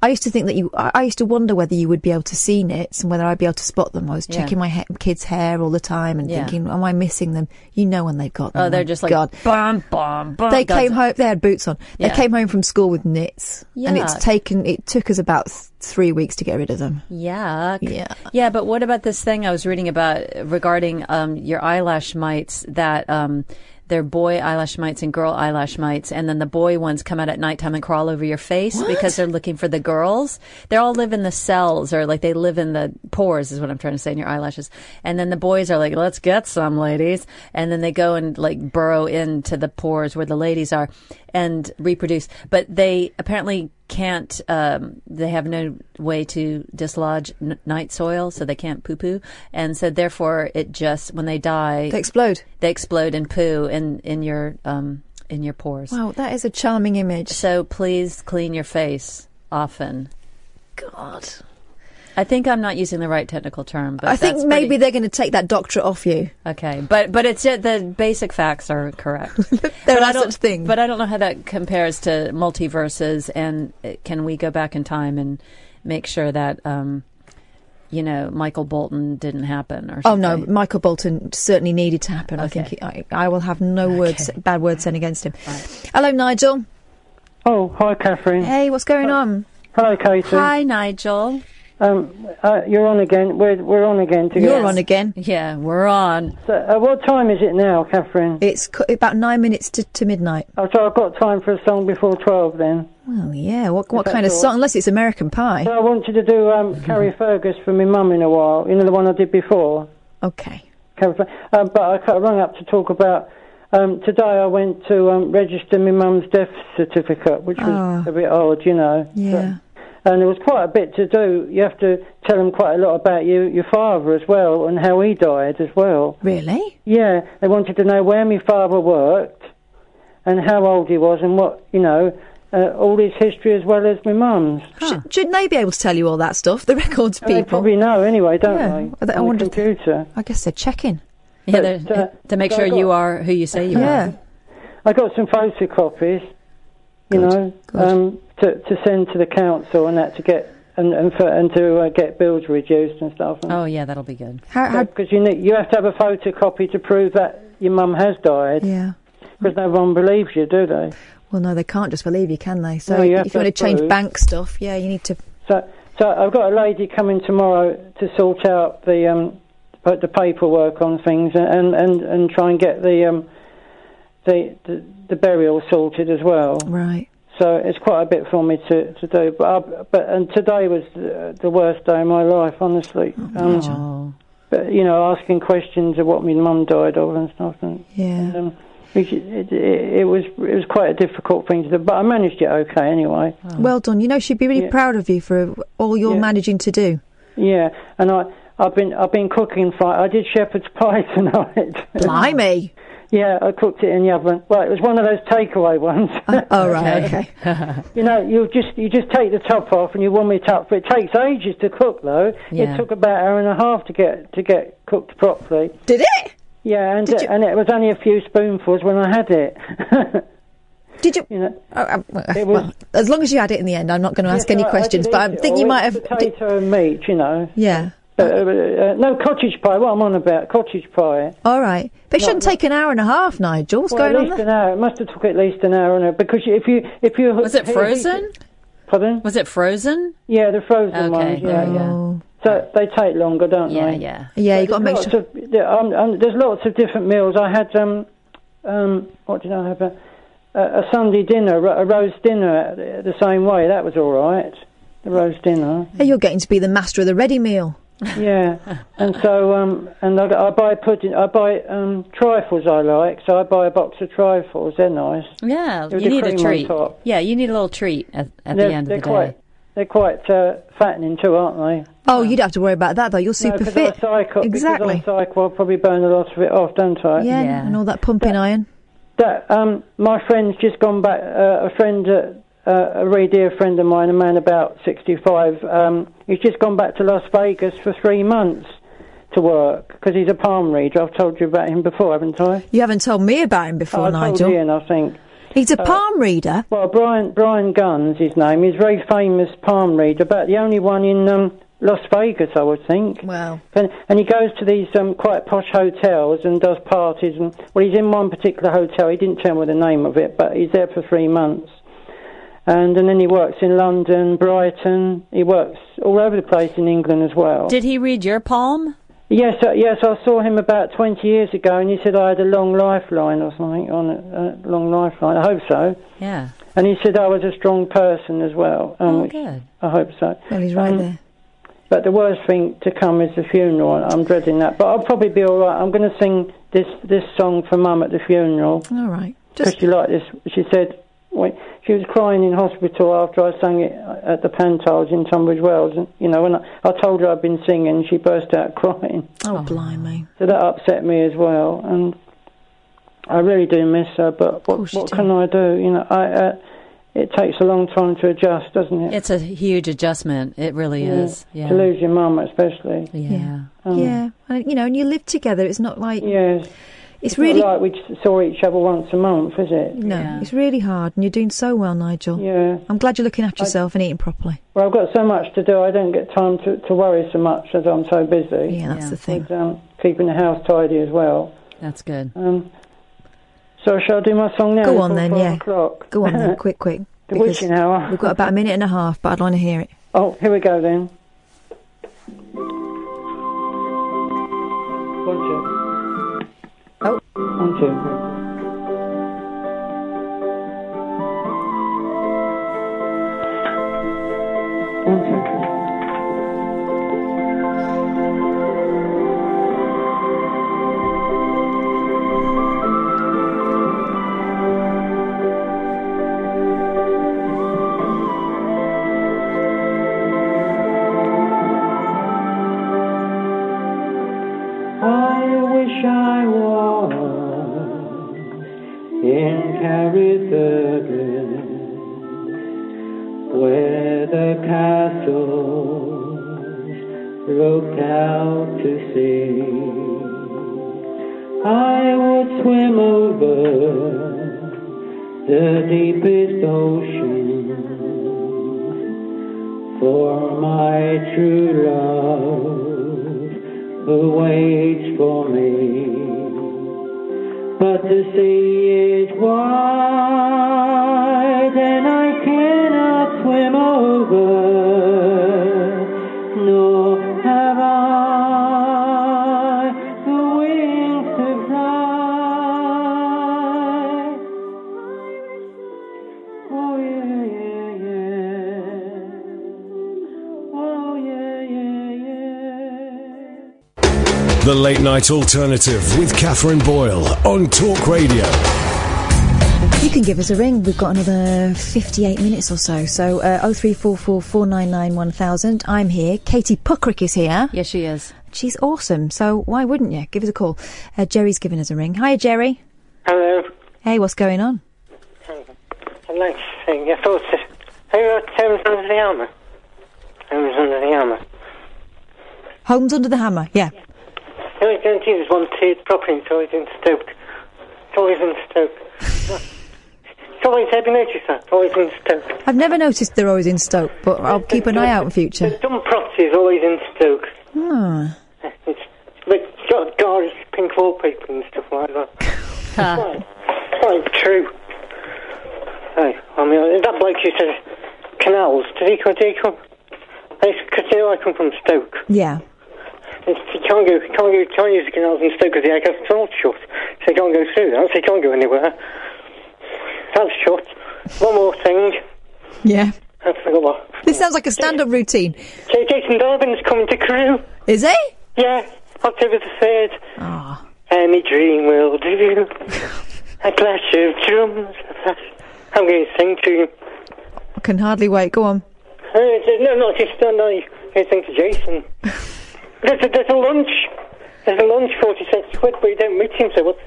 S2: I used to think that you. I I used to wonder whether you would be able to see knits and whether I'd be able to spot them. I was
S3: Yeah.
S2: checking my ha- kids' hair all the time and
S3: Yeah.
S2: thinking, "Am I missing them?" You know when they've got them.
S3: Oh, they're
S2: my
S3: just like
S2: God.
S3: bomb, bomb, bomb.
S2: they came home. They had boots on. They
S3: Yeah.
S2: came home from school with knits, and it's
S3: Yuck.
S2: taken. It took us about th- three weeks to get rid of them.
S3: Yuck.
S2: Yeah.
S3: Yeah, but what about this thing I was reading about regarding um, your eyelash mites that um, they're boy eyelash mites and girl eyelash mites, and then the boy ones come out at nighttime and crawl over your face because they're looking for the girls. They all live in the cells or like they live in the pores, is what I'm trying to say in your eyelashes. And then the boys are like, let's get some ladies. And then they go and like burrow into the pores where the ladies are and reproduce. But they apparently can't. Um, they have no way to dislodge n- night soil, so they can't poo poo, and so therefore it just when they die,
S2: They explode.
S3: They explode and poo in in your um, in your pores.
S2: Wow, that is a charming image.
S3: So please clean your face often.
S2: God.
S3: I think I'm not using the right technical term, but
S2: I think
S3: that's
S2: maybe they're going to take that doctorate off you.
S3: Okay, but but it's uh, the basic facts are correct. there are such things, but I don't know how that compares to multiverses. And uh, can we go back in time and make sure that um, you know Michael Bolton didn't happen? Or
S2: Oh no, Michael Bolton certainly needed to happen. I think he, I, I will have no words, bad words said against him. Hello, Nigel.
S13: Oh, hi, Catherine.
S2: Hey, what's going on?
S13: Hello, Katie.
S3: Hi, Nigel.
S13: Um, uh, you're on again. We're we're on again together.
S2: You're on again.
S3: Yeah, we're on.
S13: So, uh, what time is it now, Catherine?
S2: It's cu- about nine minutes to, to midnight.
S13: Oh, so I've got time for a song before twelve then.
S2: Well, yeah. What what
S13: Is that
S2: kind of
S13: yours?
S2: song? Unless it's American Pie.
S13: So I want you to do um,
S3: Mm-hmm.
S13: Carrie Fergus for my mum in a while. You know the one I did before.
S2: Okay.
S13: Carrie Fer- Um, but I cut- rung up to talk about. Um, today I went to um, register my mum's death certificate, which was
S14: Ah.
S3: Oh.
S13: a bit odd, you know.
S14: Yeah.
S13: and there was quite a bit to do. You have to tell them quite a lot about you, your father as well, and how he died as well.
S2: Really?
S13: Yeah, they wanted to know where my father worked, and how old he was, and what you know, uh, all his history as well as my mum's.
S2: Should, shouldn't they be able to tell you all that stuff? The records
S13: And
S2: people.
S13: they probably know anyway, don't
S2: Yeah,
S13: they?
S2: I
S13: On the
S2: wonder if-
S13: computer.
S2: I guess they're checking.
S3: Yeah,
S13: But,
S3: they're-
S13: uh,
S3: to make
S13: so
S3: sure
S13: I got-
S3: you are who you say you
S13: Yeah.
S3: are.
S13: I got some photocopies, you know, Um, to to send to the council and that to get and and, for, and to uh, get bills reduced and stuff. And
S3: Oh yeah, that'll be good.
S13: Because you need, you have to have a photocopy to prove that your mum has died.
S2: Yeah.
S13: Because no one believes you, do they?
S2: Well, no, they can't just believe you, can they? So
S13: No, you have
S2: if you
S13: to
S2: want to change
S13: prove.
S2: bank stuff, yeah, you need to.
S13: So, so I've got a lady coming tomorrow to sort out the um, put the paperwork on things and and and try and get the um, the, the the burial sorted as well.
S2: Right.
S13: So it's quite a bit for me to, to do. But I, but and today was the, the worst day of my life, honestly. Um, but you know, asking questions of what my mum died of and stuff, and
S2: Yeah.
S13: um, it, it, it was it was quite a difficult thing to do. But I managed it okay anyway.
S2: Well done. You know, she'd be really
S13: Oh. Yeah.
S2: proud of you for all you're
S13: Yeah.
S2: managing to do.
S13: Yeah, and I I've been I've been cooking for I did shepherd's pie tonight.
S2: Blimey.
S13: Yeah, I cooked it in the oven. Well, it was one of those takeaway ones.
S2: oh right, okay.
S13: you know, you just you just take the top off and you warm it up. But it takes ages to cook though.
S2: Yeah.
S13: It took about an hour and a half to get to get cooked properly.
S2: Did it?
S13: Yeah, and and it was only a few spoonfuls when I had it.
S2: Did you?
S13: you know,
S2: Oh, Well, as long as you had it in the end, I'm not going to ask any questions. But I think you might have.
S13: potato and meat. You know.
S2: Yeah.
S13: Uh, uh, uh, no cottage pie. What I'm on about cottage pie.
S2: All right, but it shouldn't take an hour and a half, Nigel. What's
S13: well,
S2: going
S13: at
S2: on
S13: least
S2: there?
S13: an hour. It must have took at least an hour and a because if you if you
S3: Was it frozen?
S13: Pardon?
S3: Was it frozen?
S13: Yeah, the frozen ones.
S3: Okay. Oh.
S13: Yeah, yeah. So they take longer, don't
S3: Yeah,
S13: they?
S3: yeah.
S2: Yeah, you got to make
S13: Lots
S2: sure.
S13: of, there- um, um, there's lots of different meals. I had um, um, what did I have? A, a Sunday dinner, ro- a roast dinner, the- the same way. That was all right. The roast dinner.
S2: Hey, You're getting to be the master of the ready meal.
S13: yeah, and so um, and I, I buy pudding. I buy um, trifles I like, so I buy a box of trifles. They're nice.
S3: Yeah,
S13: With
S3: you
S13: the
S3: need
S13: cream
S3: a
S13: on
S3: treat.
S13: top.
S3: Yeah, you need a little treat at, at the
S13: they're,
S3: end
S13: they're
S3: of the
S13: quite,
S3: day.
S13: They're quite uh, fattening too, aren't they?
S2: Oh, you don't have to worry about that though. You're super
S13: no, 'cause
S2: fit.
S13: I cycle,
S2: exactly.
S13: Because I cycle, I'll probably burn a lot of it off, don't I?
S2: yeah, and all that pumping iron.
S13: That um, my friend's just gone back. Uh, a friend, uh, uh, a really dear friend of mine, a man about sixty-five. Um, he's just gone back to Las Vegas for three months to work because he's a palm reader. I've told you about him before, haven't I?
S2: You haven't told me about him before,
S13: Oh, I told
S2: Nigel.
S13: Ian, I think.
S2: He's a
S13: Uh,
S2: palm reader.
S13: Well, Brian Brian Gunn's his name. He's a very famous palm reader, about the only one in um, Las Vegas, I would think.
S2: Wow.
S13: And, and he goes to these um, quite posh hotels and does parties. And well, he's in one particular hotel. He didn't tell me the name of it, but he's there for three months. And and then he works in London, Brighton. He works all over the place in England as well.
S3: Did he read your palm?
S13: Yes, uh, yes, I saw him about 20 years ago, and he said I had a long lifeline or something on it, a long lifeline. I hope so.
S3: Yeah.
S13: And he said "Oh, I was a strong person as well. Um,
S3: Oh,
S13: which
S3: good.
S13: I hope so.
S2: Well, he's right
S13: Um,
S2: there.
S13: But the worst thing to come is the funeral. I'm dreading that. But I'll probably be all right. I'm going to sing this this song for Mum at the funeral
S2: All right.
S13: because she liked this. She said, when- she was crying in hospital after I sang it at the Pantiles in Tunbridge Wells. And, you know, when I, I told her I'd been singing, she burst out crying.
S2: Oh, blimey.
S13: So that upset me as well, and I really do miss her. But what, what can I do? You know, I uh, it takes a long time to adjust, doesn't it?
S3: It's a huge adjustment. It really
S13: Yeah.
S3: is. Yeah.
S13: To lose your mum, especially. Um,
S3: Yeah.
S2: yeah, and, you know, and you live together. It's not like
S13: yes,
S2: it's
S13: not
S2: really
S13: like we just saw each other once a month, is it?
S2: no, it's really hard, and you're doing so well, Nigel.
S13: Yeah,
S2: I'm glad you're looking after yourself and eating properly.
S13: Well, I've got so much to do, I don't get time to, to worry so much as I'm so busy.
S2: Yeah, that's the thing.
S13: And, um, keeping the house tidy as well.
S3: That's good.
S13: Um, so shall I do my song now?
S2: Go
S13: It's
S2: on
S13: all
S2: then,
S13: five
S2: yeah.
S13: O'clock.
S2: Go on then, quick, quick.
S13: The witching hour.
S2: We've got about a minute and a half, but I'd like to hear it.
S13: Oh, here we go then. One, two.
S2: Oh.
S13: One, two.
S14: I wish I was in Carrie Dublin, where the castles looked out to sea. I would swim over the deepest ocean for my true love who waits for me. But the sea is wide and I cannot swim over, nor have I the wings to fly. Oh yeah, yeah, yeah. Oh yeah, yeah, yeah.
S1: The Late Night Alternative with Catherine Boyle on Talk Radio.
S2: You can give us a ring. We've got another 58 minutes or so. So uh, 0344 499 1000. I'm here. Katie Puckrick is here.
S3: Yes, she is.
S2: She's awesome. So why wouldn't you? Give us a call. Uh, Jerry's giving us a ring. Hi, Jerry.
S15: Hello.
S2: Hey, what's going on?
S15: I'd like to sing. I thought it. Who wrote Thames Under the Armour? Thames Under the Armour.
S2: Homes under the hammer. Yeah.
S15: No, I don't use one tiered properly. It's always in Stoke. It's always in Stoke. it's always, have you noticed that? It's always in Stoke.
S2: I've never noticed they're always in Stoke, but I'll keep an eye out in future.
S15: Dumb property is always in Stoke.
S2: Hmm.
S15: It's, but it's got garish pink wallpaper and stuff like that. Right. Right, true. Hey, I mean, that bloke who said canals, did he come, did he come? Because you know I come from Stoke.
S2: Yeah.
S15: It's, you can't go, can't go, can't use the canals in Stoke because the air gets all shut. So you can't go through that, so you can't go anywhere. That's shut. One more thing.
S2: Yeah.
S15: I forgot what.
S2: This sounds like a stand-up routine.
S15: J- Jason Dobbin's coming to crew.
S2: Is he?
S15: Yeah, October the 3rd.
S2: Ah.
S15: Any dream will do. a clash of drums. I'm going to sing to you.
S2: I can hardly wait. Go on.
S15: Uh, it's- no, not just no, no, you you think to Jason. there's, a, there's a lunch. There's a lunch, 46 quid, but you don't meet him, so what's,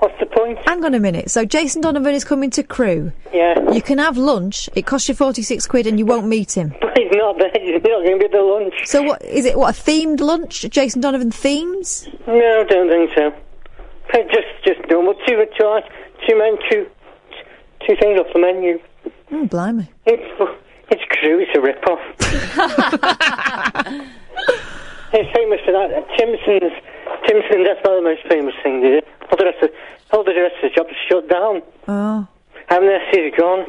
S15: what's the point?
S2: Hang on a minute. So Jason Donovan is coming to crew.
S15: Yeah.
S2: You can have lunch. It costs you forty-six quid, and you won't meet him.
S15: But he's not there. He's not going to be at the lunch.
S2: So what is it? What a themed lunch? Jason Donovan themes?
S15: No, don't think so. Uh, Just, just normal. Two, two, ice- two men, two, two things off the menu.
S2: Mm, blimey.
S15: It's, it's crew. It's a rip-off. it's famous for that. Timson's, Timson's. That's not the most famous thing, did it? All the rest of, all the rest of the jobs are shut down.
S2: Oh.
S15: And this is gone.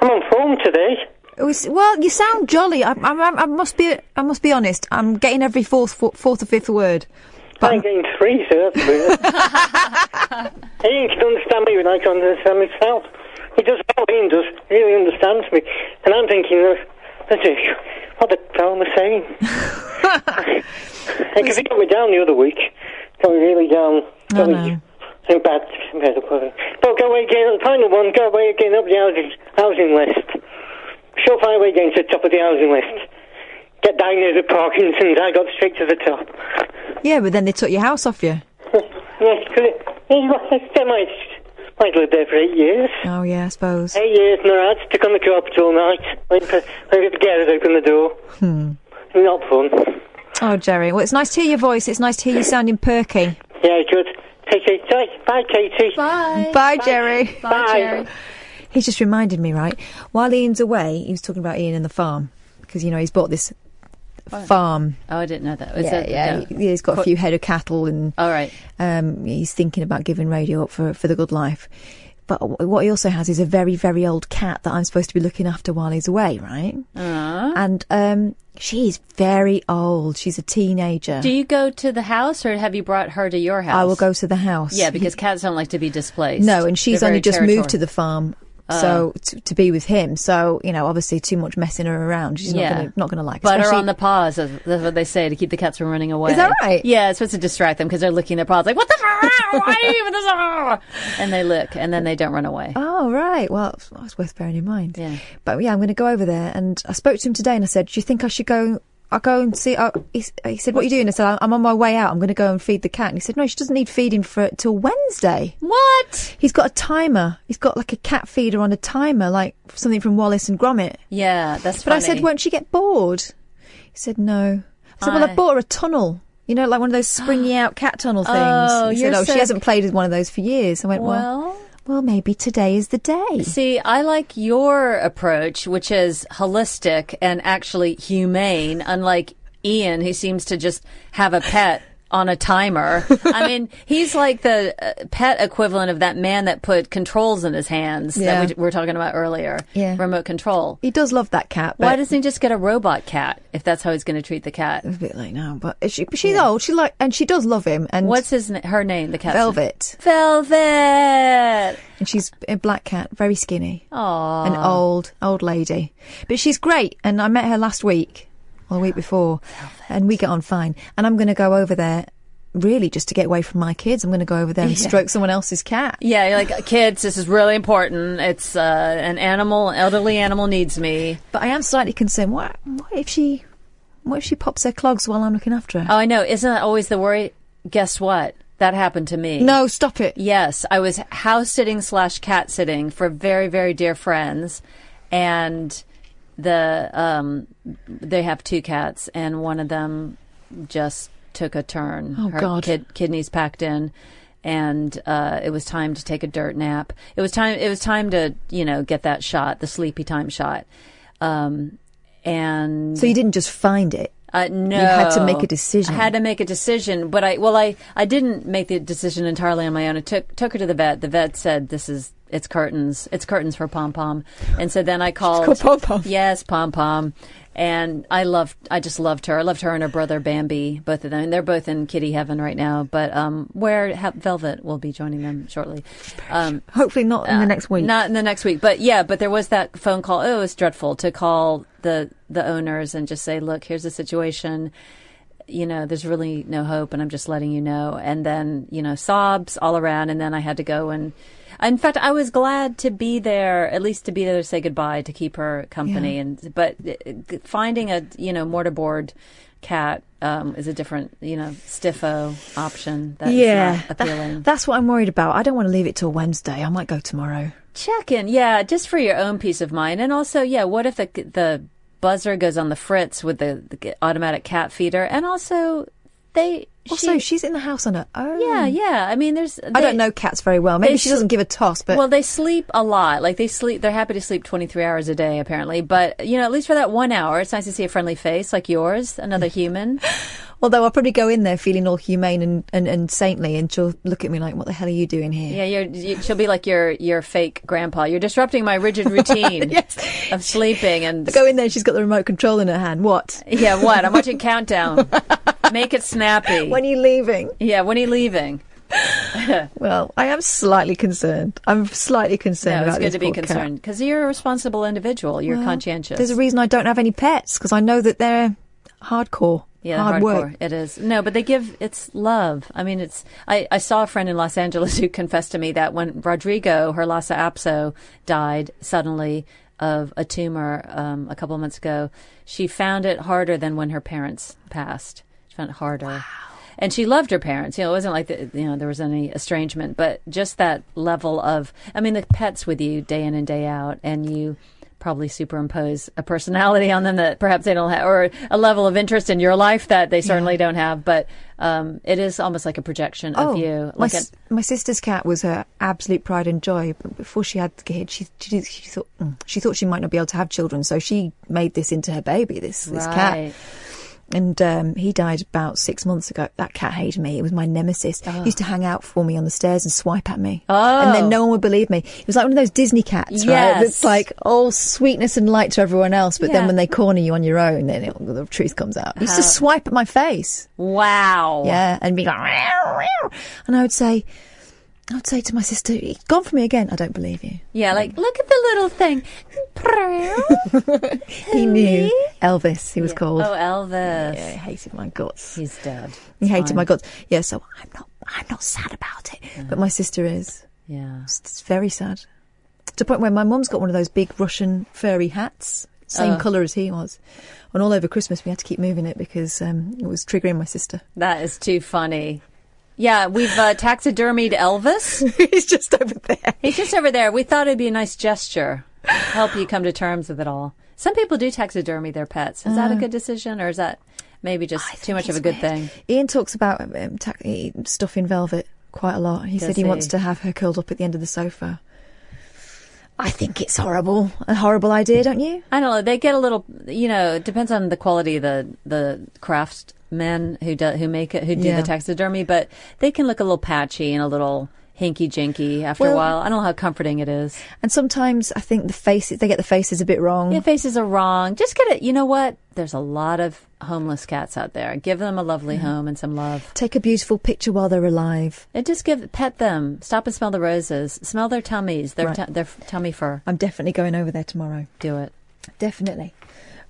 S15: I'm on form today.
S2: It was- well, you sound jolly. I, I, I I must be. I must be honest. I'm getting every fourth, fo- fourth or fifth word. But
S15: I'm getting three, so that's weird. he can understand me when I can't understand myself. He does what he does. He really understands me. And I'm thinking, uh, that's it. what the hell am I saying? Because he got me down the other week. Got me really down. Got me in bad, bad quality. But go away again, the final one, go away again up the housing, housing list. She'll find away again to the top of the housing list. Get down near the Parkinson's, I got straight to the top.
S2: Yeah, but then they took your house off you.
S15: Yes, because they might, might live there for eight years.
S2: Oh yeah, I suppose.
S15: Eight years, and they're out stuck on the carpet all night. Waiting for, waiting for the garret to open the door.
S2: Hmm.
S15: Not fun.
S2: Oh, Jerry. Well, it's nice to hear your voice. It's nice to hear you sounding perky.
S15: Yeah, good. Take care. Take- Bye, Katie.
S2: Bye. Bye, Jerry. Bye, Jerry. He's just reminded me, right? While Ian's away, he was talking about Ian and the farm because you know he's bought this farm.
S3: Oh, I didn't know that. Was
S2: Yeah,
S3: that-
S2: yeah,
S3: no.
S2: he- yeah. He's got a
S3: Qu-
S2: few head of cattle, and
S3: all right.
S2: Um, he's thinking about giving radio up for for the good life. But wh- what he also has is a very very old cat that I'm supposed to be looking after while he's away, right? And um, she's very old. She's a teenager.
S3: Do you go to the house or have you brought her to your house?
S2: I will go to the house.
S3: Yeah, because cats don't like to be displaced.
S2: Oh, No, and she's
S3: They're very
S2: only just moved to
S3: territorial.
S2: the farm,
S3: Uh.
S2: so to, to be with him. So you know, obviously, too much messing her around. She's
S3: Yeah.
S2: not gonna, not going to like.
S3: Butter
S2: especially-
S3: on the paws. That's that's what they say to keep the cats from running away.
S2: Is that right?
S3: Yeah, it's supposed to distract them because they're licking their paws like, what the f- Why are you even this? ah?" And they lick and then they don't run away.
S2: Oh right, well that's worth bearing in mind.
S3: Yeah.
S2: But yeah, I'm going to go over there, and I spoke to him today, and I said, "Do you think I should go? I go and see." I, he, s- he said, "What are you doing?" I said, "I'm on my way out. I'm going to go and feed the cat." And he said, "No, she doesn't need feeding for till Wednesday."
S3: What?
S2: He's got a timer. He's got like a cat feeder on a timer, like something from Wallace and Gromit.
S3: Yeah, that's
S2: But I
S3: funny.
S2: said, won't she get bored? He said, no. I said, well,
S3: Aye.
S2: I bought her a tunnel. You know, like one of those springy out cat tunnel things.
S3: Oh,
S2: he
S3: you're
S2: said, oh,
S3: so-
S2: she hasn't played with one of those for years. I went,
S3: Well.
S2: well, well, maybe today is the day.
S3: See, I like your approach, which is holistic and actually humane, unlike Ian, who seems to just have a pet on a timer. I mean, he's like the uh, pet equivalent of that man that put controls in his hands
S2: Yeah.
S3: that we d- were talking about earlier.
S2: Yeah.
S3: Remote control.
S2: He does love that cat.
S3: Why
S2: but-
S3: doesn't he just get a robot cat if that's how he's going to treat the cat?
S2: It's a bit late now, but she, but she's old. She like, and she does love him. And
S3: what's his na- her name? The cat.
S2: Velvet.
S3: Velvet.
S2: And she's a black cat, very skinny.
S3: Aww.
S2: An old, old lady. But she's great, and I met her last week, or the week before, and we get on fine. And I'm going to go over there, really, just to get away from my kids. I'm going to go over there and
S3: Yeah.
S2: stroke someone else's cat.
S3: Yeah, you're like kids. This is really important. It's uh, an animal, an elderly animal needs me.
S2: But I am slightly concerned. What, what if she, what if she pops her clogs while I'm looking after her?
S3: Oh, I know. Isn't that always the worry? Guess what? That happened to me.
S2: No, stop it.
S3: Yes, I was house sitting slash cat sitting for very very dear friends, and the um they have two cats, and one of them just took a turn.
S2: Oh,
S3: Her
S2: God.
S3: kid- kidneys packed in. And uh, it was time to take a dirt nap. It was time. It was time to you know get that shot, the sleepy time shot. Um, and
S2: So you didn't just find it.
S3: uh, no,
S2: had to make a decision.
S3: I had to make a decision, but I well, I I didn't make the decision entirely on my own. I took took her to the vet. The vet said this is it's curtains, it's curtains for pom pom, and so then I called
S2: called Pom Pom.
S3: Yes, pom pom, and I loved I just loved her. I loved her and her brother Bambi, both of them. And they're both in kitty heaven right now. But um, where ha- Velvet will be joining them shortly. Um,
S2: Hopefully not in the next week.
S3: not in the next week, but yeah, but there was that phone call. Oh, it was dreadful to call the the owners and just say, "Look, here's the situation. You know, there's really no hope, and I'm just letting you know." And then you know, sobs all around, and then I had to go and. In fact, I was glad to be there, at least to be there to say goodbye, to keep her company.
S2: Yeah.
S3: And but uh, finding a you know mortarboard cat um, is a different you know stiffo option. That's
S2: yeah,
S3: not
S2: that-
S3: appealing.
S2: that's what I'm worried about. I don't want to leave it till Wednesday. I might go tomorrow.
S3: Check in, yeah, just for your own peace of mind, and also, yeah, what if the the buzzer goes on the fritz with the, the automatic cat feeder, and also they
S2: Also,
S3: she-
S2: she's in the house on her own.
S3: yeah, yeah. I mean, there's
S2: I
S3: they-
S2: don't know cats very well. Maybe
S3: they
S2: she doesn't
S3: sl-
S2: give a toss, but
S3: well, they sleep a lot. Like they sleep, they're happy to sleep 23 hours a day, apparently. But you know, at least for that one hour, it's nice to see a friendly face like yours, another human.
S2: although I'll probably go in there feeling all humane and, and, and saintly, and she'll look at me like, "What the hell are you doing here?"
S3: Yeah, you're, you, she'll be like your your fake grandpa. You're disrupting my rigid routine of sleeping and
S2: I go in there, she's got the remote control in her hand. What?
S3: Yeah, what? I'm watching Countdown. Make it snappy.
S2: When are you leaving?
S3: Yeah, when are you leaving?
S2: Well, I am slightly concerned. I'm slightly concerned
S3: no, it's
S2: about
S3: good
S2: this
S3: to be
S2: poor cat.
S3: concerned because you're a responsible individual. You're
S2: Well,
S3: conscientious.
S2: There's a reason I don't have any pets because I know that they're hardcore.
S3: Yeah,
S2: hard
S3: hardcore.
S2: work.
S3: It is. No, but they give it's love. I mean, it's. I, I saw a friend in Los Angeles who confessed to me that when Rodrigo Herlasa Apso died suddenly of a tumor um, a couple of months ago, she found it harder than when her parents passed. She found it harder. And she loved her parents. You know, it wasn't like the, you know there was any estrangement, but just that level of. I mean, the pets with you day in and day out, and you probably superimpose a personality on them that perhaps they don't have, or a level of interest in your life that they certainly don't have. But um, it is almost like a projection of you.
S2: Oh, my,
S3: Like a,
S2: s- my sister's cat was her absolute pride and joy. But before she had the kid, she she, did- she thought mm, she thought she might not be able to have children, so she made this into her baby. This this
S3: Right.
S2: cat. And um, he died about six months ago. That cat hated me. It was my nemesis. He used to hang out for me on the stairs and swipe at me.
S3: Ah. Oh.
S2: And then no one would believe me. It was like one of those Disney cats, right?
S3: Yes.
S2: That's like all sweetness and light to everyone else, but
S3: Yeah. Uh-huh.
S2: then when they corner you on your own, then it, the truth comes out. He used to
S3: How-
S2: swipe at my face.
S3: wow.
S2: Yeah, and be like, "Meow, meow." and I would say, I would say to my sister, "He's gone for me again. I don't believe you."
S3: Yeah, like look at the little thing.
S2: He knew Elvis. He was called.
S3: Oh, Elvis. Yeah, I
S2: hated my guts.
S3: He's dead.
S2: he
S3: It's
S2: hated
S3: fine.
S2: my guts. Yeah, so I'm not, I'm not sad about it, but my sister is.
S3: Yeah,
S2: it's, it's very sad. To the point where my mum's got one of those big Russian furry hats, same
S3: Oh.
S2: colour as he was, and all over Christmas we had to keep moving it because um, it was triggering my sister.
S3: That is too funny. Yeah, we've uh, taxidermied Elvis.
S2: He's just over there.
S3: He's just over there. We thought it'd be a nice gesture, help you come to terms with it all. Some people do taxidermy their pets. Is that a
S2: Uh.
S3: good decision, or is that maybe just too much of a good thing?
S2: Ian talks about um, tac- stuff in velvet quite a lot. He
S3: Does
S2: said he, wants
S3: he?
S2: to have her curled up at the end of the sofa. I think it's horrible, a horrible idea, don't you?
S3: I don't know. They get a little, you know, it depends on the quality of the the craftsmen who do, who make it, who do
S2: Yeah.
S3: the taxidermy, but they can look a little patchy and a little hinky jinky after a
S2: Well-
S3: while. I don't know how comforting it is.
S2: And sometimes I think the faces they get the faces a bit wrong.
S3: Yeah, faces are wrong. Just get it. You know what? There's a lot of homeless cats out there. Give them a lovely
S2: Mm-hmm.
S3: home and some love.
S2: Take a beautiful picture while they're alive.
S3: And just give pet them. Stop and smell the roses. Smell their tummies. Their
S2: Right.
S3: tu- their f- tummy fur.
S2: I'm definitely going over there tomorrow.
S3: Do it.
S2: Definitely.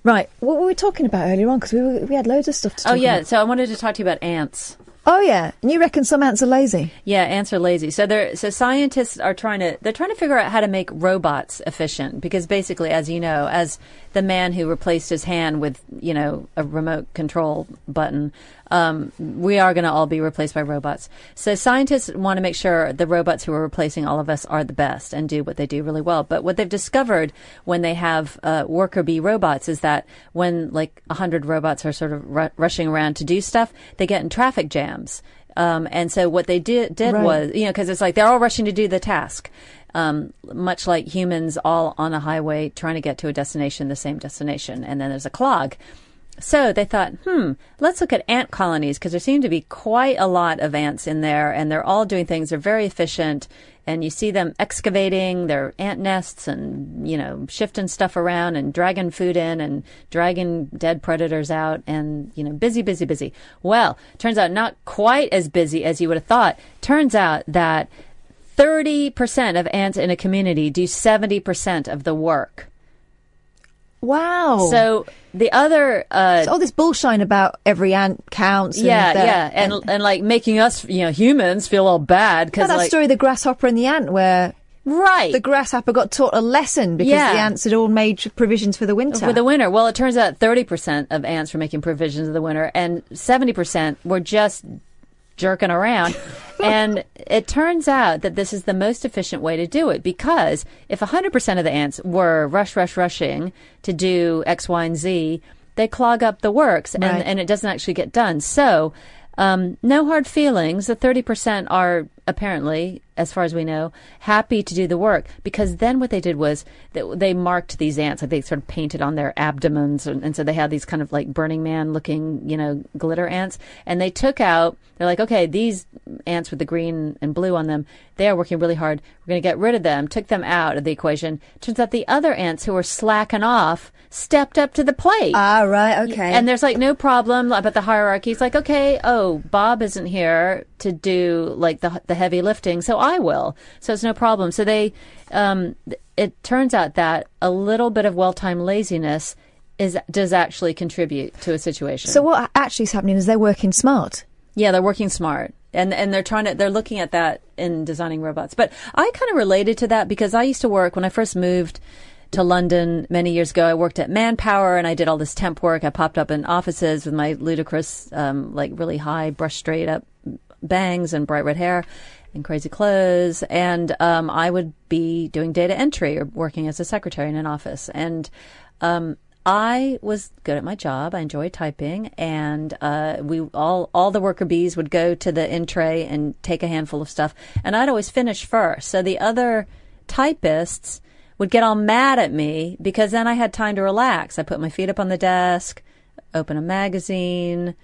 S2: Right, what were we talking about earlier on? Because we were, we had loads of stuff to talk
S3: Oh yeah.
S2: about.
S3: So I wanted to talk to you about ants.
S2: Oh yeah, and you reckon some ants are lazy?
S3: Yeah, ants are lazy. So they're so scientists are trying to they're trying to figure out how to make robots efficient because basically, as you know, as the man who replaced his hand with you know a remote control button, um, we are going to all be replaced by robots. So scientists want to make sure the robots who are replacing all of us are the best and do what they do really well. But what they've discovered when they have uh, worker bee robots is that when like a hundred robots are sort of ru- rushing around to do stuff, they get in traffic jams. Um, and so what they did, did
S16: Right.
S3: was, you know, because it's like they're all rushing to do the task, um, much like humans all on a highway trying to get to a destination, the same destination, and then there's a clog. So they thought, hmm, let's look at ant colonies because there seem to be quite a lot of ants in there, and they're all doing things. They're very efficient, and you see them excavating their ant nests and you know shifting stuff around and dragging food in and dragging dead predators out, and you know busy, busy, busy. Well, turns out not quite as busy as you would have thought. Turns out that 30% of ants in a community do 70% of the work.
S2: Wow.
S3: So the other uh,
S2: It's all this bullshine about every ant counts. and
S3: yeah,
S2: that-
S3: yeah, and, and like making us, you know, humans feel all bad
S2: You know
S3: because
S2: that
S3: like
S2: story, the grasshopper and the ant, where
S3: right
S2: the grasshopper got taught a lesson because
S3: Yeah.
S2: the ants had all made provisions for the winter.
S3: for the winter. Well, it turns out thirty percent of ants were making provisions of the winter, and seventy percent were just jerking around. and it turns out that this is the most efficient way to do it because if hundred percent of the ants were rush, rush, rushing to do X, Y, and Z, they clog up the works, and
S2: Right.
S3: and it doesn't actually get done. So. Um, no hard feelings. The 30% are apparently, as far as we know, happy to do the work because then what they did was they, they marked these ants, like they sort of painted on their abdomens. And, and so they had these kind of like Burning Man looking, you know, glitter ants. And they took out, they're like, okay, these ants with the green and blue on them, they are working really hard. We're going to get rid of them, took them out of the equation. Turns out the other ants who were slacking off stepped up to the plate.
S2: Ah, right, okay.
S3: And there's like no problem about the hierarchy. It's like, okay, oh, Bob isn't here to do like the the heavy lifting, so I will. So it's no problem. So they, um, th- it turns out that a little bit of well timed laziness is does actually contribute to a situation.
S2: So what actually is happening is they're working smart.
S3: Yeah, they're working smart. And and they're trying to they're looking at that in designing robots. But I kind of related to that because I used to work when I first moved to London many years ago. I worked at Manpower and I did all this temp work. I popped up in offices with my ludicrous um, like really high brush straight up bangs and bright red hair and crazy clothes and um, I would be doing data entry or working as a secretary in an office and um, I was good at my job. I enjoyed typing, and uh, we all all the worker bees would go to the in tray and take a handful of stuff, and I'd always finish first. So the other typists would get all mad at me because then I had time to relax. I put my feet up on the desk, open a magazine,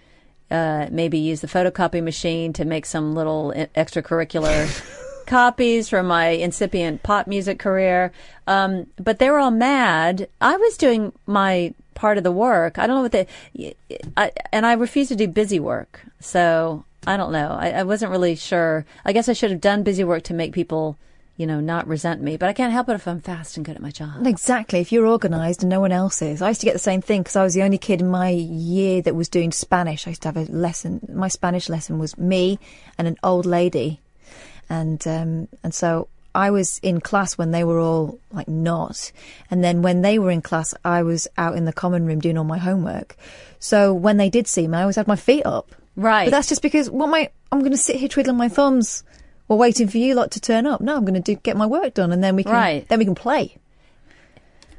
S3: uh, maybe use the photocopy machine to make some little i- extracurricular copies for my incipient pop music career. Um, but they were all mad. I was doing my part of the work. I don't know what they, I, and I refused to do busy work. So I don't know. I, I wasn't really sure. I guess I should have done busy work to make people, you know, not resent me. But I can't help it if I'm fast and good at my job.
S2: Exactly. If you're organised and no one else is, I used to get the same thing because I was the only kid in my year that was doing Spanish. I used to have a lesson. My Spanish lesson was me and an old lady, and um, and so I was in class when they were all like not, and then when they were in class, I was out in the common room doing all my homework. So when they did see me, I always had my feet up.
S3: Right.
S2: But that's just because what am I? I'm going to sit here twiddling my thumbs. Or waiting for you lot to turn up. No, I'm going to do get my work done, and then we can
S3: Right.
S2: then we can play.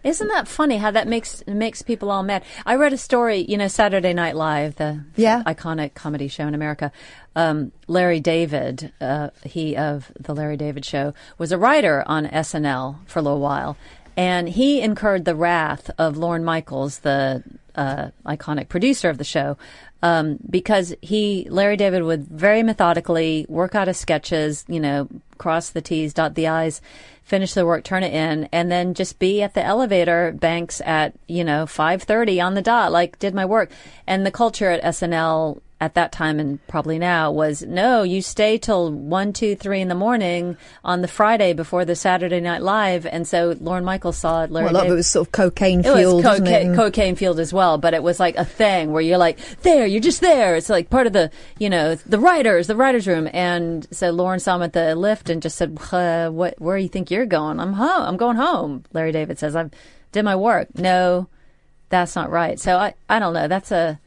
S3: Isn't that funny how that makes makes people all mad? I read a story, you know, Saturday Night Live, the
S2: Yeah.
S3: iconic comedy show in America. Um, Larry David, uh, he of the Larry David Show, was a writer on SNL for a little while, and he incurred the wrath of Lorne Michaels, the uh, iconic producer of the show, um, because he Larry David would very methodically work out his sketches, you know, cross the T's, dot the I's, finish the work, turn it in, and then just be at the elevator banks at, you know, 5.30 on the dot, like did my work. And the culture at SNL at that time and probably now was, no, you stay till one, two, three in the morning on the Friday before the Saturday Night Live. And so Lauren Michaels saw it. Larry
S2: well, a lot of
S3: David-
S2: it was sort of cocaine
S3: it
S2: fueled.
S3: was
S2: wasn't it? Mm.
S3: cocaine,
S2: And-
S3: cocaine fueled as well, but it was like a thing where you're like, there, you're just there. It's like part of the, you know, the writers, the writers' room. And so Lauren saw him at the lift and just said, uh, "What? Where you think you're going? I'm home. I'm going home." Larry David says, "I've did my work. No, that's not right." So I, I don't know. That's a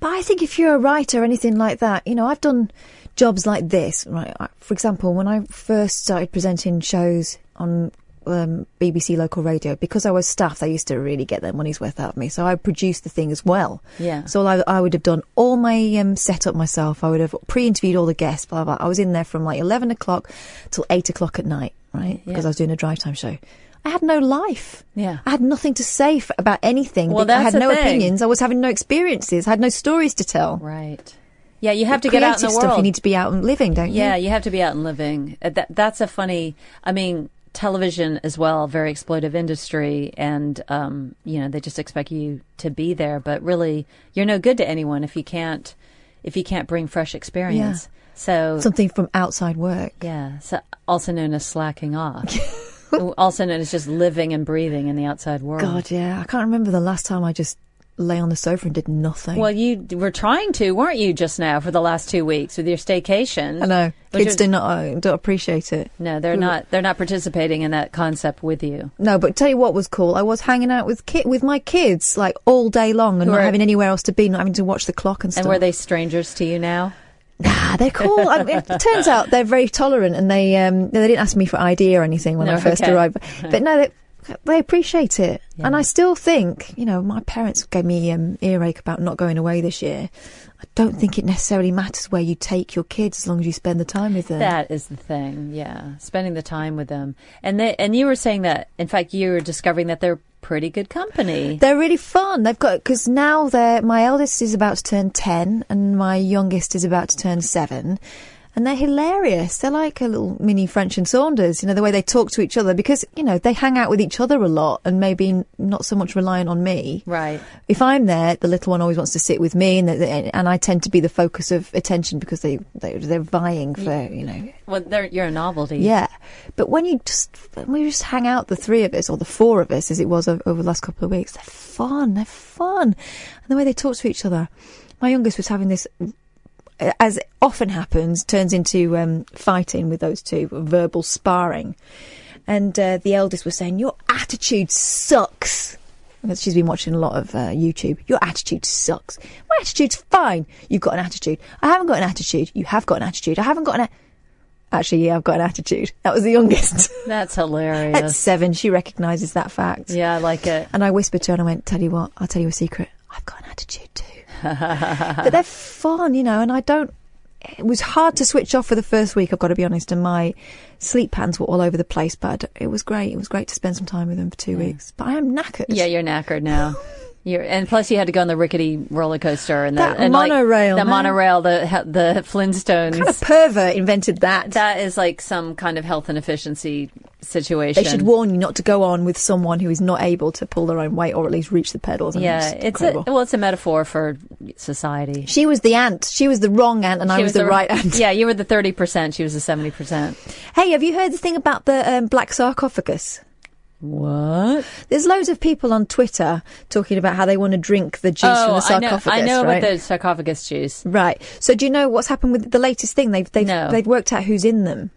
S2: But I think if you're a writer or anything like that, you know, I've done jobs like this, right? I- For example, when I first started presenting shows on um, BBC local radio, because I was staff, they used to really get their money's worth out of me. So I produced the thing as well.
S3: Yeah.
S2: So I, I would have done all my um, setup myself. I would have pre-interviewed all the guests. Blah blah. I was in there from like eleven o'clock till eight o'clock at night, right? Because I was doing a drive time show. I had no life.
S3: Yeah.
S2: I had nothing to say f- about anything.
S3: Well,
S2: I
S3: that's
S2: had
S3: the
S2: no
S3: thing.
S2: opinions. I was having no experiences. I had no stories to tell.
S3: right. Yeah, you have to get out in the
S2: Creative
S3: world.
S2: stuff, You need to be out and living, don't you?
S3: Yeah, you have to be out and living. Uh, That, that's a funny. I mean, television as well, very exploitive industry, and um, you know they just expect you to be there, but really you're no good to anyone if you can't if you can't bring fresh experience. So
S2: Something from outside work.
S3: yeah, so also known as slacking off. also known as just living and breathing in the outside world.
S2: God, yeah. I can't remember the last time I just lay on the sofa and did nothing.
S3: Well, you d- were trying to, weren't you, just now for the last two weeks with your staycation?
S2: I know.
S3: which
S2: Kids
S3: was-
S2: do not uh, don't appreciate it.
S3: No, they're not. They're not participating in that concept with you.
S2: No, but tell you what was cool. I was hanging out with ki- with my kids like all day long and
S3: Who
S2: not
S3: are-
S2: having anywhere else to be, not having to watch the clock and stuff.
S3: And were they strangers to you now?
S2: Ah, they're cool. I mean, it turns out they're very tolerant, and they um, they didn't ask me for ID or anything when
S3: No,
S2: I first
S3: okay.
S2: arrived. But no, they they appreciate it, and I still think you know my parents gave me um, earache about not going away this year. I don't think it necessarily matters where you take your kids as long as you spend the time with them.
S3: That is the thing. Yeah, spending the time with them, and they, and you were saying that. In fact, you were discovering that they're pretty good company.
S2: They're really fun. They've got because now they're my eldest is about to turn ten and my youngest is about to turn seven, and they're hilarious. They're like a little mini French and Saunders, you know, the way they talk to each other because, you know, they hang out with each other a lot and maybe n- not so much reliant on me.
S3: Right.
S2: If I'm there, the little one always wants to sit with me and, they- and I tend to be the focus of attention because they, they, they're vying for, you know,
S3: Well, they're, you're a novelty.
S2: yeah, but when you just when we just hang out, the three of us or the four of us, as it was o- over the last couple of weeks, they're fun. They're fun, and the way they talk to each other. My youngest was having this, as often happens, turns into um, fighting with those two, verbal sparring, and uh, the eldest was saying, "Your attitude sucks." Because she's been watching a lot of uh, YouTube. Your attitude sucks. My attitude's fine. You've got an attitude. I haven't got an attitude. You have got an attitude. I haven't got an. A- Actually, yeah, I've got an attitude. That was the youngest.
S3: That's hilarious.
S2: At seven, she recognises that fact.
S3: Yeah, I like it.
S2: And I whispered to her and I went, Tell you what, I'll tell you a secret. but they're fun, you know, and I don't. It was hard to switch off for the first week, I've got to be honest, and my sleep patterns were all over the place, but I d- it was great. It was great to spend some time with them for two weeks. But I am knackered.
S3: Yeah, you're knackered now. You're, and plus, you had to go on the rickety roller coaster and
S2: That
S3: the, and like,
S2: monorail,
S3: the
S2: man.
S3: monorail, the ha- the Flintstones.
S2: Kind of pervert invented that.
S3: That is like some kind of health inefficiency situation.
S2: They should warn you not to go on with someone who is not able to pull their own weight or at least reach the pedals. I mean,
S3: Yeah,
S2: just
S3: it's a,
S2: incredible.
S3: well, it's a metaphor for society.
S2: She was the ant. She was the wrong ant, and I
S3: She
S2: was, the, right ant.
S3: Yeah, you were the thirty percent. She was the seventy percent.
S2: Hey, have you heard the thing about the um, black sarcophagus?
S3: What?
S2: There's loads of people on Twitter talking about how they want to drink the juice from the sarcophagus.
S3: Oh, I know, I know
S2: right?
S3: about the sarcophagus juice.
S2: Right. So do you know what's happened with the latest thing? They've they've, they've worked out who's in them.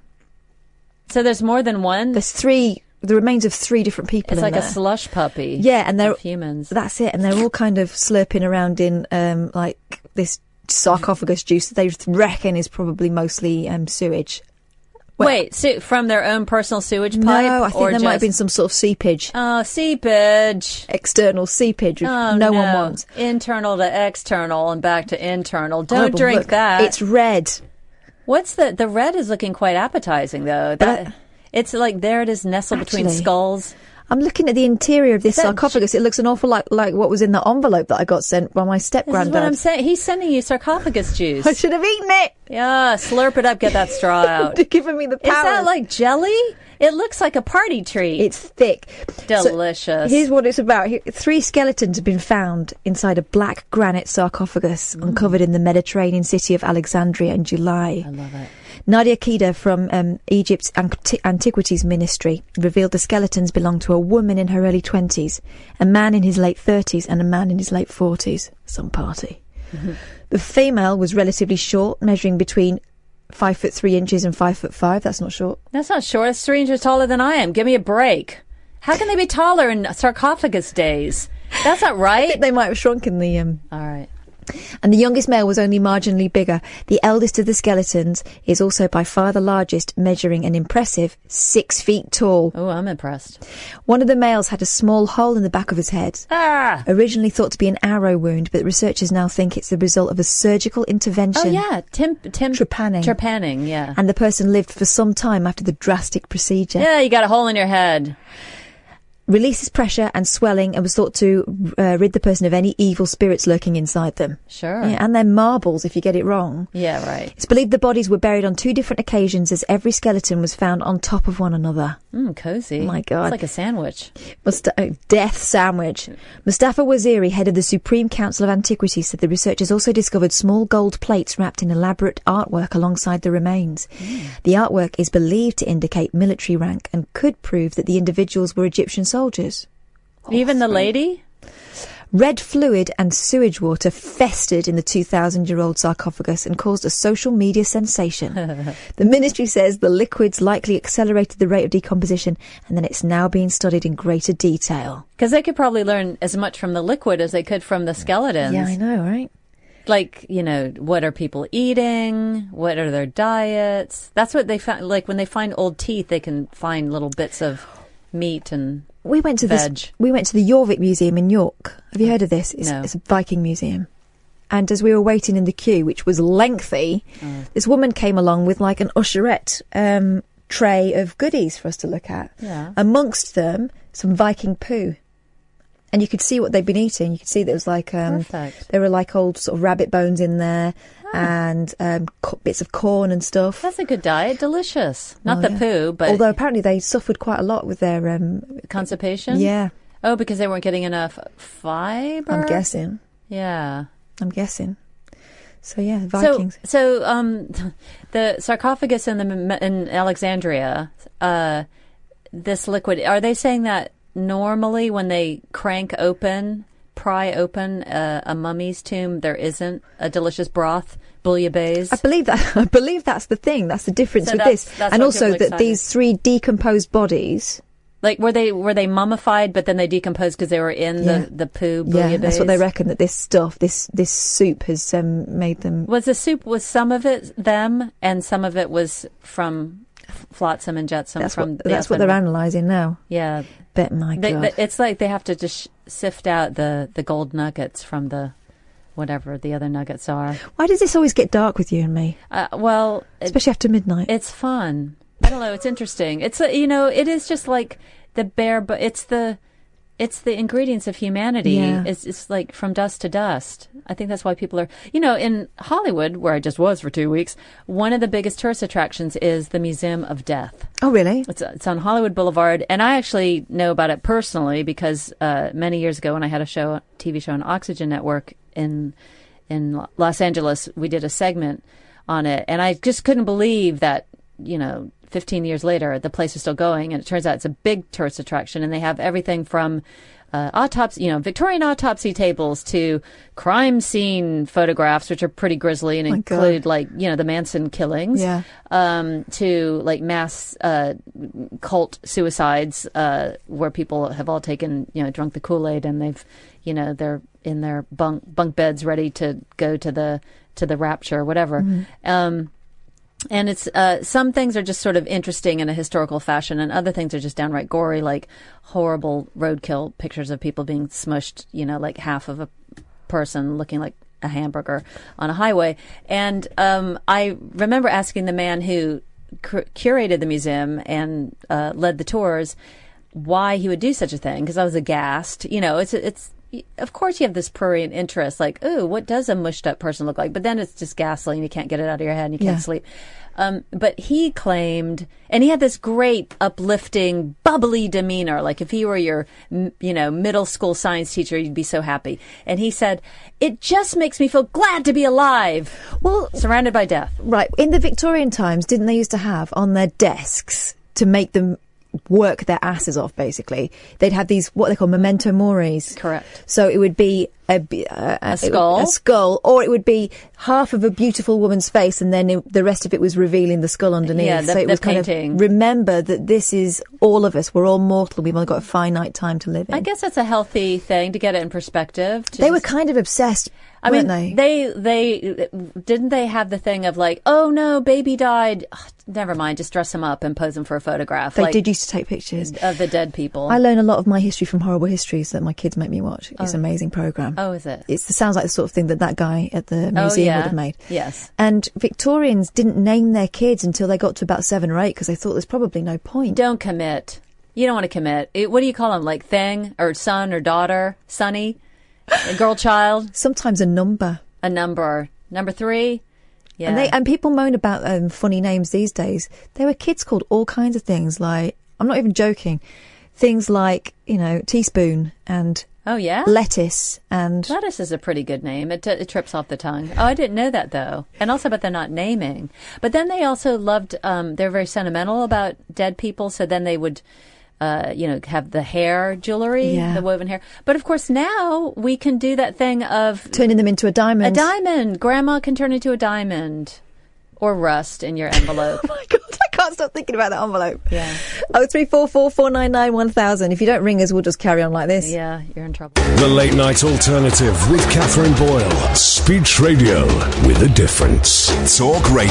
S3: So there's more than one.
S2: There's three. The remains of three different people.
S3: It's
S2: in
S3: like a
S2: there.
S3: slush puppy.
S2: Yeah, and they're
S3: of humans.
S2: That's it, and they're all kind of slurping around in um, like this sarcophagus juice that they reckon is probably mostly um, sewage.
S3: Wait, so from their own personal sewage pipe?
S2: no, I think
S3: or
S2: there might have been
S3: just-
S2: some sort of seepage.
S3: Oh, seepage.
S2: External seepage, which
S3: Oh,
S2: no, one wants.
S3: Internal to external and back to internal. Don't
S2: Horrible.
S3: drink
S2: Look,
S3: that.
S2: It's red.
S3: What's the the red is looking quite appetizing though. That it's like there it is nestled between
S2: Actually,
S3: skulls.
S2: I'm looking at the interior of this
S3: that
S2: sarcophagus. It looks an awful lot like what was in the envelope that I got sent by my
S3: This is
S2: stepgranddad.
S3: what I'm saying. He's sending you sarcophagus juice.
S2: I should have eaten it.
S3: Yeah, slurp it up, get that straw out.
S2: giving me the
S3: Is that
S2: powers.
S3: like jelly? It looks like a party treat.
S2: It's thick. So,
S3: Delicious.
S2: here's what it's about. Here- Three skeletons have been found inside a black granite sarcophagus
S3: Mm.
S2: uncovered in the Mediterranean city of Alexandria in July. I love it. Nadia Kida from um, Egypt's Anti- Antiquities Ministry revealed the skeletons belonged to a woman in her early 20s, a man in his late 30s, and a man in his late 40s. Some party. The female was relatively short, measuring between five foot three inches and five foot five. That's not short.
S3: That's not short. It's three inches taller than I am. Give me a break. How can they be taller in sarcophagus days? That's not right.
S2: I think they might have shrunk in the. Um...
S3: All right.
S2: And the youngest male was only marginally bigger. The eldest of the skeletons is also by far the largest, measuring an impressive six feet tall.
S3: Oh, I'm impressed.
S2: One of the males had a small hole in the back of his head.
S3: Ah!
S2: Originally thought to be an arrow wound, but researchers now think it's the result of a surgical intervention.
S3: Oh yeah, Tim Tim trepanning. Trepanning, yeah.
S2: And the person lived for some time after the drastic procedure.
S3: yeah, you got a hole in your head.
S2: Releases pressure and swelling and was thought to uh, rid the person of any evil spirits lurking inside them.
S3: Sure.
S2: Yeah, and they're marbles if you get it wrong.
S3: Yeah, right.
S2: It's believed the bodies were buried on two different occasions as every skeleton was found on top of one another.
S3: Mm, cozy.
S2: My God.
S3: It's like a sandwich.
S2: Musta- uh, death sandwich. Mustafa Waziri, head of the Supreme Council of Antiquities, said the researchers also discovered small gold plates wrapped in elaborate artwork alongside the remains.
S3: Hmm.
S2: The artwork is believed to indicate military rank and could prove that the individuals were Egyptian soldiers.
S3: Even the lady?
S2: Red fluid and sewage water festered in the 2,000 year old sarcophagus and caused a social media sensation. the ministry says the liquids likely accelerated the rate of decomposition and then it's now being studied in greater detail.
S3: Because they could probably learn as much from the liquid as they could from the skeletons.
S2: Yeah, I know, right?
S3: Like, you know, what are people eating? What are their diets? That's what they found. Like, when they find old teeth, they can find little bits of meat and
S2: We went to
S3: veg.
S2: this. We went to the Jorvik Museum in York. Have you heard of this? It's,
S3: No.
S2: it's a Viking museum. And as we were waiting in the queue, which was lengthy,
S3: uh,
S2: this woman came along with like an usherette um, tray of goodies for us to look at.
S3: Yeah.
S2: Amongst them, some Viking poo. and you could see what they'd been eating. You could see that it was like um, there were like old sort of rabbit bones in there and um, co- bits of corn and stuff.
S3: Ah. That's a good diet. Delicious. Not
S2: Oh,
S3: the
S2: yeah.
S3: poo, but
S2: although apparently they suffered quite a lot with their um,
S3: constipation.
S2: Yeah.
S3: Oh, because they weren't getting enough fiber.
S2: I'm guessing.
S3: Yeah.
S2: I'm guessing. So yeah, Vikings.
S3: So, so um, the sarcophagus in the m- in Alexandria, uh, this liquid. Are they saying that normally when they crank open, pry open uh, a mummy's tomb, there isn't a delicious broth, bouillabaisse?
S2: I believe that. I believe that's the thing. That's the difference
S3: So
S2: with
S3: that's-
S2: this,
S3: that's
S2: and
S3: why
S2: also
S3: people are
S2: that these three decomposed bodies.
S3: Like were they were they mummified, but then they decomposed because they were in
S2: Yeah.
S3: the the poo
S2: Yeah,
S3: bouillabaisse?
S2: that's what they reckon that this stuff, this this soup, has um, made them.
S3: Was the soup was some of it them, and some of it was from f- flotsam and jetsam
S2: That's
S3: from
S2: what that's what they're analysing now.
S3: Yeah.
S2: Oh, But my
S3: They,
S2: God,
S3: they- it's like they have to just sh- sift out the, the gold nuggets from the whatever the other nuggets are.
S2: why does this always get dark with you and me,
S3: Uh, well, it-
S2: especially after midnight?
S3: it's fun. I don't know. It's interesting. It's a, you know, it is just like the bare, but it's the it's the ingredients of humanity.
S2: Yeah.
S3: It's it's like from dust to dust. I think that's why people are, you know, in Hollywood where I just was for two weeks. One of the biggest tourist attractions is the Museum of Death.
S2: Oh, really?
S3: It's, it's on Hollywood Boulevard, and I actually know about it personally because uh, many years ago, when I had a show, TV show on Oxygen Network in in Lo- Los Angeles, we did a segment on it, and I just couldn't believe that you know, 15 years later, the place is still going, and it turns out it's a big tourist attraction, and they have everything from uh, autopsy, you know, Victorian autopsy tables to crime scene photographs, which are pretty grisly and
S2: My God.
S3: include like you know the Manson killings
S2: Yeah.
S3: um, to like mass uh, cult suicides uh, where people have all taken you know drunk the Kool Aid and they've you know they're in their bunk bunk beds ready to go to the to the rapture
S2: Mm-hmm.
S3: whatever.
S16: Mhm.
S3: Um, and it's uh, some things are just sort of interesting in a historical fashion, and other things are just downright gory, like horrible roadkill pictures of people being smushed. You know, like half of a person looking like a hamburger on a highway. And um, I remember asking the man who cur- curated the museum and uh, led the tours why he would do such a thing because I was aghast. You know, it's it's of course you have this prurient interest, like, ooh, what does a mushed up person look like? But then it's just gasoline. You can't get it out of your head and you
S2: Yeah.
S3: can't sleep. Um, but he claimed, and he had this great, uplifting, bubbly demeanor. Like if he were your, m- you know, middle school science teacher, you'd be so happy. And he said, "It just makes me feel glad to be alive."
S2: Well,
S3: surrounded by death.
S2: Right. In the Victorian times, didn't they used to have on their desks to make them work their asses off, basically? They'd have these, what they call memento mori's.
S3: Correct.
S2: So it would be a, b- uh, a, a-
S3: skull?
S2: A skull, or it would be half of a beautiful woman's face and then it, the rest of it was revealing the skull underneath.
S3: Yeah, the-
S2: so it
S3: the
S2: was
S3: painting.
S2: kind of remember that this is all of us. We're all mortal. We've only got a finite time to live in.
S3: I guess that's a healthy thing to get it in perspective. to
S2: they were kind of obsessed,
S3: I mean,
S2: weren't they?
S3: they they didn't they have the thing of like, oh no, baby died. Ugh, never mind, just dress him up and pose him for a photograph.
S2: They
S3: like,
S2: did used to take pictures.
S3: of the dead people.
S2: I learn a lot of my history from Horrible Histories that my kids make me watch. It's
S3: Oh.
S2: an amazing program.
S3: Oh, is it?
S2: It's, it sounds like the sort of thing that that guy at the museum
S3: oh, yeah.
S2: would have made.
S3: Yes.
S2: And Victorians didn't name their kids until they got to about seven or eight because they thought there's probably no point.
S3: Don't commit. You don't want to commit. It- what do you call them? Like thing or son or daughter, sonny, a girl child,
S2: Sometimes a number.
S3: a number, number three. Yeah.
S2: And, they, and people moan about um, funny names these days. There were kids called all kinds of things, like, I'm not even joking, things like, you know, teaspoon and
S3: oh yeah.
S2: lettuce and.
S3: Lettuce is a pretty good name. It, it trips off the tongue. Oh, I didn't know that though. And also, but they're not naming. But then they also loved. Um, they're very sentimental about dead people. So then they would, uh, you know, have the hair jewelry,
S2: Yeah.
S3: the woven hair. But of course, now we can do that thing of
S2: Turning them into a diamond.
S3: a diamond. Grandma can turn into a diamond, or rust in your envelope.
S2: Oh I can't stop thinking about that envelope. Yeah. Oh, three four four four nine nine one thousand. If you don't ring us, we'll just carry on like this.
S3: Yeah, you're in trouble.
S1: The Late Night Alternative with Catherine Boyle. Speech radio with a difference. Talk radio.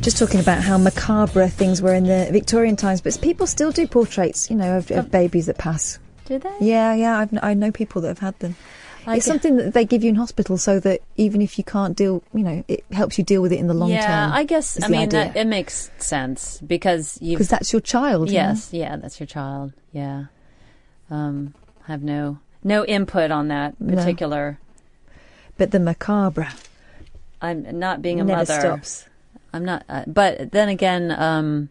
S2: Just talking about how macabre things were in the Victorian times, but people still do portraits, you know, of, of babies that pass.
S3: Oh. Do they?
S2: Yeah, yeah. I've, kn- I know people that have had them. it's something that they give you in hospital so that even if you can't deal, you know, it helps you deal with it in the long
S3: yeah,
S2: term.
S3: I guess.
S2: is
S3: I
S2: the
S3: mean,
S2: idea.
S3: that, it makes sense because you
S2: 'Cause that's your child, you know?
S3: Yes, yeah, that's your child. Yeah, um, have no no input on that
S2: No.
S3: particular.
S2: but the macabre.
S3: I'm not being a
S2: Never
S3: mother.
S2: stops.
S3: I'm not. Uh, but then again, um,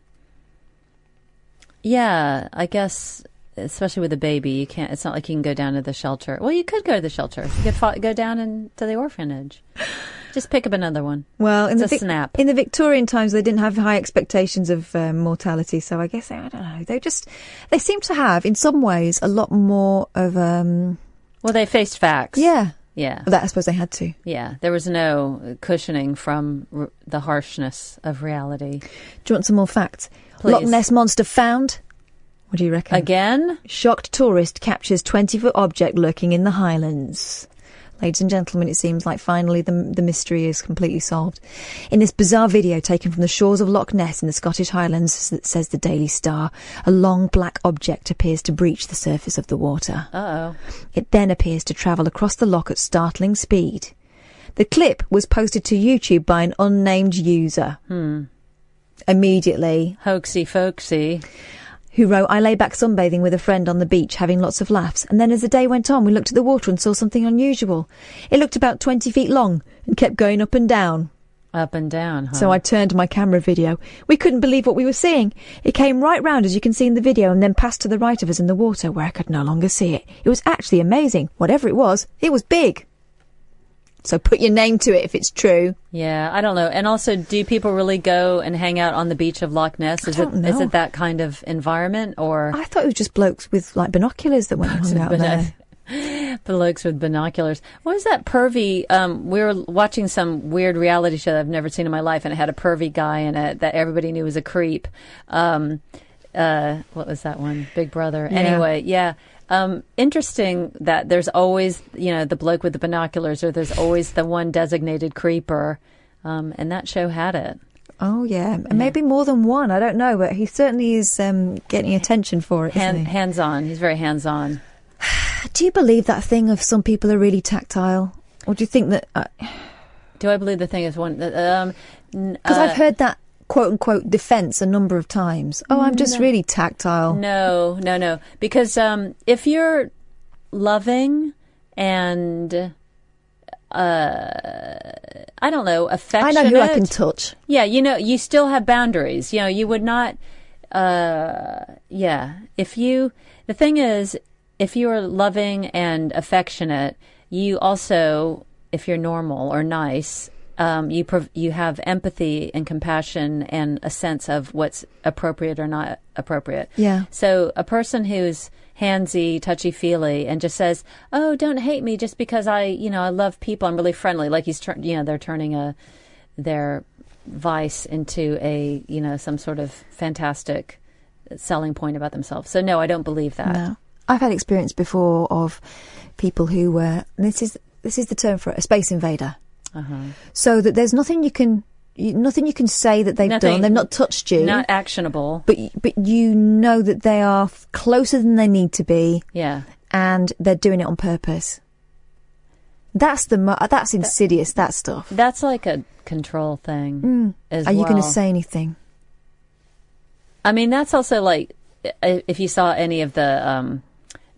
S3: yeah, I guess. Especially with a baby, you can't. It's not like you can go down to the shelter. Well, you could go to the shelter. You could fo- go down and to the orphanage. Just pick up another one.
S2: Well, in
S3: it's
S2: the
S3: a
S2: Vic-
S3: snap.
S2: in the Victorian times, they didn't have high expectations of um, mortality, so I guess I don't know. They just they seem to have, in some ways, a lot more of um.
S3: Well, they faced facts.
S2: Yeah,
S3: Yeah.
S2: that I suppose they had to.
S3: Yeah, there was no cushioning from r- the harshness of reality.
S2: Do you want some more facts?
S3: Please.
S2: Loch Ness monster found. What do you reckon?
S3: Again?
S2: Shocked tourist captures 20 foot object lurking in the highlands. Ladies and gentlemen, it seems like finally the, the mystery is completely solved. In this bizarre video taken from the shores of Loch Ness in the Scottish Highlands, s- says the Daily Star, a long black object appears to breach the surface of the water.
S3: Uh oh.
S2: It then appears to travel across the lock at startling speed. The clip was posted to YouTube by an unnamed user
S3: Hmm.
S2: immediately.
S3: Hoaxy folksy.
S2: Who wrote, I lay back sunbathing with a friend on the beach, having lots of laughs. And then as the day went on, we looked at the water and saw something unusual. It looked about 20 feet long and kept going up and down.
S3: Up and down, huh?
S2: So I turned my camera video. We couldn't believe what we were seeing. It came right round, as you can see in the video, and then passed to the right of us in the water where I could no longer see it. It was actually amazing. Whatever it was, it was big. So put your name to it if it's true.
S3: Yeah, I don't know. And also, do people really go and hang out on the beach of Loch Ness? Is it is
S2: don't know.
S3: it that kind of environment or
S2: I thought it was just blokes with like binoculars that went and hung out
S3: with
S2: there.
S3: blokes with binoculars? What is that pervy? Um, we were watching some weird reality show that I've never seen in my life, and it had a pervy guy in it that everybody knew was a creep. Um, uh, what was that one? Big Brother.
S2: Yeah.
S3: Anyway, yeah. Um, interesting that there's always, you know, the bloke with the binoculars, or there's always the one designated creeper. Um, and that show had it.
S2: Oh yeah, and maybe more than one. I don't know, but he certainly is um, getting attention for it. isn't
S3: Hand, hands on. He's very hands on.
S2: he? Do you believe that thing of some people are really tactile, or do you think that? uh, Because
S3: Do I believe the thing is one? Because um,
S2: I've heard that quote unquote defense a number of times. Oh, I'm just
S3: No.
S2: really tactile.
S3: No, no, no. Because um, if you're loving and uh, I don't know,
S2: I
S3: affectionate.
S2: know who I can touch.
S3: Yeah, you know, you still have boundaries. You know, you would not. Uh, yeah, if you. The thing is, if you are loving and affectionate, you also, if you're normal or nice. Um, you prov- you have empathy and compassion and a sense of what's appropriate or not appropriate.
S2: Yeah.
S3: So a person who's handsy, touchy feely, and just says, "Oh, don't hate me just because I, you know, I love people. I'm really friendly." Like he's, tur- you know, they're turning a their vice into a, you know, some sort of fantastic selling point about themselves. So no, I don't believe that.
S2: No, I've had experience before of people who were. and This is this is the term for it, a space invader.
S3: Uh-huh.
S2: So that there's nothing you can. You, nothing you can say that they've
S3: Nothing-
S2: done. They've not touched you.
S3: Not actionable.
S2: but y- but you know that they are f- closer than they need to be,
S3: Yeah.
S2: and they're doing it on purpose. That's the mo- that's insidious. That stuff.
S3: That's like a control thing.
S2: Mm.
S3: As
S2: are you going
S3: well.
S2: to say anything?
S3: I mean, that's also like i- if you saw any of the um,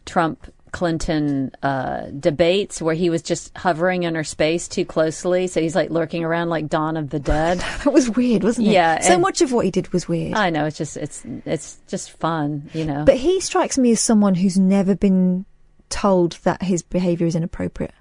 S3: Trump Clinton uh, debates where he was just hovering in her space too closely, so he's like lurking around like Dawn of the Dead.
S2: That was weird, wasn't it?
S3: Yeah,
S2: So
S3: and-
S2: much of what he did was weird.
S3: I know it's just it's it's just fun, you know.
S2: But he strikes me as someone who's never been told that his behaviour is inappropriate.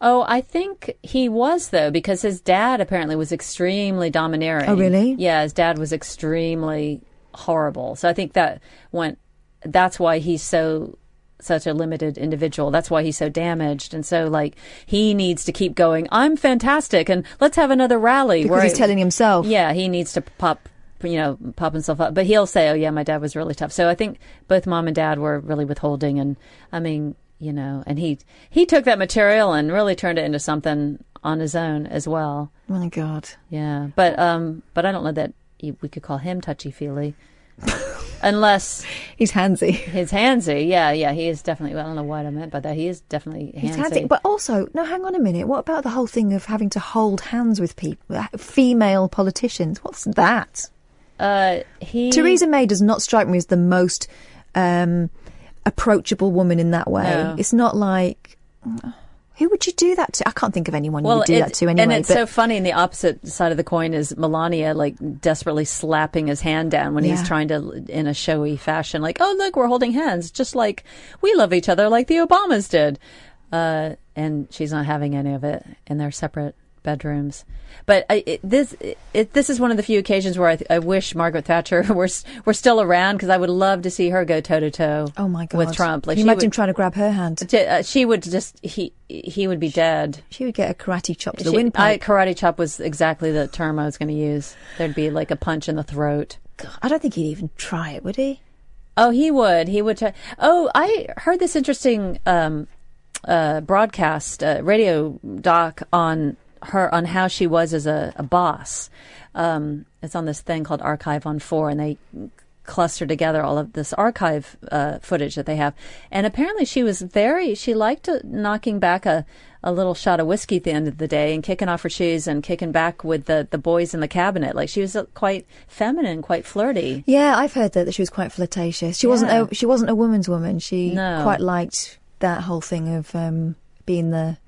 S3: Oh, I think he was though, because his dad apparently was extremely domineering.
S2: Oh, really?
S3: Yeah, his dad was extremely horrible. So I think that went. That's why he's so such a limited individual. That's why he's so damaged, and so like he needs to keep going. I'm fantastic, and let's have another rally.
S2: Because he's telling himself.
S3: Yeah, he needs to pop. You know, pop himself up, but he'll say, "Oh yeah, my dad was really tough." So I think both mom and dad were really withholding, and I mean, you know, and he he took that material and really turned it into something on his own as well.
S2: Oh My God.
S3: Yeah, but um, but I don't know that you- we could call him touchy feely. unless
S2: he's handsy.
S3: He's handsy. Yeah, yeah. He is definitely. I don't know what I meant by that. He is definitely handsy.
S2: He's handsy. But also, no, hang on a minute. What about the whole thing of having to hold hands with people, female politicians? What's that?
S3: Uh, he
S2: Theresa May does not strike me as the most um, approachable woman in that way.
S3: No.
S2: It's not like who would you do that to? I can't think of anyone you would do
S3: it-
S2: that to anyway.
S3: And it's
S2: but
S3: so funny. And the opposite side of the coin is Melania, like desperately slapping his hand down when
S2: Yeah.
S3: he's trying to, in a showy fashion, like, "Oh, look, we're holding hands, just like we love each other, like the Obamas did." Uh, and she's not having any of it in their separate bedrooms. But I, it, this it, this is one of the few occasions where I, th- I wish Margaret Thatcher were s- were still around because I would love to see her go toe to toe.
S2: Oh my God.
S3: With Trump,
S2: Can you
S3: she
S2: imagine
S3: would-
S2: trying to grab her hand.
S3: J- uh, she would just he he would be dead.
S2: She would get a karate chop to the
S3: She-
S2: windpipe.
S3: I, karate chop was exactly the term I was going to use. There'd be like a punch in the throat.
S2: God, I don't think he'd even try it, would he?
S3: Oh, he would. He would. Try. Oh, I heard this interesting um, uh, broadcast uh, radio doc on her on how she was as a, a boss. Um, it's on this thing called Archive on Four, and they cluster together all of this archive uh, footage that they have. And apparently, she was very. She liked uh, knocking back a a little shot of whiskey at the end of the day and kicking off her shoes and kicking back with the the boys in the cabinet. Like she was uh, quite feminine, quite flirty.
S2: Yeah, I've heard that, that she was quite flirtatious. She wasn't
S3: Yeah.
S2: a, she wasn't a woman's woman. She
S3: No.
S2: quite liked that whole thing of um, being the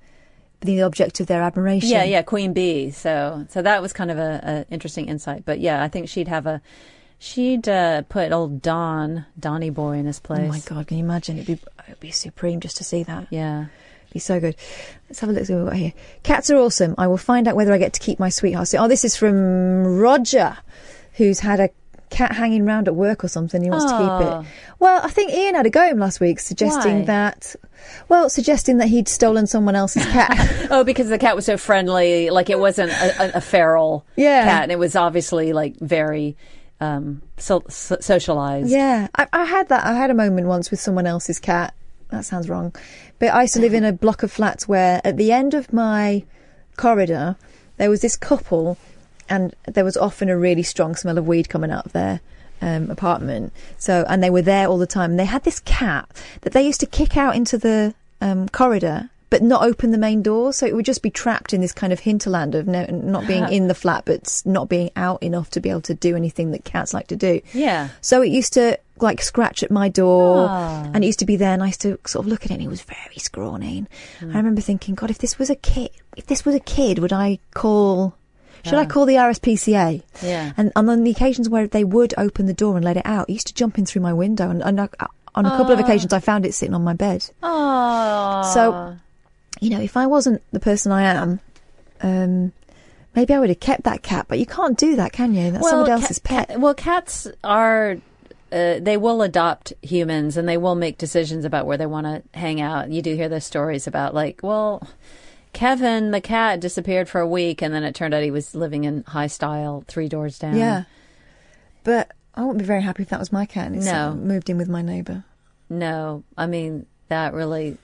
S2: being the object of their admiration.
S3: Yeah, yeah, Queen Bee. So, so that was kind of a, a interesting insight. But yeah, I think she'd have a, she'd uh, put old Don, Donny Boy, in his place.
S2: Oh my god, can you imagine? It'd be it'd be supreme just to see that.
S3: Yeah.
S2: Be so good. Let's have a look at what we've got here. Cats are awesome. I will find out whether I get to keep my sweetheart. So, oh, this is from Roger, who's had a cat hanging round at work or something. He wants to
S3: Aw.
S2: keep it. Well, I think Ian had a go at him last week, suggesting
S3: Ah. Why?
S2: that, well, suggesting that he'd stolen someone else's cat.
S3: Oh, because the cat was so friendly. Like it wasn't a, a, a feral
S2: Yeah.
S3: cat, and it was obviously like very um, so, so- socialized.
S2: Yeah, I, I had that. I had a moment once with someone else's cat. That sounds wrong. But I used to live in a block of flats where at the end of my corridor, there was this couple, and there was often a really strong smell of weed coming out of their um, apartment. So, and they were there all the time. And they had this cat that they used to kick out into the um, corridor. But not open the main door, so it would just be trapped in this kind of hinterland of no, not being in the flat, but s- not being out enough to be able to do anything that cats like to do.
S3: Yeah.
S2: So it used to like scratch at my door,
S3: Ah.
S2: and it used to be there, and I used to sort of look at it, and it was very scrawny. And
S3: Hmm.
S2: I remember thinking, God, if this was a kid, if this was a kid, would I call? Should I
S3: Yeah.
S2: call the RSPCA?
S3: Yeah.
S2: And, and on the occasions where they would open the door and let it out, it used to jump in through my window, and, and I, on a couple of
S3: Ah.
S2: occasions, I found it sitting on my bed.
S3: Oh.
S2: So, you know, if I wasn't the person I am, um, maybe I would have kept that cat. But you can't do that, can you? That's someone
S3: cat-
S2: else's pet.
S3: cat- well, cats are. Uh, they will adopt humans and they will make decisions about where they want to hang out. You do hear those stories about, like, well, Kevin the cat disappeared for a week and then it turned out he was living in high style three doors down.
S2: Yeah. Um, But I wouldn't be very happy if that was my cat and it's
S3: No.
S2: uh, moved in with my neighbour.
S3: No, I mean, that really,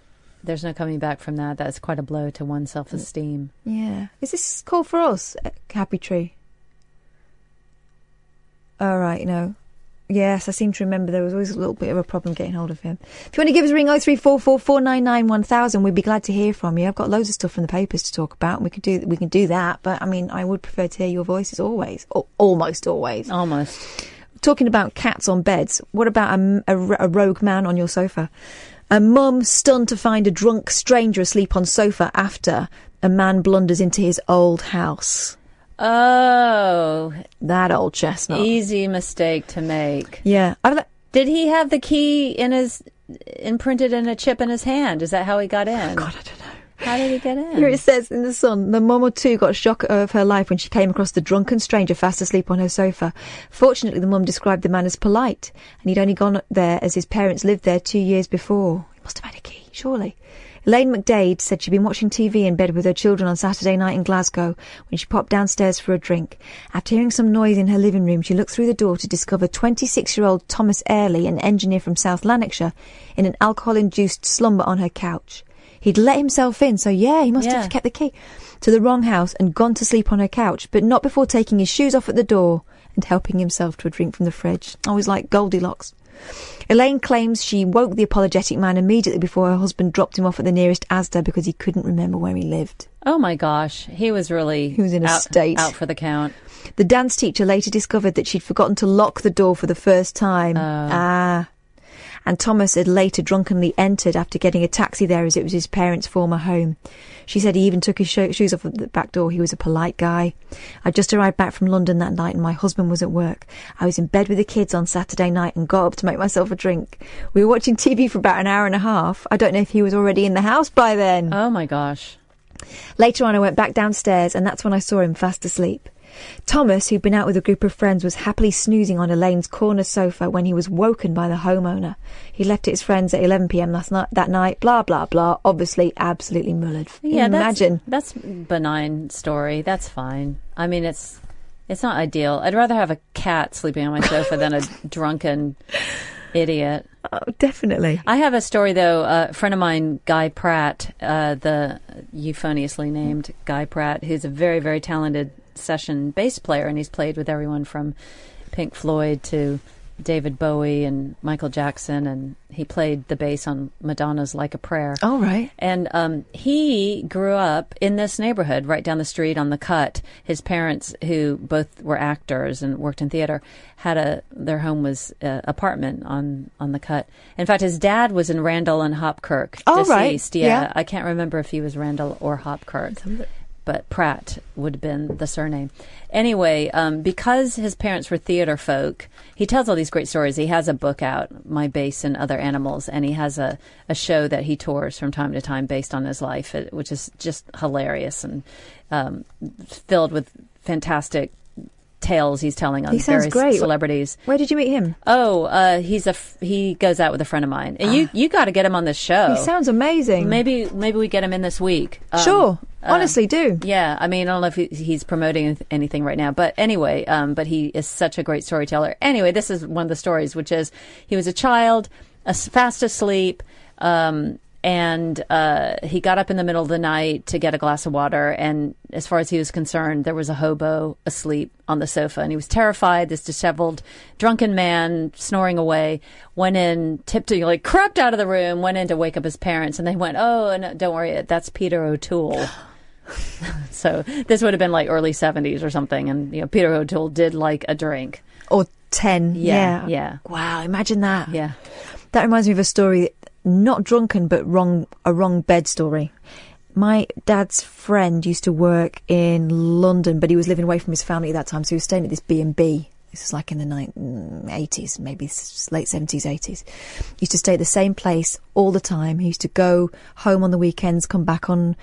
S3: there's no coming back from that. That's quite a blow to one's self esteem.
S2: Yeah. Is this call for us, uh, Happy Tree? All Oh, right, no. Yes, I seem to remember there was always a little bit of a problem getting hold of him. If you want to give us a ring, 03444991000, we'd be glad to hear from you. I've got loads of stuff from the papers to talk about, and we could do we can do that. But I mean, I would prefer to hear your voices always, or almost always.
S3: Almost.
S2: Talking about cats on beds. What about a, a r- a rogue man on your sofa? A mum stunned to find a drunk stranger asleep on sofa after a man blunders into his old house.
S3: Oh.
S2: That old chestnut.
S3: Easy mistake to make.
S2: Yeah, I've le-
S3: Did he have the key in his imprinted in a chip in his hand? Is that how he
S2: Oh
S3: got in? God, I don't know. How did he get in?
S2: Here it says in the sun, the mum or two got a shock of her life when she came across the drunken stranger fast asleep on her sofa. Fortunately, the mum described the man as polite, and he'd only gone there as his parents lived there two years before. He must have had a key, surely. Elaine McDade said she'd been watching TV in bed with her children on Saturday night in Glasgow when she popped downstairs for a drink. After hearing some noise in her living room, she looked through the door to discover 26-year-old Thomas Airlie, an engineer from South Lanarkshire, in an alcohol-induced slumber on her couch. He'd let himself in, so yeah, he must
S3: Yeah.
S2: have kept the key to the wrong house and gone to sleep on her couch, but not before taking his shoes off at the door and helping himself to a drink from the fridge. Always like Goldilocks. Elaine claims she woke the apologetic man immediately before her husband dropped him off at the nearest Asda because he couldn't remember where he lived.
S3: Oh my gosh, he was really
S2: He was in a
S3: out,
S2: state.
S3: out for the count.
S2: The dance teacher later discovered that she'd forgotten to lock the door for the first time. Ah. And Thomas had later drunkenly entered after getting a taxi there as it was his parents' former home. She said he even took his sho- shoes off at the back door. He was a polite guy. I just arrived back from London that night and my husband was at work. I was in bed with the kids on Saturday night and got up to make myself a drink. We were watching TV for about an hour and a half. I don't know if he was already in the house by then.
S3: Oh my gosh.
S2: Later on, I went back downstairs, and that's when I saw him fast asleep. Thomas, who'd been out with a group of friends, was happily snoozing on Elaine's corner sofa when he was woken by the homeowner. He left his friends at 11 p.m. last night. That night, blah blah blah. Obviously, absolutely mullered.
S3: Yeah,
S2: imagine.
S3: That's, that's benign story. That's fine. I mean, it's it's not ideal. I'd rather have a cat sleeping on my sofa than a drunken idiot.
S2: Oh, definitely.
S3: I have a story though. a friend of mine, Guy Pratt, uh, the euphoniously named Guy Pratt, who's a very very talented session bass player, and he's played with everyone from Pink Floyd to David Bowie and Michael Jackson, and he played the bass on Madonna's "Like a Prayer."
S2: All right.
S3: And um, he grew up in this neighborhood right down the street on the cut. His parents, who both were actors and worked in theater, had a their home was uh, apartment on on the cut. In fact, his dad was in Randall and Hopkirk,
S2: All right.
S3: deceased. Yeah.
S2: Yeah.
S3: I can't remember if he was Randall or Hopkirk but Pratt would have been the surname. Anyway, um, because his parents were theater folk, he tells all these great stories. He has a book out, My Bass and Other Animals, and he has a, a show that he tours from time to time based on his life, it- which is just hilarious and um, filled with fantastic tales he's telling on
S2: He sounds
S3: various
S2: great.
S3: celebrities.
S2: Where did you meet him?
S3: Oh, uh, he's a f- he goes out with a friend of mine, and you you got to get him on this show.
S2: Ah. He sounds amazing.
S3: Maybe maybe we get him in this week. Um,
S2: Sure. Honestly, do.
S3: Yeah, I mean, I don't know if he, he's promoting anything right now, but anyway, um, but he is such a great storyteller. Anyway, this is one of the stories, which is he was a child, as fast asleep. Um, and uh, he got up in the middle of the night to get a glass of water. And as far as he was concerned, there was a hobo asleep on the sofa, and he was terrified. This disheveled, drunken man snoring away went in, tiptoeing, like crept out of the room, went in to wake up his parents, and they went, "Oh, no, don't worry, that's Peter O'Toole." so this would have been like early 70s or something and you know peter o'toole did like a drink
S2: or 10
S3: yeah
S2: Mm-hmm. yeah.
S3: yeah,
S2: Wow, imagine that.
S3: Yeah.
S2: That reminds me of a story, not drunken, but wrong, a wrong bed story. My dad's friend used to work in London, but he was living away from his family at that time, so he was staying at this B&B. This is like in the nine- mm, 80s, maybe s- late 70s, 80s. He used to stay at the same place all the time. He used to go home on the weekends, come back on,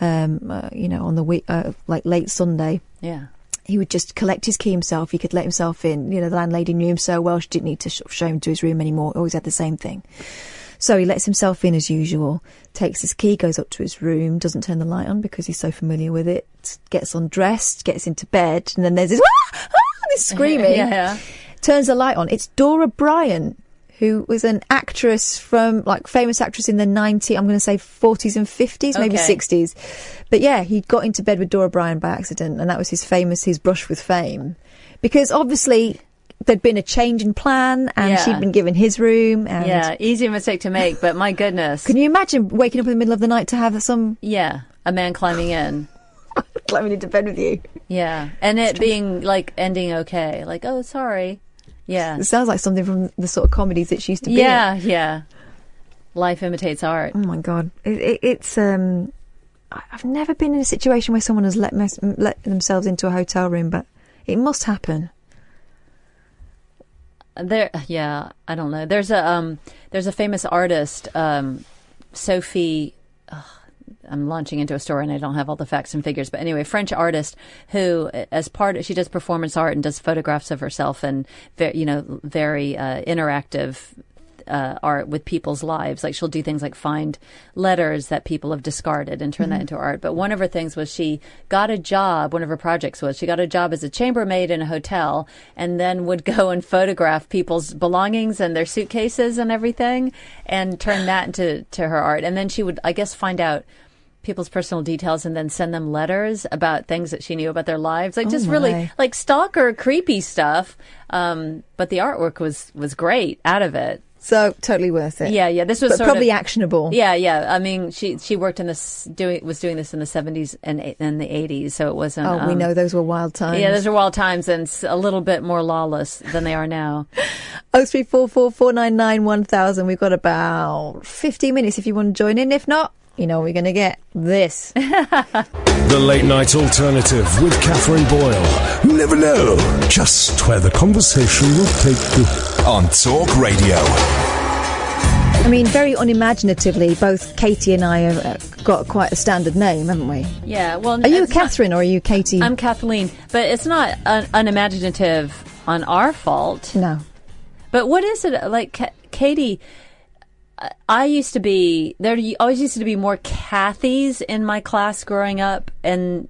S2: um, uh, you know, on the week, uh, like late Sunday
S3: yeah
S2: he would just collect his key himself. He could let himself in. You know, the landlady knew him so well; she didn't need to sh- show him to his room anymore. Always had the same thing. So he lets himself in as usual. Takes his key, goes up to his room, doesn't turn the light on because he's so familiar with it. Gets undressed, gets into bed, and then there's this, "Ah! Ah!" this screaming.
S3: Yeah, yeah.
S2: Turns the light on. It's Dora Bryant. Who was an actress from, like, famous actress in the 90s, I'm going to say 40s and 50s, maybe
S3: Okay.
S2: 60s. 60s. But yeah, he got into bed with Dora Bryan by accident, and that was his famous his brush with fame, because obviously there'd been a change in plan, and
S3: Yeah.
S2: she'd been given his room. And
S3: yeah easy mistake to make but my goodness
S2: can you imagine waking up in the middle of the night to have some
S3: yeah a man climbing in
S2: climbing into bed with you?
S3: yeah and it being like ending okay like oh sorry yeah
S2: It sounds like something from the sort of comedies that she used to be. in.
S3: yeah yeah life imitates art
S2: Oh my god, it, it, it's um, I- I've never been in a situation where someone has let mes- let themselves into a hotel room, but it must happen.
S3: there yeah i don't know there's a um there's a famous artist um sophie ugh, i'm launching into a story and i don't have all the facts and figures but anyway french artist who as part she does performance art and does photographs of herself and ve- you know very uh, interactive uh, art with people's lives. Like she'll do things like find letters that people have discarded and turn that
S2: Mm-hmm.
S3: into
S16: Mhm.
S3: art. But one of her things was she got a job. One of her projects was she got a job as a chambermaid in a hotel, and then would go and photograph people's belongings and their suitcases and everything, and turn that into to her art. And then she would, I guess, find out people's personal details and then send them letters about things that she knew about their lives. Like
S2: Oh
S3: just really
S2: my.
S3: like stalker creepy stuff. Um, but the artwork was was great out of it.
S2: So totally worth it.
S3: Yeah, yeah. This was
S2: But
S3: sort
S2: probably
S3: of-
S2: actionable.
S3: Yeah, yeah. I mean, she she worked in this doing was doing this in the seventies and eight- and the eighties, so it wasn't.
S2: Oh, we
S3: um,
S2: know those were wild times.
S3: Yeah, those are wild times and s- a little bit more lawless than they are now.
S2: Oh three four four four nine nine one thousand. We've got about fifteen minutes if you want to join in. If not, you know we're going to get this.
S1: The Late Night Alternative with Catherine Boyle. You never know just where the conversation will take you. On Talk Radio.
S2: I mean, very unimaginatively, both Katie and I have uh, got quite a standard name, haven't we?
S3: Yeah. Well,
S2: Are you a Catherine or are you Katie?
S3: I'm Kathleen, but it's not un- unimaginative on our fault.
S2: No.
S3: But what is it like, Ka- Katie? I- I used to be there. y- Always used to be more Kathys in my class growing up, and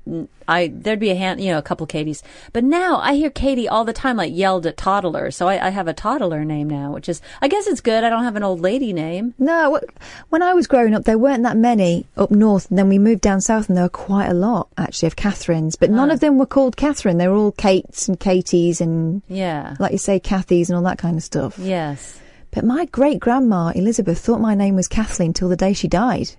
S3: I there'd be a hand, you know, a couple Katies. But now I hear Katie all the time, like yelled at toddlers. So I, I have a toddler name now, which is I guess it's good. I don't have an old lady name.
S2: No, wh- when I was growing up, there weren't that many up north, and then we moved down south, and there were quite a lot actually of Catherines, but
S3: Oh.
S2: none of them were called Catherine. They were all Kates and Katies and
S3: Yeah.
S2: like you say, Kathys and all that kind of stuff.
S3: Yes.
S2: But my great grandma Elizabeth thought my name was Kathleen till the day she died.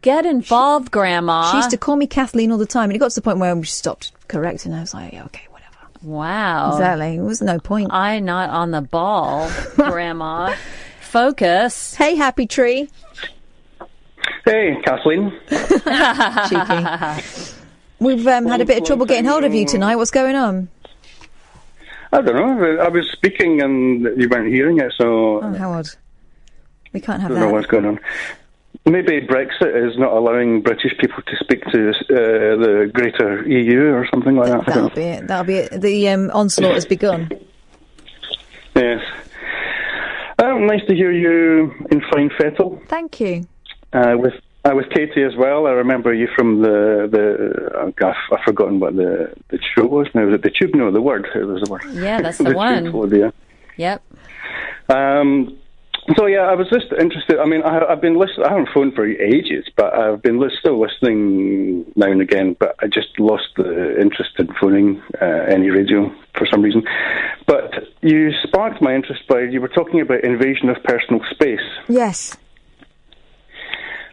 S3: Get involved, Grandma.
S2: She used to call me Kathleen all the time, and it got to the point where we stopped correcting. her. I was like, "Yeah, okay, whatever.
S3: Wow.
S2: Exactly. There was no point.
S3: I not on the ball, Grandma. Focus.
S2: Hey, Happy Tree.
S16: Hey, Kathleen.
S2: Cheeky. We've um, had a bit of trouble getting hold of you tonight. What's going on?
S16: I don't know. I was speaking and you weren't hearing it, so
S2: Oh, how odd. We can't
S16: I
S2: have
S16: don't know
S2: that.
S16: what's going on. Maybe Brexit is not allowing British people to speak to uh, the greater EU or something like that. I
S2: That'll
S16: don't
S2: be it. That'll be it. The um, onslaught has begun.
S16: know. Yes. Oh, nice to hear you in fine fettle.
S2: Thank you.
S16: Uh, with uh, with Katie as well. I remember you from the the. oh, God, I've forgotten what the the show was. Now was it the tube? No, the word. It was the word.
S3: Yeah, that's the
S16: Tube
S3: one.
S16: Club, yeah.
S3: Yep.
S16: Um, so yeah, I was just interested. I mean, I, I've been listening. I haven't phoned for ages, but I've been lis- still listening now and again. But I just lost the interest in phoning uh, any radio for some reason. But you sparked my interest by you were talking about invasion of personal space.
S2: Yes.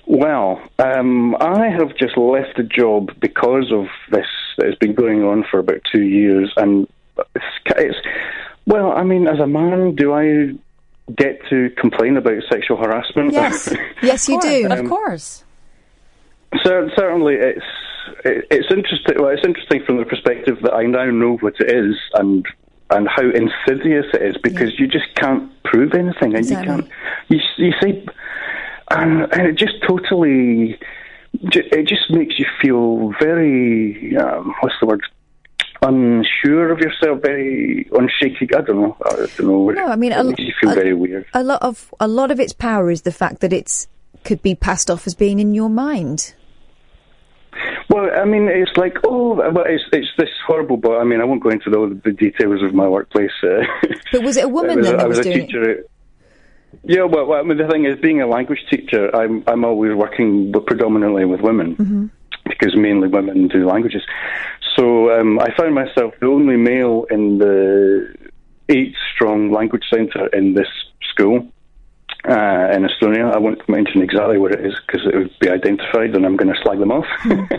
S16: Well, um, I have just left a job because of this that has been going on for about two years, and it's, it's well, I mean, as a man, do I get to complain about sexual harassment?
S2: Yes. Yes, you do.
S16: Of
S3: course.
S16: Cer certainly, it's it, it's interesting. Well, it's interesting from the perspective that I now know what it is and and how insidious it is because you just can't prove anything, and
S2: Exactly.
S16: you can't. You s- you say, and, and it just totally. ju- It just makes you feel very. Um, what's the word? Unsure of yourself, very unshaky. I don't know. I don't know.
S2: No, I mean,
S16: it
S2: a-
S16: makes you feel
S2: a-
S16: very weird.
S2: A lot of a lot of its power is the fact that it's could be passed off as being in your mind.
S16: Well, I mean, it's like oh, well, it's it's this horrible. But I mean, I won't go into all the details of my workplace. Uh,
S2: But was it a woman
S16: I was,
S2: then
S16: I
S2: that was,
S16: was a
S2: doing it?
S16: teacher. at- Yeah, well, well, I mean, the thing is, being a language teacher, I'm I'm always working with- predominantly with women
S17: Mm-hmm.
S16: because mainly women do languages. So um, I found myself the only male in the eight-strong language centre in this school uh, in Estonia. I won't mention exactly where it is because it would be identified, and I'm going to slag them off.
S2: Hmm.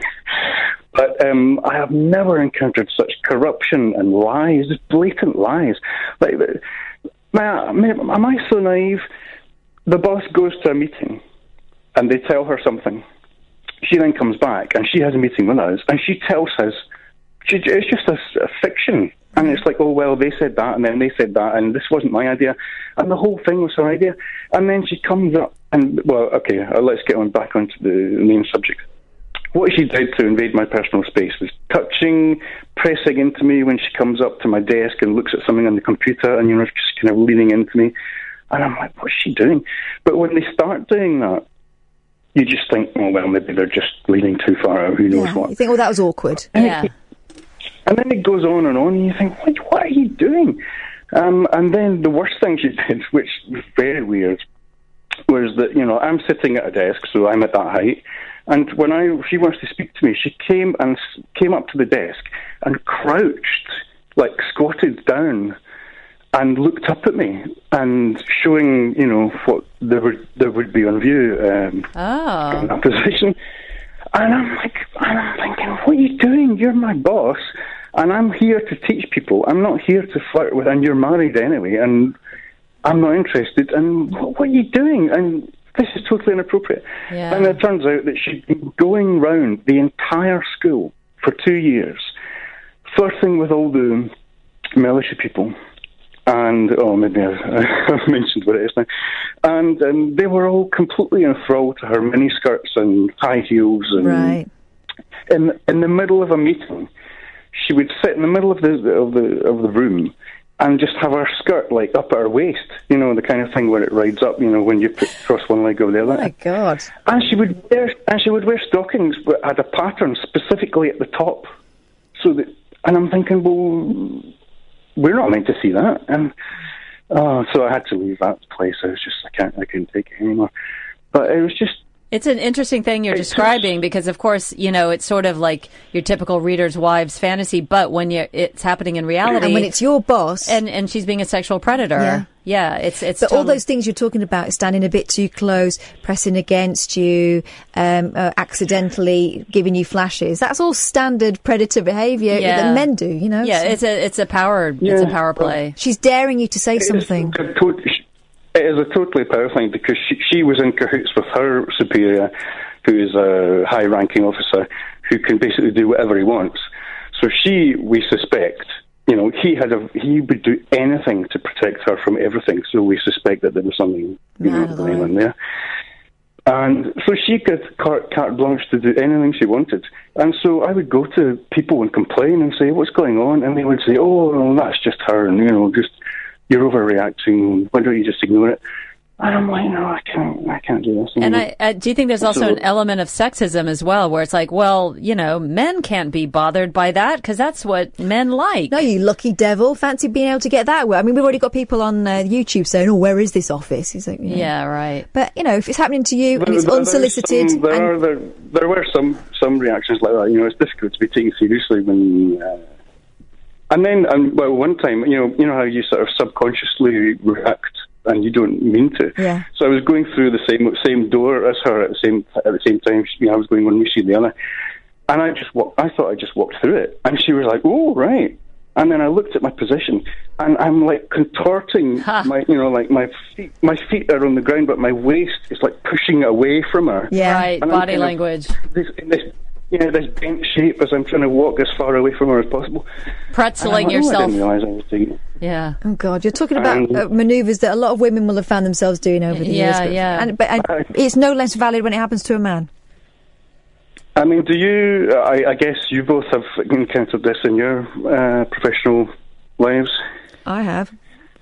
S16: But um, I have never encountered such corruption and lies, blatant lies. Like, uh, man, am I so naive? The boss goes to a meeting, and they tell her something. She then comes back, and she has a meeting with us, and she tells us. She, it's just a, s- a fiction, and it's like, oh well, they said that, and then they said that, and this wasn't my idea, and the whole thing was her idea, and then she comes up, and well, okay, uh, let's get on back onto the main subject what she did to invade my personal space was touching, pressing into me when she comes up to my desk and looks at something on the computer and you know just kind of leaning into me, and I'm like, what's she doing? But when they start doing that, you just think, oh well, maybe they're just leaning too far out. Who knows
S2: Yeah.
S16: what?
S2: You think, oh, that was awkward.
S16: Yeah. And then it goes on and on, and you think, what, what are you doing? Um, and then the worst thing she did, which was very weird, was that, you know, I'm sitting at a desk, so I'm at that height, And when I she wants to speak to me, she came and s- came up to the desk and crouched, like squatted down, and looked up at me and showing you know what there would there would be on view um,
S14: Uh-huh.
S16: in
S3: Oh.
S16: that position. And I'm like, and I'm thinking, what are you doing? You're my boss, and I'm here to teach people. I'm not here to flirt with. And you're married anyway, and I'm not interested. And what, what are you doing? And this is totally inappropriate.
S17: Yeah.
S16: And it turns out that she'd been going round the entire school for two years, flirting with all the militia people. And oh, maybe I've, I've mentioned what it is now. And um, they were all completely enthralled to her mini skirts and high heels, and
S2: Right.
S16: in in the middle of a meeting, she would sit in the middle of the of the of the room and just have her skirt like up at her waist, you know, the kind of thing where it rides up, you know, when you put, cross one leg over the other.
S2: Oh my God.
S16: And she would wear and she would wear stockings that had a pattern specifically at the top, so that. And I'm thinking, well, we're not meant to see that. And oh, so I had to leave that place. I was just I can't I couldn't take it anymore. But it was just
S3: It's an interesting thing you're describing because, of course, you know it's sort of like your typical reader's wives' fantasy, but when you it's happening in reality,
S2: And when it's your boss,
S3: and and she's being a sexual predator,
S2: Yeah.
S3: yeah, it's it's
S2: but all
S3: totally-
S2: those things you're talking about, standing a bit too close, pressing against you, um, uh, accidentally giving you flashes, that's all standard predator behaviour
S3: Yeah.
S2: that men do, you know?
S3: Yeah, it's a it's a power it's a
S16: Yeah.
S3: power play.
S2: She's daring you to say something.
S16: a tot- it is a totally power thing because she, she was in cahoots with her superior, who is a high ranking officer who can basically do whatever he wants. So she, we suspect, you know, he had a, he would do anything to protect her from everything. So we suspect that there was something you know, going on there. And so she could carte carte blanche to do anything she wanted. And so I would go to people and complain and say, what's going on? And they would say, oh, well, that's just her. And, you know, just, you're overreacting. Why don't you just ignore it? And I'm like, no, I can't, I can't do this.
S3: And
S16: anymore."
S3: I, I do you think there's also
S16: So-
S3: an element of sexism as well, where it's like, well, you know, men can't be bothered by that because that's what men like.
S2: No, you lucky devil. Fancy being able to get that. I mean, we've already got people on uh, YouTube saying, oh, where is this office? He's like, you know.
S3: Yeah, right.
S2: But, you know, if it's happening to you and it's
S16: There- there- there's
S2: unsolicited,
S16: some- there, are, there, there were some, some reactions like that. You know, it's difficult to be taken seriously when. Uh, and then, um, well, one time, you know, you know how you sort of subconsciously react and you don't mean to.
S2: Yeah.
S16: So I was going through the same same door as her at the same at the same time. She, you know, I was going one way, she the other, and I just wa- I thought I just walked through it, and she was like, "Oh, right." And then I looked at my position, and I'm like contorting my, you know, like my feet. My feet are on the ground, but my waist is like pushing away from her.
S3: Right.
S16: And I'm
S3: Body
S16: kind of-
S3: language.
S16: this, in this, you know, this bent shape as I'm trying to walk as far away from her as possible. And I'm
S3: Pretzeling
S16: like, "Oh, I
S3: yourself.
S16: didn't realise I was doing it."
S3: Yeah.
S2: Oh God, you're talking about
S16: Um,
S2: uh, manoeuvres that a lot of women will have found themselves doing over the
S3: Yeah,
S2: years. but-
S3: yeah.
S2: And, but and it's no less valid when it happens to a man.
S16: I mean, do you? I, I guess you both have encountered this in your uh, professional lives.
S2: I have.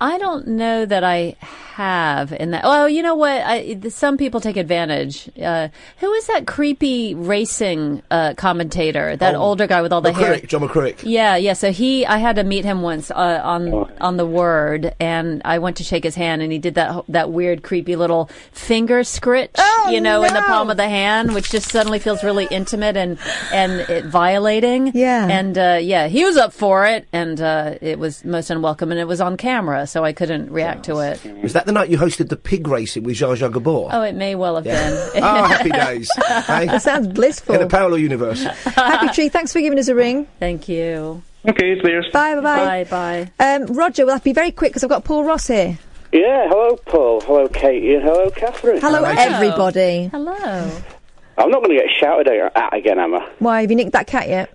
S3: I don't know that I have in that. Well, you know what? I, some people take advantage. Uh, who is that creepy racing uh, commentator? That
S18: Oh,
S3: older guy with all the hair.
S18: McCrick, John McCrick.
S3: Yeah, yeah. So he, I had to meet him once uh, on on the word, and I went to shake his hand, and he did that that weird, creepy little finger scritch,
S2: Oh,
S3: you know, in the palm of the hand, which just suddenly feels really intimate and and it violating. Yeah. And uh, yeah, he was up for it, and uh, it was most unwelcome, and it was on camera, so I couldn't react to it.
S18: Was that the night you hosted the pig racing with Zsa Zsa Gabor?
S3: Oh, it may well have
S18: Yeah.
S3: been.
S18: oh, happy days. Hey?
S2: That sounds blissful.
S18: In the parallel universe.
S2: Happy Tree, thanks for giving us a ring.
S3: Thank you.
S16: Okay, there's.
S2: Bye, bye,
S3: bye.
S2: Bye, Um, Roger, we'll have to be very quick because I've got Paul Ross here.
S19: Yeah, hello, Paul. Hello, Katie. And hello, Catherine.
S2: Hello, everybody.
S3: Hello.
S19: I'm not going to get shouted at at again, am I?
S2: Why have you nicked that cat yet?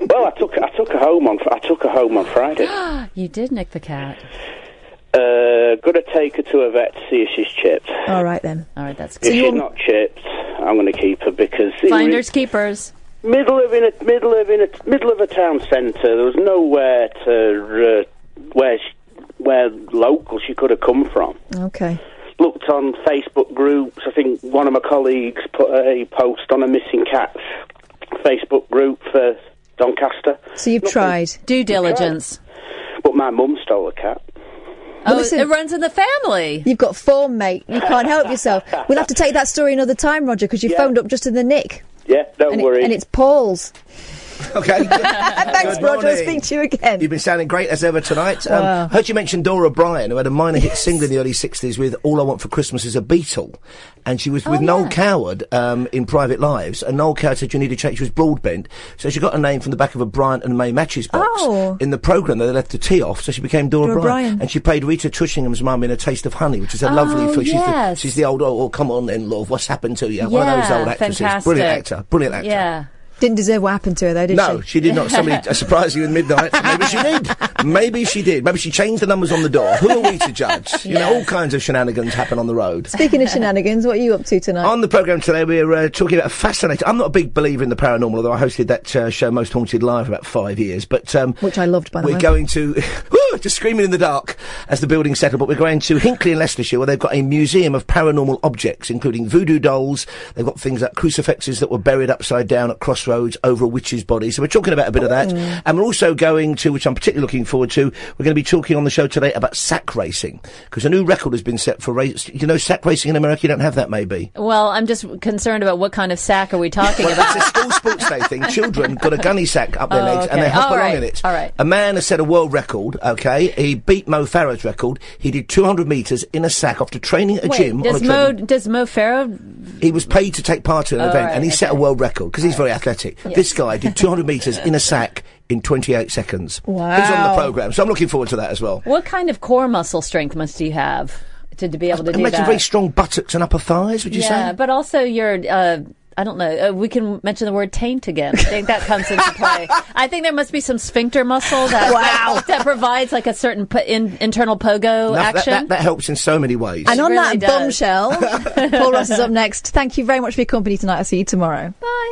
S19: Well, I took I took her home on I took her home on Friday.
S3: you did nick the cat.
S19: Uh, gonna take her to a vet to see if she's chipped.
S2: All right then.
S3: All right, that's
S19: if she's not chipped, I'm gonna keep her because in
S3: Finders keepers.
S19: middle of in a middle of in a middle of a town centre, there was nowhere to uh, where she, where local she could have come from.
S2: Okay.
S19: Looked on Facebook groups. I think one of my colleagues put a post on a missing cats Facebook group for Doncaster.
S2: So you've tried
S3: due diligence.
S19: But my mum stole a cat.
S3: Oh, it runs in the family.
S2: You've got form, mate. You can't help yourself. We'll have to take that story another time, Roger, because you phoned up just in the nick.
S19: Yeah, don't
S2: and it-
S19: worry.
S2: and it's Paul's.
S18: Okay.
S2: Thanks, Roger. I'll speak to you again.
S18: You've been sounding great as ever tonight. Um,
S2: Wow.
S18: Heard you mention Dora Bryan, who had a minor hit single in the early 60s with All I Want for Christmas is a Beatle. And she was
S2: Oh,
S18: with Noel Coward um, in Private Lives. And Noel Coward said, You need to check. She was broadbent. So she got her name from the back of a Bryant and May matches box
S2: Oh.
S18: in the programme that they left the tea off. So she became Dora,
S2: Dora
S18: Bryan.
S2: Bryan.
S18: And she played Rita Tushingham mum in A Taste of Honey, which is a
S3: Oh,
S18: lovely film. She's, the,
S3: yes.
S18: she's the old, oh, oh, come on then, love, what's happened to you? One of those
S3: Yeah,
S18: old actresses. Brilliant
S3: fantastic.
S18: actor. Brilliant actor.
S3: Yeah.
S2: Didn't deserve what happened to her, though, did she?
S18: No, she did not. Somebody uh, surprised you in midnight. Maybe she did. Maybe she did. Maybe she changed the numbers on the door. Who are we to judge? You know, all kinds of shenanigans happen on the road.
S2: Speaking of shenanigans, what are you up to tonight?
S18: On the programme today, we're uh, talking about a fascinating. I'm not a big believer in the paranormal, although I hosted that uh, show, Most Haunted Live, for about five years. But um,
S2: Which I loved, by the
S18: we're
S2: way.
S18: going to Woo, just screaming in the dark as the building settled. But we're going to Hinckley in Leicestershire, where they've got a museum of paranormal objects, including voodoo dolls. They've got things like crucifixes that were buried upside down at crossroads over a witch's body. So we're talking about a bit of that,
S17: Mm.
S18: and we're also going to, which I'm particularly looking forward to. We're going to be talking on the show today about sack racing because a new record has been set for race. You know, sack racing in America, you don't have that, maybe.
S3: Well, I'm just concerned about what kind of sack are we talking
S18: Well,
S3: about?
S18: that's a school sports day thing. Children got a gunny sack up their
S3: Oh,
S18: legs and they
S3: okay.
S18: hop
S3: All
S18: along
S3: right.
S18: in it.
S3: All right.
S18: A man has set a world record, okay? He beat Mo Farah's record. He did 200 metres in a sack after training at a
S3: Wait,
S18: gym. on
S3: does
S18: a treadmill.
S3: Mo does Mo Farrow?
S18: He was paid to take part in an
S3: All
S18: event
S3: right,
S18: and he set a world record because he's very athletic.
S3: Yeah.
S18: This guy did 200 metres in a sack in 28 seconds. He's on
S3: Wow.
S18: the programme, so I'm looking forward to that as well.
S3: What kind of core muscle strength must you have to, to be able to do
S18: Imagine
S3: that?
S18: very strong buttocks and upper thighs, would you
S3: yeah,
S18: say?
S3: but also your. Uh, I don't know. Uh, we can mention the word taint again. I think that comes into play. I think there must be some sphincter muscle that
S2: Wow.
S3: that provides like a certain po- in, internal pogo
S18: Enough- that,
S3: action.
S18: that, that helps in so many ways.
S2: and on
S3: really
S2: that
S3: does.
S2: bombshell, Paul Ross is up next. Thank you very much for your company tonight. I'll see you tomorrow. Bye.